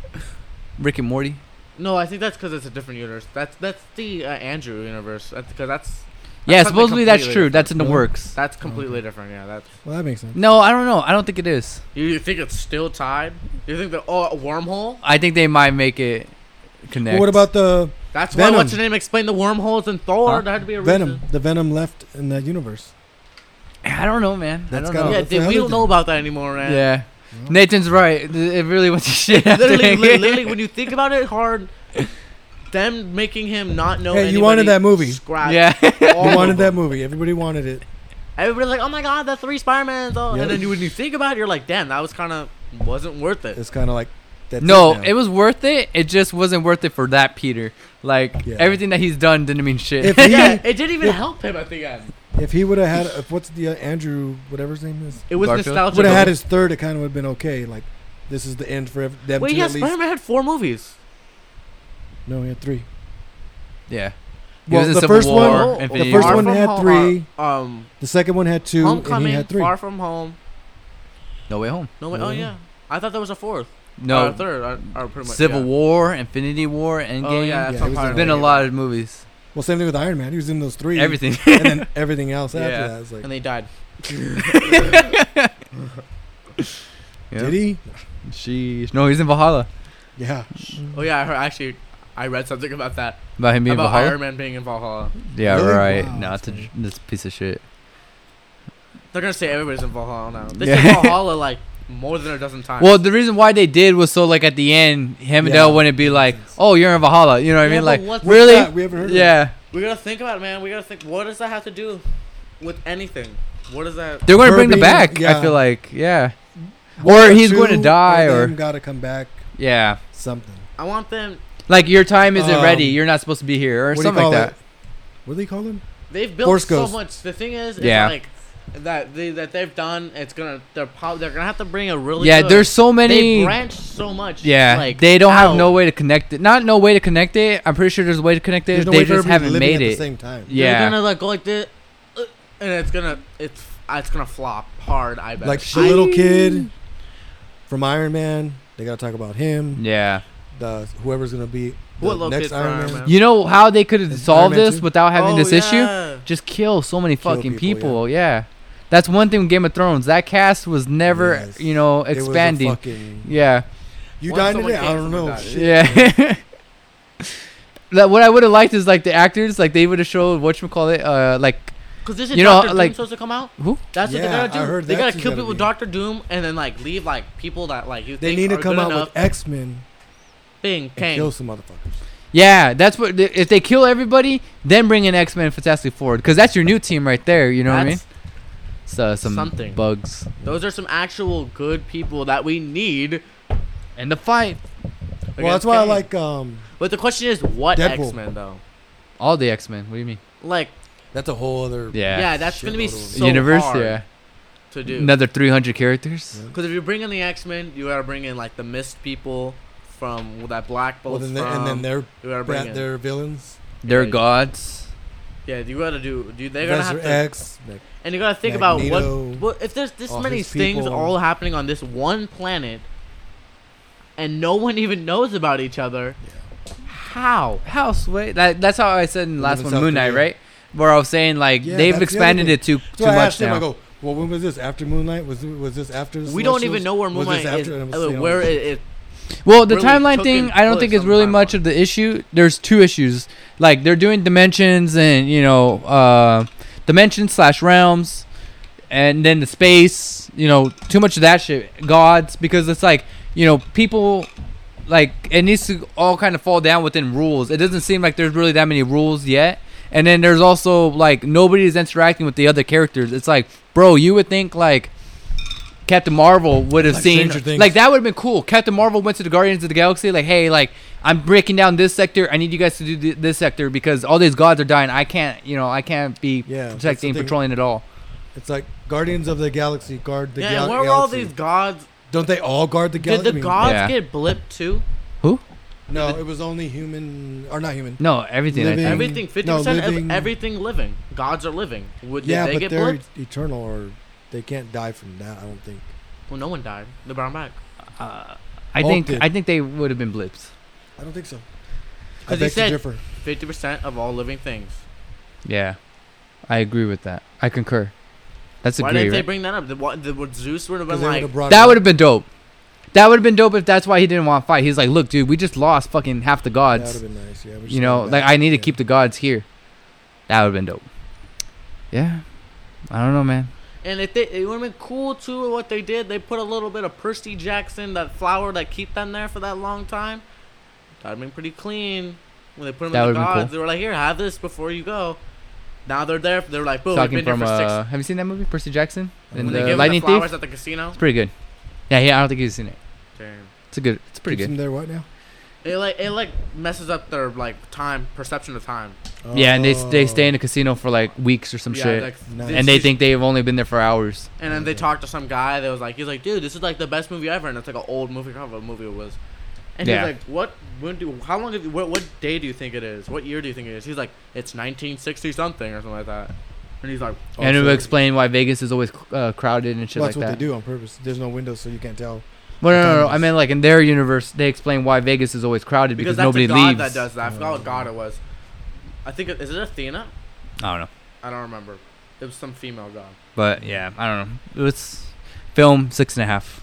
[SPEAKER 1] Rick and Morty.
[SPEAKER 3] no I think that's because it's a different universe that's that's the uh, Andrew universe that's because that's
[SPEAKER 1] Yeah,
[SPEAKER 3] something
[SPEAKER 1] supposedly that's
[SPEAKER 3] completely
[SPEAKER 1] true.
[SPEAKER 3] different.
[SPEAKER 1] That's in the
[SPEAKER 2] Really?
[SPEAKER 1] works.
[SPEAKER 3] that's completely different yeah that's
[SPEAKER 2] well, that makes sense.
[SPEAKER 1] No, I don't know. I don't think it is.
[SPEAKER 3] you, you think it's still tied you think that oh a wormhole
[SPEAKER 1] I think they might make it connect.
[SPEAKER 2] Well, what about the
[SPEAKER 3] that's
[SPEAKER 2] Venom.
[SPEAKER 3] why what's your name explained the wormholes in Thor
[SPEAKER 1] Huh?
[SPEAKER 3] there had to be a
[SPEAKER 2] Venom?
[SPEAKER 3] reason.
[SPEAKER 2] The Venom left in that universe.
[SPEAKER 1] I don't know, man.
[SPEAKER 2] That's
[SPEAKER 1] I
[SPEAKER 2] gotta
[SPEAKER 1] don't know.
[SPEAKER 3] yeah
[SPEAKER 2] that's
[SPEAKER 3] dude, we
[SPEAKER 2] another
[SPEAKER 3] don't know
[SPEAKER 2] thing.
[SPEAKER 3] about that anymore man
[SPEAKER 1] Yeah,
[SPEAKER 2] No.
[SPEAKER 1] Nathan's right. Th- It really went to shit. after
[SPEAKER 3] literally,
[SPEAKER 1] that
[SPEAKER 3] li-
[SPEAKER 1] game.
[SPEAKER 3] literally, when you think about it hard, them making him not know.
[SPEAKER 2] Hey, you
[SPEAKER 3] anybody
[SPEAKER 2] wanted that movie.
[SPEAKER 3] Scratch
[SPEAKER 1] yeah,
[SPEAKER 3] all
[SPEAKER 2] You
[SPEAKER 3] of
[SPEAKER 2] wanted that
[SPEAKER 3] them.
[SPEAKER 2] movie. Everybody wanted it.
[SPEAKER 3] Everybody's like, "Oh my god, the three Spider Mans!" Oh,
[SPEAKER 2] Yep.
[SPEAKER 3] and then you, when you think about it, you're like, "Damn, that was kind of wasn't worth it."
[SPEAKER 2] It's kind of like that's
[SPEAKER 1] no,
[SPEAKER 2] now.
[SPEAKER 1] it was worth it. It just wasn't worth it for that Peter. Like
[SPEAKER 2] Yeah.
[SPEAKER 1] everything that he's done didn't mean shit.
[SPEAKER 2] If he
[SPEAKER 3] yeah, it didn't even
[SPEAKER 2] Yeah.
[SPEAKER 3] help him at the end.
[SPEAKER 2] if he would have had if what's the uh, Andrew whatever his name is
[SPEAKER 3] It was
[SPEAKER 1] Garfield?
[SPEAKER 3] nostalgic.
[SPEAKER 2] would have had his third, it kind of would have been okay. Like this is the end for ev- them
[SPEAKER 3] Wait,
[SPEAKER 2] two
[SPEAKER 3] yeah,
[SPEAKER 2] at least.
[SPEAKER 3] Spider Man had four movies.
[SPEAKER 2] No, he had three.
[SPEAKER 1] yeah, he
[SPEAKER 2] Well,
[SPEAKER 1] was in
[SPEAKER 2] the
[SPEAKER 1] Civil
[SPEAKER 2] first one-
[SPEAKER 1] War,
[SPEAKER 3] Oh,
[SPEAKER 1] Infinity
[SPEAKER 2] the first
[SPEAKER 1] War.
[SPEAKER 2] one
[SPEAKER 3] Far From
[SPEAKER 2] had
[SPEAKER 3] Home-
[SPEAKER 2] three.
[SPEAKER 3] uh, um,
[SPEAKER 2] The second one had two, and he
[SPEAKER 3] Homecoming,
[SPEAKER 2] had three.
[SPEAKER 3] Far From Home.
[SPEAKER 1] No Way Home.
[SPEAKER 3] No wait, oh yeah, I thought there was a fourth.
[SPEAKER 1] No,
[SPEAKER 3] or a third, uh, or, or pretty much.
[SPEAKER 1] Civil
[SPEAKER 3] yeah.
[SPEAKER 1] War, Infinity War, Endgame.
[SPEAKER 3] Oh yeah,
[SPEAKER 2] Yeah,
[SPEAKER 3] that's
[SPEAKER 2] it was
[SPEAKER 3] yeah,
[SPEAKER 1] There's been a lot of movies.
[SPEAKER 2] well, same thing with Iron Man. He was in those three.
[SPEAKER 1] Everything.
[SPEAKER 2] and then everything else after
[SPEAKER 1] Yeah.
[SPEAKER 2] that. It's like,
[SPEAKER 3] and they died.
[SPEAKER 2] did he?
[SPEAKER 1] Sheesh. No, he's in Valhalla.
[SPEAKER 2] Yeah.
[SPEAKER 3] Oh yeah, I heard, actually, I read something about that.
[SPEAKER 1] About him being
[SPEAKER 3] about
[SPEAKER 1] Valhalla.
[SPEAKER 3] Iron Man being in Valhalla.
[SPEAKER 1] Yeah,
[SPEAKER 2] Really?
[SPEAKER 1] right.
[SPEAKER 2] Wow,
[SPEAKER 1] no,
[SPEAKER 2] that's
[SPEAKER 1] it's a,
[SPEAKER 2] funny.
[SPEAKER 1] this piece of shit.
[SPEAKER 3] They're gonna say everybody's in Valhalla now. They
[SPEAKER 1] Yeah.
[SPEAKER 3] say Valhalla like more than a dozen times.
[SPEAKER 1] Well, the reason why they did was so like at the end, him and
[SPEAKER 2] Yeah,
[SPEAKER 1] Dell wouldn't be like, "Oh, you're in Valhalla." You know what
[SPEAKER 3] Yeah,
[SPEAKER 1] I mean?
[SPEAKER 3] but
[SPEAKER 1] Like,
[SPEAKER 3] what's with
[SPEAKER 1] really?
[SPEAKER 2] Yeah, we haven't heard. of it.
[SPEAKER 1] Yeah,
[SPEAKER 3] we gotta think about it, man. We gotta think. What does that have to do with anything? What does that?
[SPEAKER 1] they're going to
[SPEAKER 2] Her
[SPEAKER 1] bring them
[SPEAKER 2] being-
[SPEAKER 1] back.
[SPEAKER 2] yeah.
[SPEAKER 1] I feel like, yeah, or he's
[SPEAKER 2] Two
[SPEAKER 1] going to die,
[SPEAKER 2] of
[SPEAKER 1] or
[SPEAKER 2] them gotta come back.
[SPEAKER 1] yeah,
[SPEAKER 2] Something.
[SPEAKER 3] I want them.
[SPEAKER 1] like your time isn't ready.
[SPEAKER 2] Um,
[SPEAKER 1] You're not supposed to be here, or
[SPEAKER 2] What do you
[SPEAKER 1] something
[SPEAKER 2] call
[SPEAKER 1] like that.
[SPEAKER 2] it? What do they call him?
[SPEAKER 3] They've built
[SPEAKER 2] Force
[SPEAKER 3] so
[SPEAKER 2] Ghost.
[SPEAKER 3] much. The thing is, it's
[SPEAKER 1] Yeah.
[SPEAKER 3] like that they, that they've done. It's gonna. They're prob- They're gonna have to bring a really.
[SPEAKER 1] yeah,
[SPEAKER 3] good-
[SPEAKER 1] there's so
[SPEAKER 3] They
[SPEAKER 1] many.
[SPEAKER 3] branched so much.
[SPEAKER 1] Yeah,
[SPEAKER 3] Like
[SPEAKER 1] they don't have no
[SPEAKER 3] out.
[SPEAKER 1] way to connect it. Not no way to connect it. I'm pretty sure there's a way to connect it.
[SPEAKER 2] There's no
[SPEAKER 1] they
[SPEAKER 2] way for
[SPEAKER 1] just
[SPEAKER 2] everybody
[SPEAKER 1] haven't
[SPEAKER 2] living
[SPEAKER 1] made
[SPEAKER 2] at the
[SPEAKER 1] it.
[SPEAKER 2] same time.
[SPEAKER 3] They're
[SPEAKER 1] Yeah,
[SPEAKER 3] gonna like go like this, uh, and it's gonna it's it's gonna flop hard. I bet.
[SPEAKER 2] Like the little kid from Iron Man. They gotta talk about him.
[SPEAKER 1] yeah.
[SPEAKER 2] the whoever's gonna be
[SPEAKER 3] What
[SPEAKER 2] the
[SPEAKER 3] little
[SPEAKER 2] next
[SPEAKER 3] kid for
[SPEAKER 2] Iron
[SPEAKER 3] Iron
[SPEAKER 2] Man.
[SPEAKER 3] Man?
[SPEAKER 1] You know how they could have
[SPEAKER 2] Is
[SPEAKER 1] solved
[SPEAKER 2] Iron Man
[SPEAKER 1] this
[SPEAKER 2] too?
[SPEAKER 1] without having
[SPEAKER 3] Oh,
[SPEAKER 1] this issue?
[SPEAKER 3] yeah.
[SPEAKER 1] just kill so many
[SPEAKER 2] Kill
[SPEAKER 1] fucking people.
[SPEAKER 2] people,
[SPEAKER 1] Yeah. that's one thing with Game of Thrones. That cast was never,
[SPEAKER 2] Yes.
[SPEAKER 1] you know,
[SPEAKER 2] It was a
[SPEAKER 1] expanding.
[SPEAKER 2] fucking-
[SPEAKER 1] yeah,
[SPEAKER 2] you
[SPEAKER 3] Once
[SPEAKER 2] died
[SPEAKER 3] someone
[SPEAKER 2] today. I
[SPEAKER 3] came,
[SPEAKER 2] don't
[SPEAKER 3] someone
[SPEAKER 2] know.
[SPEAKER 3] died.
[SPEAKER 2] Shit.
[SPEAKER 1] yeah. That- what I would have liked is like the actors, like they would have showed what you call it, uh, like
[SPEAKER 3] Because this is
[SPEAKER 1] You know,
[SPEAKER 3] Doctor
[SPEAKER 1] like-
[SPEAKER 3] Doom supposed to come out.
[SPEAKER 1] who?
[SPEAKER 3] That's what
[SPEAKER 2] Yeah,
[SPEAKER 3] they're gonna do.
[SPEAKER 2] I heard
[SPEAKER 3] they
[SPEAKER 2] that's
[SPEAKER 3] gotta
[SPEAKER 2] who's
[SPEAKER 3] kill
[SPEAKER 2] gonna
[SPEAKER 3] people with
[SPEAKER 2] be.
[SPEAKER 3] Doctor Doom and then like leave like people that like you
[SPEAKER 2] They
[SPEAKER 3] think
[SPEAKER 2] need to
[SPEAKER 3] are
[SPEAKER 2] come
[SPEAKER 3] good
[SPEAKER 2] out
[SPEAKER 3] enough.
[SPEAKER 2] with X Men
[SPEAKER 3] Bing,
[SPEAKER 2] and
[SPEAKER 3] Kang.
[SPEAKER 2] kill some motherfuckers.
[SPEAKER 1] Yeah, that's what. If they kill everybody, then bring in X Men, Fantastic Four, because that's your new team right there. You know what I mean?
[SPEAKER 3] That's-
[SPEAKER 1] So some
[SPEAKER 3] something.
[SPEAKER 1] bugs
[SPEAKER 3] Those are some actual good people that we need.
[SPEAKER 1] and the fight.
[SPEAKER 2] Well, that's
[SPEAKER 3] against
[SPEAKER 2] why I
[SPEAKER 3] Kang.
[SPEAKER 2] like. Um,
[SPEAKER 3] But the question is, what
[SPEAKER 2] Deadpool.
[SPEAKER 3] X Men though?
[SPEAKER 1] All the X Men. What do you mean?
[SPEAKER 3] Like,
[SPEAKER 2] that's a whole other.
[SPEAKER 1] Yeah.
[SPEAKER 3] yeah, that's gonna be
[SPEAKER 2] Shitload of-
[SPEAKER 3] so
[SPEAKER 1] Universe.
[SPEAKER 3] hard
[SPEAKER 1] Yeah.
[SPEAKER 3] to do.
[SPEAKER 1] Another 300 characters.
[SPEAKER 3] Because if you bring in the X Men, you gotta bring in like the Mist people from that Black
[SPEAKER 2] Well,
[SPEAKER 3] Bolt
[SPEAKER 2] then they're,
[SPEAKER 3] from.
[SPEAKER 2] and then they're
[SPEAKER 3] you gotta bring
[SPEAKER 2] bad,
[SPEAKER 3] in.
[SPEAKER 2] they're villains.
[SPEAKER 1] They're
[SPEAKER 3] Yeah.
[SPEAKER 1] gods.
[SPEAKER 3] Yeah, you gotta do. Dude, they're gonna
[SPEAKER 2] Professor
[SPEAKER 3] have to.
[SPEAKER 2] X. like,
[SPEAKER 3] And you gotta think about
[SPEAKER 2] Magneto,
[SPEAKER 3] what, what if there's this
[SPEAKER 2] all
[SPEAKER 3] many
[SPEAKER 2] his
[SPEAKER 3] things
[SPEAKER 2] people.
[SPEAKER 3] all happening on this one planet, and no one even knows about each other. How?
[SPEAKER 1] House way. That, that's how I said in the last
[SPEAKER 2] in
[SPEAKER 1] one,
[SPEAKER 2] South
[SPEAKER 1] Moon Knight,
[SPEAKER 2] Korea.
[SPEAKER 1] right? where I was saying like
[SPEAKER 2] Yeah,
[SPEAKER 1] they've
[SPEAKER 2] that's the other
[SPEAKER 1] expanded
[SPEAKER 2] thing.
[SPEAKER 1] it too
[SPEAKER 2] So
[SPEAKER 1] too
[SPEAKER 2] I
[SPEAKER 1] much
[SPEAKER 2] asked him.
[SPEAKER 1] now.
[SPEAKER 2] I go, well, when was this? After Moonlight? Was it- was this after? the
[SPEAKER 3] We don't
[SPEAKER 2] Celestials?
[SPEAKER 3] even know where
[SPEAKER 2] Was this
[SPEAKER 3] Moonlight is.
[SPEAKER 2] after- and it was,
[SPEAKER 3] uh,
[SPEAKER 2] you know,
[SPEAKER 3] where it, it
[SPEAKER 1] Well, the
[SPEAKER 3] really
[SPEAKER 1] timeline
[SPEAKER 3] took
[SPEAKER 1] thing,
[SPEAKER 3] in
[SPEAKER 1] I don't think
[SPEAKER 3] place
[SPEAKER 1] is
[SPEAKER 3] on
[SPEAKER 1] really
[SPEAKER 3] timeline.
[SPEAKER 1] much of the issue. There's two issues. Like they're doing dimensions and you know uh, dimensions slash realms, and then the space. You know, too much of that shit. Gods, because it's like you know people. Like it needs to all kind of fall down within rules. It doesn't seem like there's really that many rules yet. And then there's also like nobody's interacting with the other characters. It's like, bro, you would think like Captain Marvel would have
[SPEAKER 2] Like
[SPEAKER 1] seen
[SPEAKER 2] Stranger Things.
[SPEAKER 1] like that would have been cool. Captain Marvel went to the Guardians of the Galaxy like, hey, like I'm breaking down this sector. I need you guys to do th- this sector because all these gods are dying. I can't, you know, I can't be
[SPEAKER 2] Yeah, that's
[SPEAKER 1] protecting,
[SPEAKER 2] the thing.
[SPEAKER 1] patrolling at all.
[SPEAKER 2] It's like Guardians of the Galaxy guard the
[SPEAKER 3] yeah.
[SPEAKER 2] gal-
[SPEAKER 3] and where were
[SPEAKER 2] galaxy.
[SPEAKER 3] all these gods?
[SPEAKER 2] Don't they all guard the
[SPEAKER 3] Did
[SPEAKER 2] galaxy?
[SPEAKER 3] the gods
[SPEAKER 1] Yeah.
[SPEAKER 3] get blipped too?
[SPEAKER 2] No, it was only human or not human.
[SPEAKER 1] No, everything. I
[SPEAKER 2] Living-
[SPEAKER 1] think.
[SPEAKER 3] Everything, fifty percent
[SPEAKER 2] living-
[SPEAKER 3] of everything living. Gods are living. Would
[SPEAKER 2] yeah,
[SPEAKER 3] they
[SPEAKER 2] but
[SPEAKER 3] get
[SPEAKER 2] they're
[SPEAKER 3] blipped?
[SPEAKER 2] eternal, or they can't die from that. I don't think.
[SPEAKER 3] Well, no one died. They brought 'em back.
[SPEAKER 1] Uh, I
[SPEAKER 2] Hulk
[SPEAKER 1] think.
[SPEAKER 2] did.
[SPEAKER 1] I think they would have been blipped.
[SPEAKER 2] I don't think so. I
[SPEAKER 3] 'Cause he
[SPEAKER 2] beg to
[SPEAKER 3] said-
[SPEAKER 2] differ.
[SPEAKER 3] Fifty percent of all living things.
[SPEAKER 1] Yeah, I agree with that. I concur. That's
[SPEAKER 3] Why
[SPEAKER 1] agree.
[SPEAKER 3] didn't they
[SPEAKER 1] right?
[SPEAKER 3] bring that up? The, what, the, what Zeus would have
[SPEAKER 2] 'Cause
[SPEAKER 3] been
[SPEAKER 2] they
[SPEAKER 3] like,
[SPEAKER 2] would've brought
[SPEAKER 1] That
[SPEAKER 2] him-
[SPEAKER 1] would have been dope. That would have been dope if that's why he didn't want to fight. He's like, look, dude, we just lost fucking half the
[SPEAKER 2] that
[SPEAKER 1] gods.
[SPEAKER 2] would've been nice. Yeah, we just
[SPEAKER 1] you know,
[SPEAKER 2] went
[SPEAKER 1] like
[SPEAKER 2] back.
[SPEAKER 1] I need to
[SPEAKER 2] Yeah.
[SPEAKER 1] keep the gods here. That would have been dope. Yeah, I don't know, man.
[SPEAKER 3] and if they, it would have been cool too. What they did, they put a little bit of Percy Jackson, that flower that keep them there for that long time. That'd been pretty clean. When they put them
[SPEAKER 1] That
[SPEAKER 3] in
[SPEAKER 1] would've
[SPEAKER 3] the
[SPEAKER 1] been cool.
[SPEAKER 3] gods, they were like, "Here, have this before you go." Now they're there. They're like, "Boom,
[SPEAKER 1] Talking
[SPEAKER 3] we've been
[SPEAKER 1] from
[SPEAKER 3] here for
[SPEAKER 1] uh,
[SPEAKER 3] six.
[SPEAKER 1] have you seen that movie Percy Jackson
[SPEAKER 2] When
[SPEAKER 1] and
[SPEAKER 3] When
[SPEAKER 2] the
[SPEAKER 3] they give them the
[SPEAKER 1] Lightning
[SPEAKER 3] flowers
[SPEAKER 1] Thief?
[SPEAKER 3] at the casino,
[SPEAKER 1] It's pretty good. Yeah, yeah, I don't think he's seen it.
[SPEAKER 3] damn.
[SPEAKER 1] It's a good. It's pretty
[SPEAKER 2] Keeps
[SPEAKER 1] good.
[SPEAKER 2] him there what now?
[SPEAKER 3] It like it like messes up their like time perception of time.
[SPEAKER 1] Yeah, and they s- they
[SPEAKER 2] Oh.
[SPEAKER 1] stay in the casino for like weeks or some
[SPEAKER 3] yeah,
[SPEAKER 1] shit,
[SPEAKER 3] like,
[SPEAKER 2] Nice.
[SPEAKER 3] this
[SPEAKER 1] and they
[SPEAKER 3] is-
[SPEAKER 1] think they've only been there for hours.
[SPEAKER 3] And then they talked to some guy that was like, he's like, dude, this is like the best movie ever, and it's like an old movie, I forgot what movie it was. And
[SPEAKER 1] Yeah.
[SPEAKER 3] he's like, what? When do? How long? Have you, what, what day do you think it is? What year do you think it is? He's like, it's 1960 something or something like that. And he's like,
[SPEAKER 2] Oh,
[SPEAKER 1] and it
[SPEAKER 2] so
[SPEAKER 1] would explain why Vegas is always uh, crowded and shit
[SPEAKER 2] Well, that's
[SPEAKER 1] like
[SPEAKER 2] what
[SPEAKER 1] that.
[SPEAKER 2] they do on purpose. There's no windows, so you can't tell.
[SPEAKER 1] Well, no, no, no, I
[SPEAKER 2] Timeless.
[SPEAKER 1] mean, like in their universe, they explain why Vegas is always crowded because,
[SPEAKER 3] because, that's
[SPEAKER 1] nobody
[SPEAKER 3] a god
[SPEAKER 1] leaves.
[SPEAKER 3] that does that. I forgot what
[SPEAKER 2] Oh.
[SPEAKER 3] god it was. I think it, is it Athena?
[SPEAKER 1] I don't know,
[SPEAKER 3] I don't remember. It was some female god.
[SPEAKER 1] but yeah, I don't know. It's film six and a half.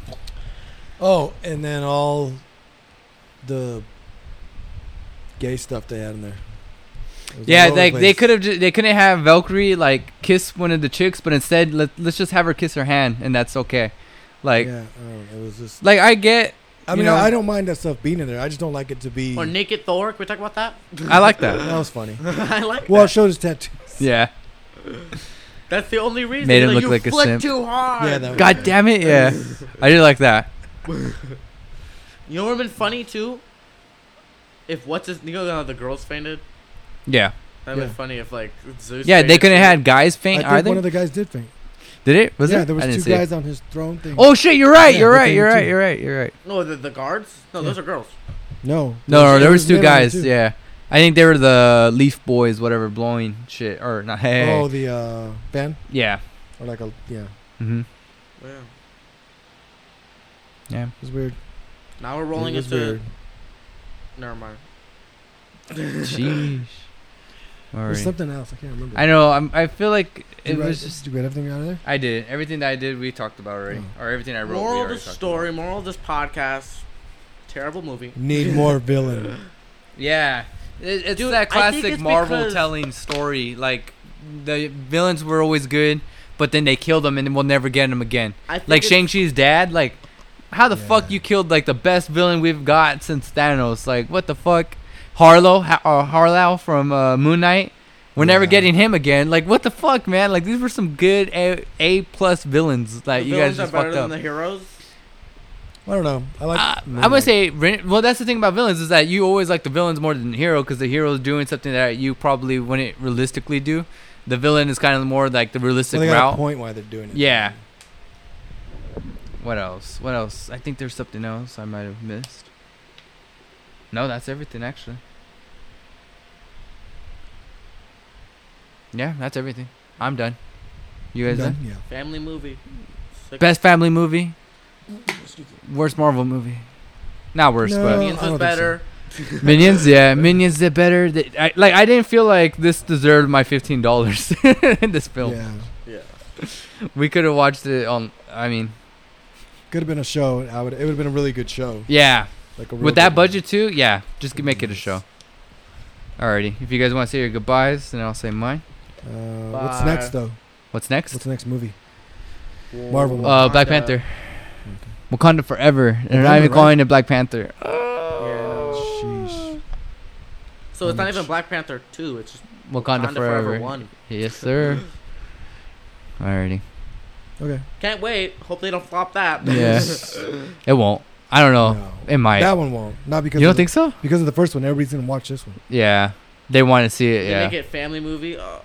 [SPEAKER 2] Oh, and then all the gay stuff they had in there. It was
[SPEAKER 1] Yeah,
[SPEAKER 2] all over
[SPEAKER 1] like
[SPEAKER 2] the
[SPEAKER 1] they
[SPEAKER 2] place.
[SPEAKER 1] could have, they couldn't have Valkyrie like kiss one of the chicks, but instead let let's just have her kiss her hand, and that's okay. Like,
[SPEAKER 2] yeah, I don't know, it was just.
[SPEAKER 1] like I get,
[SPEAKER 2] I
[SPEAKER 1] you
[SPEAKER 2] mean,
[SPEAKER 1] know-
[SPEAKER 2] I don't mind that stuff being in there. I just don't like it to be.
[SPEAKER 3] Or naked Thor? Can we talk about that?
[SPEAKER 1] I like that.
[SPEAKER 2] that was funny.
[SPEAKER 3] I like.
[SPEAKER 2] Well, it showed his tattoo.
[SPEAKER 1] yeah.
[SPEAKER 3] That's the only reason.
[SPEAKER 1] Made
[SPEAKER 3] He's
[SPEAKER 1] him look
[SPEAKER 3] like, you
[SPEAKER 1] like a
[SPEAKER 3] flick
[SPEAKER 1] simp.
[SPEAKER 3] too hard.
[SPEAKER 2] Yeah, that was-
[SPEAKER 1] God damn it, yeah. I did like that.
[SPEAKER 3] You know what would have been funny too? If what's his you know how the girls fainted?
[SPEAKER 1] Yeah.
[SPEAKER 3] That would have
[SPEAKER 2] Yeah.
[SPEAKER 3] been funny if like Zeus
[SPEAKER 1] Yeah, they
[SPEAKER 3] fainted
[SPEAKER 1] couldn't
[SPEAKER 3] too.
[SPEAKER 1] have had guys
[SPEAKER 2] I
[SPEAKER 1] faint
[SPEAKER 2] think
[SPEAKER 1] either.
[SPEAKER 2] one of the guys did faint.
[SPEAKER 1] did it? Was
[SPEAKER 2] yeah,
[SPEAKER 1] it?
[SPEAKER 2] there
[SPEAKER 1] I
[SPEAKER 2] was
[SPEAKER 1] didn't
[SPEAKER 2] two
[SPEAKER 1] see it.
[SPEAKER 2] guys on his throne thing.
[SPEAKER 1] Oh shit, you're right,
[SPEAKER 2] Yeah,
[SPEAKER 1] you're
[SPEAKER 2] they
[SPEAKER 1] right,
[SPEAKER 2] came
[SPEAKER 1] you're right,
[SPEAKER 2] too.
[SPEAKER 1] you're right, you're right.
[SPEAKER 3] No, the, the guards? No,
[SPEAKER 2] Yeah.
[SPEAKER 3] those are girls.
[SPEAKER 2] no,
[SPEAKER 1] No, no, there
[SPEAKER 2] it
[SPEAKER 1] was two
[SPEAKER 2] men on it,
[SPEAKER 1] guys,
[SPEAKER 2] too.
[SPEAKER 1] yeah. I think they were the Leaf Boys, whatever, blowing shit or not hey.
[SPEAKER 2] Oh, the uh, band
[SPEAKER 1] Yeah.
[SPEAKER 2] or like a yeah, it
[SPEAKER 1] Mm-hmm.
[SPEAKER 3] Yeah.
[SPEAKER 1] Yeah.
[SPEAKER 2] was weird.
[SPEAKER 3] Now we're rolling
[SPEAKER 2] it was
[SPEAKER 3] into
[SPEAKER 2] weird.
[SPEAKER 3] never mind.
[SPEAKER 1] Sheesh.
[SPEAKER 2] There's
[SPEAKER 1] Alright.
[SPEAKER 2] something else I can't remember.
[SPEAKER 1] I know, I'm, I feel like
[SPEAKER 2] Did
[SPEAKER 1] it
[SPEAKER 2] you write-
[SPEAKER 1] was just
[SPEAKER 2] Did you get everything out of there?
[SPEAKER 1] I did. Everything that I did we talked about already.
[SPEAKER 2] Oh.
[SPEAKER 1] Or everything I wrote. we
[SPEAKER 3] Moral of
[SPEAKER 1] already
[SPEAKER 3] the
[SPEAKER 1] talked
[SPEAKER 3] story,
[SPEAKER 1] about.
[SPEAKER 3] moral of this podcast. Terrible movie.
[SPEAKER 2] Need more villain.
[SPEAKER 1] Yeah. It, it's
[SPEAKER 3] Dude, I
[SPEAKER 1] that
[SPEAKER 3] think
[SPEAKER 1] classic
[SPEAKER 3] it's
[SPEAKER 1] Marvel
[SPEAKER 3] because-
[SPEAKER 1] telling story. Like, the villains were always good, but then they killed them and then we'll never get them again.
[SPEAKER 3] I think
[SPEAKER 1] Like,
[SPEAKER 3] it's-
[SPEAKER 1] Shang-Chi's dad, like, how the fuck
[SPEAKER 2] Yeah.
[SPEAKER 1] you killed, like, the best villain we've got since Thanos? Like, what the fuck? Harlow, ha- or Harlow from uh, Moon Knight? We're never
[SPEAKER 2] Yeah.
[SPEAKER 1] getting him again. Like, what the fuck, man? Like, these were some good A A plus villains.
[SPEAKER 3] the
[SPEAKER 1] Like, you guys
[SPEAKER 3] villains
[SPEAKER 1] just
[SPEAKER 3] are better
[SPEAKER 1] fucked
[SPEAKER 3] than
[SPEAKER 1] up.
[SPEAKER 3] the heroes.
[SPEAKER 2] I don't know. I like.
[SPEAKER 1] Uh,
[SPEAKER 2] Moonlight.
[SPEAKER 1] I'm gonna say, Ren- well, that's the thing about villains is that you always like the villains more than the hero because the hero's doing something that you probably wouldn't realistically do. The villain is kind of more like the realistic
[SPEAKER 2] Well, they got a
[SPEAKER 1] route.
[SPEAKER 2] point why they're doing it.
[SPEAKER 1] Yeah. What else? What else? I think there's something else I might have missed. No, that's everything actually. Yeah, that's everything. I'm done. You guys done?
[SPEAKER 2] Done? Yeah.
[SPEAKER 3] Family movie. Sick.
[SPEAKER 1] Best family movie. Worst Marvel movie. Not worst,
[SPEAKER 2] No.
[SPEAKER 1] but
[SPEAKER 2] I
[SPEAKER 3] Guardians
[SPEAKER 2] uh, don't
[SPEAKER 3] was
[SPEAKER 2] think so.
[SPEAKER 3] better.
[SPEAKER 1] Minions, yeah, Minions did better. They, I, like I didn't feel like this deserved my fifteen dollars in this film.
[SPEAKER 2] Yeah,
[SPEAKER 3] Yeah.
[SPEAKER 1] We could have watched it on. I mean,
[SPEAKER 2] could have been a show. I would. It would have been a really good show.
[SPEAKER 1] yeah,
[SPEAKER 2] Like a real
[SPEAKER 1] with that
[SPEAKER 2] good-
[SPEAKER 1] budget too, yeah, just g- make it a show. Alrighty, if you guys want to say your goodbyes, then I'll say mine.
[SPEAKER 2] Uh, what's
[SPEAKER 3] Bye.
[SPEAKER 2] next though?
[SPEAKER 1] What's next?
[SPEAKER 2] What's the next movie?
[SPEAKER 3] Wakanda.
[SPEAKER 2] Marvel.
[SPEAKER 1] Uh, Black Panther. Wakanda forever. They're not
[SPEAKER 2] Wakanda,
[SPEAKER 1] even
[SPEAKER 2] right?
[SPEAKER 1] calling it Black Panther.
[SPEAKER 2] Sheesh.
[SPEAKER 3] So it's not even Black Panther two. It's just
[SPEAKER 1] Wakanda,
[SPEAKER 3] Wakanda
[SPEAKER 1] forever.
[SPEAKER 3] Forever one.
[SPEAKER 1] Yes, sir. Alrighty.
[SPEAKER 2] Okay.
[SPEAKER 3] Can't wait. Hope they don't flop that.
[SPEAKER 1] Yeah. It won't. I don't know.
[SPEAKER 2] No.
[SPEAKER 1] It might.
[SPEAKER 2] That one won't. Not because
[SPEAKER 1] Oh, you don't
[SPEAKER 2] of the,
[SPEAKER 1] think so?
[SPEAKER 2] because of the first one. Everybody's gonna watch this one.
[SPEAKER 1] Yeah. They want to see it.
[SPEAKER 3] They
[SPEAKER 1] Yeah.
[SPEAKER 3] make it family movie. Uh,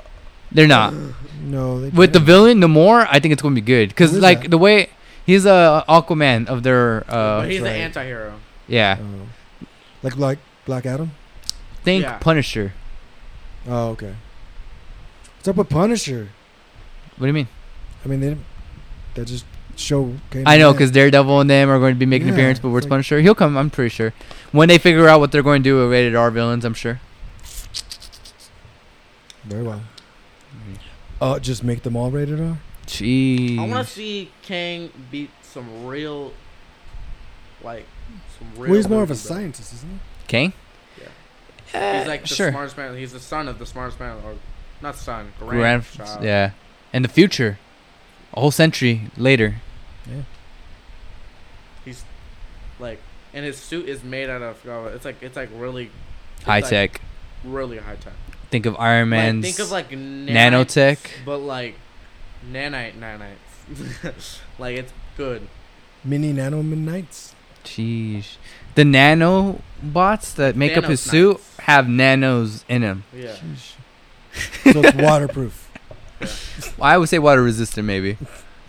[SPEAKER 1] They're not.
[SPEAKER 2] No. They
[SPEAKER 1] With the
[SPEAKER 2] can't.
[SPEAKER 1] villain, the more I think it's going to be good. Because,
[SPEAKER 2] Who is
[SPEAKER 1] like,
[SPEAKER 2] that?
[SPEAKER 1] the way he's a Aquaman of their.
[SPEAKER 3] but
[SPEAKER 1] uh
[SPEAKER 3] he's
[SPEAKER 2] right.
[SPEAKER 3] an anti-hero.
[SPEAKER 1] Yeah.
[SPEAKER 2] Oh. like like Black Adam.
[SPEAKER 1] Think
[SPEAKER 3] Yeah.
[SPEAKER 1] Punisher.
[SPEAKER 2] Oh, okay. What's up with Punisher?
[SPEAKER 1] What do you mean?
[SPEAKER 2] I mean, they didn't. That just show. Came
[SPEAKER 1] I know
[SPEAKER 2] in.
[SPEAKER 1] because Daredevil and them are going to be making an
[SPEAKER 2] Yeah,
[SPEAKER 1] appearance, but
[SPEAKER 2] it's
[SPEAKER 1] where's
[SPEAKER 2] like-
[SPEAKER 1] Punisher? He'll come, I'm pretty sure. When they figure out what they're going to do with rated R villains, I'm sure.
[SPEAKER 2] very well.
[SPEAKER 3] Mm-hmm.
[SPEAKER 2] Uh, just make them all rated R.
[SPEAKER 1] Jeez.
[SPEAKER 3] I want to see Kang beat some real, like, some real.
[SPEAKER 2] Well, he's more of a
[SPEAKER 3] movies, though.
[SPEAKER 2] scientist, isn't he?
[SPEAKER 1] King?
[SPEAKER 3] He's like the
[SPEAKER 1] sure.
[SPEAKER 3] smartest man. He's the son of the smartest man, or not son,
[SPEAKER 1] Grand,
[SPEAKER 3] grandchild.
[SPEAKER 1] yeah. In the future, a whole century later.
[SPEAKER 3] He's like, and his suit is made out of. uh, It's like it's like really it's
[SPEAKER 1] High
[SPEAKER 3] like
[SPEAKER 1] tech.
[SPEAKER 3] really high tech.
[SPEAKER 1] Think of Iron
[SPEAKER 3] Like,
[SPEAKER 1] Man's.
[SPEAKER 3] think of like nanites,
[SPEAKER 1] nanotech.
[SPEAKER 3] but like nanite nanites. like it's good.
[SPEAKER 2] Mini Nano Midnights.
[SPEAKER 1] Jeez. The nano bots that make up his suit
[SPEAKER 3] Nanosnites.
[SPEAKER 1] have nanos in them.
[SPEAKER 3] Yeah.
[SPEAKER 2] so it's waterproof.
[SPEAKER 1] I would say water resistant, maybe.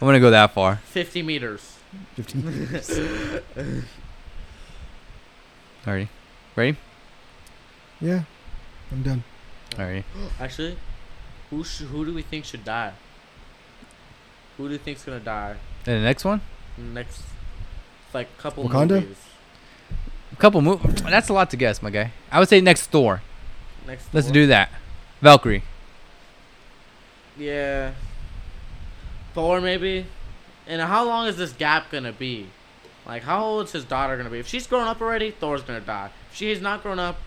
[SPEAKER 1] I want to go that far.
[SPEAKER 3] Fifty meters.
[SPEAKER 2] 15.
[SPEAKER 1] Alrighty.
[SPEAKER 2] Yeah, I'm done.
[SPEAKER 1] Alrighty.
[SPEAKER 3] Actually, who sh- who do we think should die? Who do you think's gonna die
[SPEAKER 1] Then the next one?
[SPEAKER 3] next? Like couple
[SPEAKER 2] Wakanda?
[SPEAKER 3] movies.
[SPEAKER 1] A couple move. That's a lot to guess, my guy. I would say next Thor.
[SPEAKER 3] Next.
[SPEAKER 1] Let's
[SPEAKER 3] one?
[SPEAKER 1] do that. Valkyrie.
[SPEAKER 3] Yeah. Thor maybe. And how long is this gap gonna be? Like how old's his daughter gonna be? If she's grown up already, Thor's gonna die. If she's not grown up,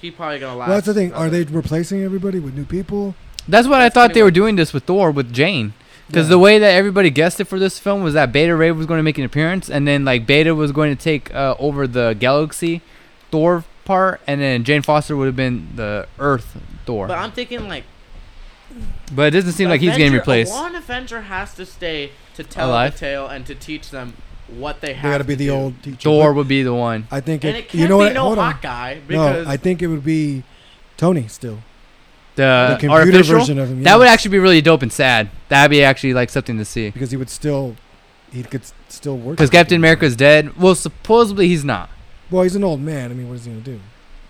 [SPEAKER 3] he probably gonna last.
[SPEAKER 2] Well, that's the thing. Are
[SPEAKER 3] another-
[SPEAKER 2] they replacing everybody with new people?
[SPEAKER 1] That's what I
[SPEAKER 3] That's
[SPEAKER 1] thought
[SPEAKER 3] pretty
[SPEAKER 1] they were
[SPEAKER 3] much-
[SPEAKER 1] doing this with Thor with Jane. Because
[SPEAKER 2] Yeah.
[SPEAKER 1] the way that everybody guessed it for this film was that Beta Ray was going to make an appearance, and then like Beta was going to take uh, over the galaxy Thor part, and then Jane Foster would have been the Earth Thor.
[SPEAKER 3] But
[SPEAKER 1] But,
[SPEAKER 3] I'm thinking like
[SPEAKER 1] it doesn't seem
[SPEAKER 3] the
[SPEAKER 1] like he's getting
[SPEAKER 3] Avenger-
[SPEAKER 1] replaced.
[SPEAKER 3] One Avenger has to stay to tell
[SPEAKER 1] Alive?
[SPEAKER 3] the tale and to teach them what they have.
[SPEAKER 2] They got to
[SPEAKER 3] to
[SPEAKER 2] be the
[SPEAKER 3] do.
[SPEAKER 2] old teacher.
[SPEAKER 1] Thor would be the one.
[SPEAKER 2] I think
[SPEAKER 3] And
[SPEAKER 2] it,
[SPEAKER 3] it can't
[SPEAKER 2] you know
[SPEAKER 3] be
[SPEAKER 2] what?
[SPEAKER 3] no
[SPEAKER 2] Hold on.
[SPEAKER 3] Hawkeye because
[SPEAKER 2] No, I think it would be Tony still.
[SPEAKER 1] The,
[SPEAKER 2] the computer
[SPEAKER 1] Uh, artificial.
[SPEAKER 2] version of him. yeah.
[SPEAKER 1] That would actually be really dope and sad. That'd be actually like something to see.
[SPEAKER 2] because he would still he could s- still work.
[SPEAKER 1] Because
[SPEAKER 2] with
[SPEAKER 1] Captain
[SPEAKER 2] him.
[SPEAKER 1] America's dead. Well, supposedly he's not.
[SPEAKER 2] Well, he's an old man. I mean, what is he gonna do?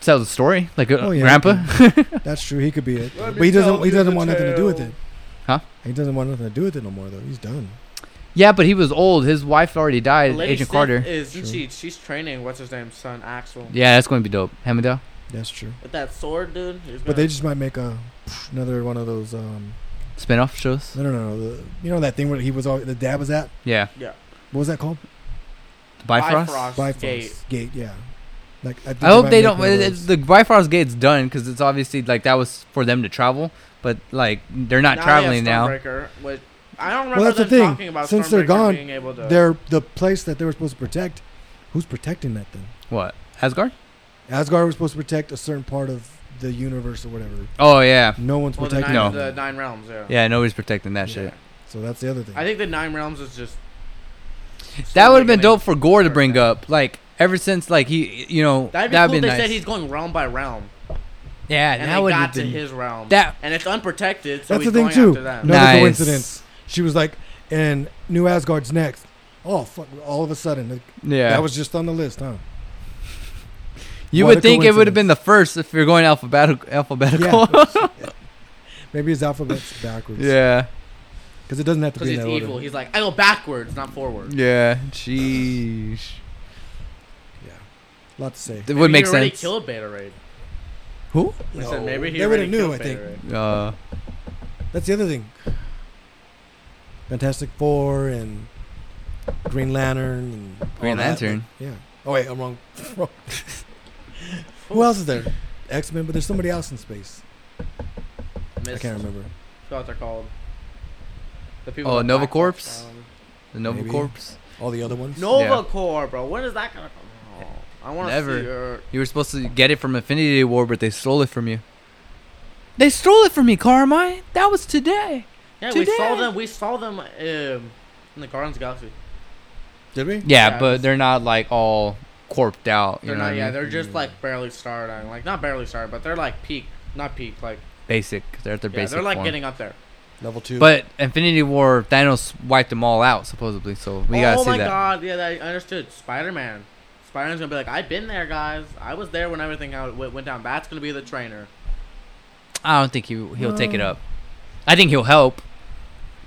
[SPEAKER 1] Tell the story, like uh,
[SPEAKER 2] Oh, yeah,
[SPEAKER 1] Grandpa.
[SPEAKER 2] That's true. He could be it,
[SPEAKER 3] Let me
[SPEAKER 2] but he doesn't.
[SPEAKER 3] tell
[SPEAKER 2] He
[SPEAKER 3] you
[SPEAKER 2] doesn't
[SPEAKER 3] the
[SPEAKER 2] want nothing to do with
[SPEAKER 3] tale.
[SPEAKER 2] it.
[SPEAKER 1] Huh?
[SPEAKER 2] He doesn't want nothing to do with it no more though. He's done.
[SPEAKER 1] yeah, but he was old. His wife already died.
[SPEAKER 3] Lady
[SPEAKER 1] Agent
[SPEAKER 3] Sif
[SPEAKER 1] Carter.
[SPEAKER 3] is
[SPEAKER 2] True.
[SPEAKER 3] she, she's training what's his name son Axel
[SPEAKER 1] Yeah, that's going to be dope. Hammondale.
[SPEAKER 2] That's true.
[SPEAKER 3] with that sword dude. he's
[SPEAKER 2] But
[SPEAKER 3] gonna-
[SPEAKER 2] they just might make a another one of those. Um,
[SPEAKER 1] Spin-off shows.
[SPEAKER 2] no, no, no. The, you know that thing where he was all the dad was at.
[SPEAKER 1] Yeah.
[SPEAKER 2] What was that called?
[SPEAKER 1] Bifrost.
[SPEAKER 3] Bifrost.
[SPEAKER 2] Bifrost
[SPEAKER 3] Gate.
[SPEAKER 2] Gate. Yeah. Like I, think
[SPEAKER 1] I hope
[SPEAKER 2] might
[SPEAKER 1] they
[SPEAKER 2] make
[SPEAKER 1] don't.
[SPEAKER 2] one
[SPEAKER 1] it-
[SPEAKER 2] of
[SPEAKER 1] it-
[SPEAKER 2] those.
[SPEAKER 1] the Bifrost gate's done because it's obviously like that was for them to travel, but like they're not
[SPEAKER 3] Now they have
[SPEAKER 1] traveling now.
[SPEAKER 3] Stormbreaker, which- I don't remember
[SPEAKER 2] Well, that's the
[SPEAKER 3] them
[SPEAKER 2] thing.
[SPEAKER 3] talking about
[SPEAKER 2] Since they're
[SPEAKER 3] Stormbreaker
[SPEAKER 2] gone,
[SPEAKER 3] being able to.
[SPEAKER 2] They're the place that they were supposed to protect. Who's protecting that thing?
[SPEAKER 1] What Asgard?
[SPEAKER 2] Asgard was supposed to protect a certain part of the universe or whatever.
[SPEAKER 1] Oh yeah,
[SPEAKER 2] No one's
[SPEAKER 3] well, the nine,
[SPEAKER 2] protecting.
[SPEAKER 1] No.
[SPEAKER 2] it.
[SPEAKER 3] the nine realms. Yeah.
[SPEAKER 1] yeah. Nobody's protecting that
[SPEAKER 3] Yeah.
[SPEAKER 1] shit.
[SPEAKER 2] So that's the other thing.
[SPEAKER 3] I think the nine realms is just.
[SPEAKER 1] That
[SPEAKER 3] Stormbreaker
[SPEAKER 1] would have been
[SPEAKER 3] made-
[SPEAKER 1] dope for Gore to
[SPEAKER 3] Sure,
[SPEAKER 1] bring
[SPEAKER 3] yeah.
[SPEAKER 1] up. Like ever since like he, you know,
[SPEAKER 3] That'd be cool.
[SPEAKER 1] that'd be
[SPEAKER 3] if they
[SPEAKER 1] nice.
[SPEAKER 3] said he's going realm by realm,
[SPEAKER 1] yeah,
[SPEAKER 3] and,
[SPEAKER 1] that
[SPEAKER 3] they
[SPEAKER 1] would
[SPEAKER 3] got
[SPEAKER 1] have
[SPEAKER 3] to
[SPEAKER 1] been
[SPEAKER 3] his realm.
[SPEAKER 1] that.
[SPEAKER 3] and it's unprotected. So
[SPEAKER 2] That's
[SPEAKER 3] he's
[SPEAKER 2] the thing
[SPEAKER 3] going
[SPEAKER 2] too.
[SPEAKER 3] After them.
[SPEAKER 2] Another
[SPEAKER 1] Nice.
[SPEAKER 2] coincidence. She was like, and New Asgard's next. Oh fuck! All of a sudden, like,
[SPEAKER 1] Yeah,
[SPEAKER 2] that was just on the list, huh?
[SPEAKER 1] you
[SPEAKER 2] what
[SPEAKER 1] would
[SPEAKER 2] a
[SPEAKER 1] think it would have been
[SPEAKER 2] coincidence.
[SPEAKER 1] the first if you're going alphabetical. Alphabetical.
[SPEAKER 2] Yeah. Maybe his alphabet's backwards.
[SPEAKER 1] Yeah.
[SPEAKER 2] Because it doesn't have to
[SPEAKER 3] Because
[SPEAKER 2] be in
[SPEAKER 3] he's
[SPEAKER 2] that
[SPEAKER 3] evil.
[SPEAKER 2] order.
[SPEAKER 3] He's like, I go backwards, not forward.
[SPEAKER 1] Yeah. Jeez.
[SPEAKER 2] Yeah. A lot to say.
[SPEAKER 1] It would
[SPEAKER 3] Maybe
[SPEAKER 1] make
[SPEAKER 3] he already
[SPEAKER 1] sense.
[SPEAKER 3] Killed Beta Raid.
[SPEAKER 1] Who?
[SPEAKER 3] I said maybe he
[SPEAKER 2] they
[SPEAKER 3] already
[SPEAKER 2] already knew.
[SPEAKER 3] killed
[SPEAKER 2] I
[SPEAKER 3] Beta
[SPEAKER 2] think
[SPEAKER 3] Raid.
[SPEAKER 1] Uh,
[SPEAKER 2] that's the other thing. Fantastic Four and Green Lantern and all
[SPEAKER 1] Green
[SPEAKER 2] that,
[SPEAKER 1] Lantern.
[SPEAKER 2] like, yeah. Oh wait, I'm wrong. Who else is there? X Men, but there's somebody else in space. I
[SPEAKER 3] Missed.
[SPEAKER 2] can't remember.
[SPEAKER 3] forgot what they're called. The people.
[SPEAKER 1] Oh,
[SPEAKER 3] that um,
[SPEAKER 1] Nova
[SPEAKER 3] Black Ops
[SPEAKER 1] Corps?
[SPEAKER 3] found.
[SPEAKER 1] The Nova
[SPEAKER 2] Maybe.
[SPEAKER 1] Corpse.
[SPEAKER 2] All the other ones.
[SPEAKER 3] Nova
[SPEAKER 1] Yeah.
[SPEAKER 3] Corps, bro. When is that gonna come? out? Oh, I want to
[SPEAKER 1] Never.
[SPEAKER 3] see your.
[SPEAKER 1] You were supposed to get it from Infinity War, but they stole it from you. They stole it from me, Carmine. That was today.
[SPEAKER 3] Yeah, we saw
[SPEAKER 1] Today.
[SPEAKER 3] them. We saw them um, in the Guardians of the Galaxy.
[SPEAKER 2] Did we?
[SPEAKER 1] Yeah,
[SPEAKER 3] Yeah,
[SPEAKER 1] but
[SPEAKER 3] it's-
[SPEAKER 1] they're not like all corped out. You
[SPEAKER 3] They're
[SPEAKER 1] know
[SPEAKER 3] not.
[SPEAKER 1] what I
[SPEAKER 3] Yeah,
[SPEAKER 1] mean?
[SPEAKER 3] they're just like barely starting. Like not barely starting, but they're like peak. Not peak. Like
[SPEAKER 1] basic. They're at their
[SPEAKER 3] yeah,
[SPEAKER 1] basic.
[SPEAKER 3] they're like
[SPEAKER 1] form.
[SPEAKER 3] getting up there.
[SPEAKER 2] Level two.
[SPEAKER 1] But Infinity War, Thanos wiped them all out supposedly. So we gotta
[SPEAKER 3] oh
[SPEAKER 1] see
[SPEAKER 3] my
[SPEAKER 1] that.
[SPEAKER 3] god! Yeah, that, I understood. Spider Man. Spider Man's gonna be like, I've been there, guys. I was there when everything out- went went down. That's gonna be the trainer.
[SPEAKER 1] I don't think he he'll take
[SPEAKER 3] Uh.
[SPEAKER 1] it up. I think he'll help.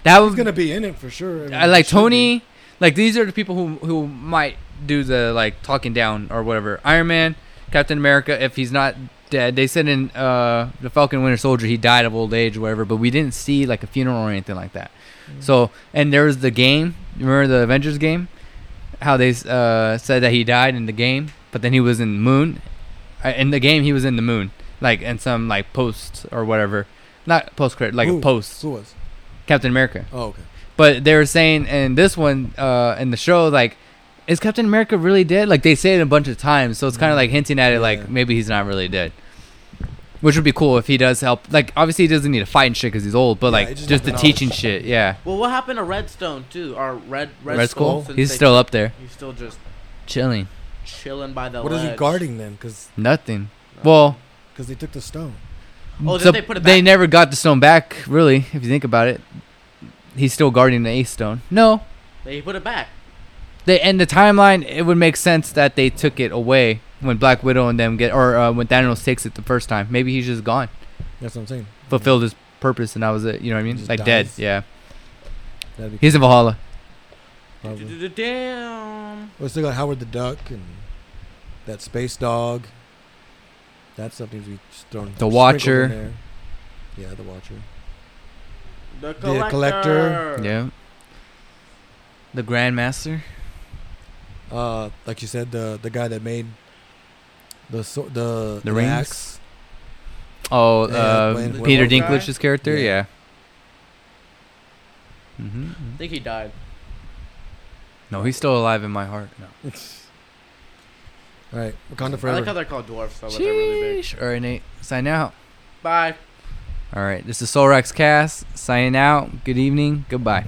[SPEAKER 1] That
[SPEAKER 2] he's
[SPEAKER 1] was
[SPEAKER 2] gonna be in it for sure. mean,
[SPEAKER 1] I Uh, like
[SPEAKER 2] should be.
[SPEAKER 1] Tony. Like these are the people who who might do the like talking down or whatever. Iron Man, Captain America. If he's not dead, they said in uh, the Falcon Winter Soldier he died of old age or whatever. But we didn't see like a funeral or anything like that.
[SPEAKER 2] Mm.
[SPEAKER 1] So and there was the game. Remember the Avengers game? How they uh, said that he died in the game, but then he was in the moon. Uh, In the game, he was in the moon, like in some like post or whatever, not post credit, like
[SPEAKER 2] Who?
[SPEAKER 1] a post.
[SPEAKER 2] Who was?
[SPEAKER 1] Captain America.
[SPEAKER 2] Oh, okay.
[SPEAKER 1] But they were saying in this one, uh, in the show, like, is Captain America really dead? Like they say it a bunch of times, so it's kind of like hinting at it,
[SPEAKER 2] Yeah.
[SPEAKER 1] like maybe he's not really dead. Which would be cool if he does help. Like obviously he doesn't need to fight and shit because he's old, but
[SPEAKER 2] Yeah,
[SPEAKER 1] like
[SPEAKER 2] he
[SPEAKER 1] just,
[SPEAKER 2] just
[SPEAKER 1] the
[SPEAKER 2] needs the
[SPEAKER 1] teaching shit, yeah.
[SPEAKER 3] Well, what happened to Redstone too? Or Red Red,
[SPEAKER 1] Red, Skull,
[SPEAKER 3] since
[SPEAKER 1] he's
[SPEAKER 3] they-
[SPEAKER 1] still up there,
[SPEAKER 3] He's still just
[SPEAKER 1] chilling.
[SPEAKER 3] chilling by the.
[SPEAKER 2] What is he
[SPEAKER 3] ledge.
[SPEAKER 2] guarding then? Because
[SPEAKER 1] Nothing. Well,
[SPEAKER 2] they took the stone.
[SPEAKER 3] Oh, did
[SPEAKER 1] so
[SPEAKER 3] they put it
[SPEAKER 1] they
[SPEAKER 3] back?
[SPEAKER 1] never got the stone back, really. If you think about it, he's still guarding the Ace Stone. No,
[SPEAKER 3] They put it back.
[SPEAKER 1] they and the timeline it would make sense that they took it away when Black Widow and them get or uh, when Thanos takes it the first time. Maybe he's just gone,
[SPEAKER 2] That's what I'm saying.
[SPEAKER 1] fulfilled his purpose, and that was it. You know what I mean?
[SPEAKER 2] Just
[SPEAKER 1] Like dead.
[SPEAKER 2] dies.
[SPEAKER 1] Yeah,
[SPEAKER 2] That'd be
[SPEAKER 1] he's in Valhalla.
[SPEAKER 2] probably.
[SPEAKER 3] Damn.
[SPEAKER 2] We still got Howard the Duck and that space dog. That stuff needs to be just thrown. sprinkled
[SPEAKER 1] Watcher.
[SPEAKER 2] in there. Yeah, the Watcher.
[SPEAKER 3] The collector.
[SPEAKER 2] The Collector.
[SPEAKER 1] Yeah. The Grandmaster.
[SPEAKER 2] Uh, like you said, the the guy that made the so, the
[SPEAKER 1] The rings?
[SPEAKER 2] axe.
[SPEAKER 1] Oh,
[SPEAKER 2] Yeah,
[SPEAKER 1] uh,
[SPEAKER 2] when- when
[SPEAKER 1] Peter
[SPEAKER 3] old guy?
[SPEAKER 1] Dinklage's character. Yeah.
[SPEAKER 2] Yeah.
[SPEAKER 1] hmm
[SPEAKER 3] I think he died.
[SPEAKER 1] No, he's still alive in my heart.
[SPEAKER 3] Oh,
[SPEAKER 1] No.
[SPEAKER 2] All right, Wakanda
[SPEAKER 3] I like how
[SPEAKER 2] forever.
[SPEAKER 3] they're called dwarfs, though, but they're really big.
[SPEAKER 1] Sheesh. All right, Nate. Sign out.
[SPEAKER 3] Bye.
[SPEAKER 1] All right. This is Solrax Cast. Signing out. Good evening. Goodbye.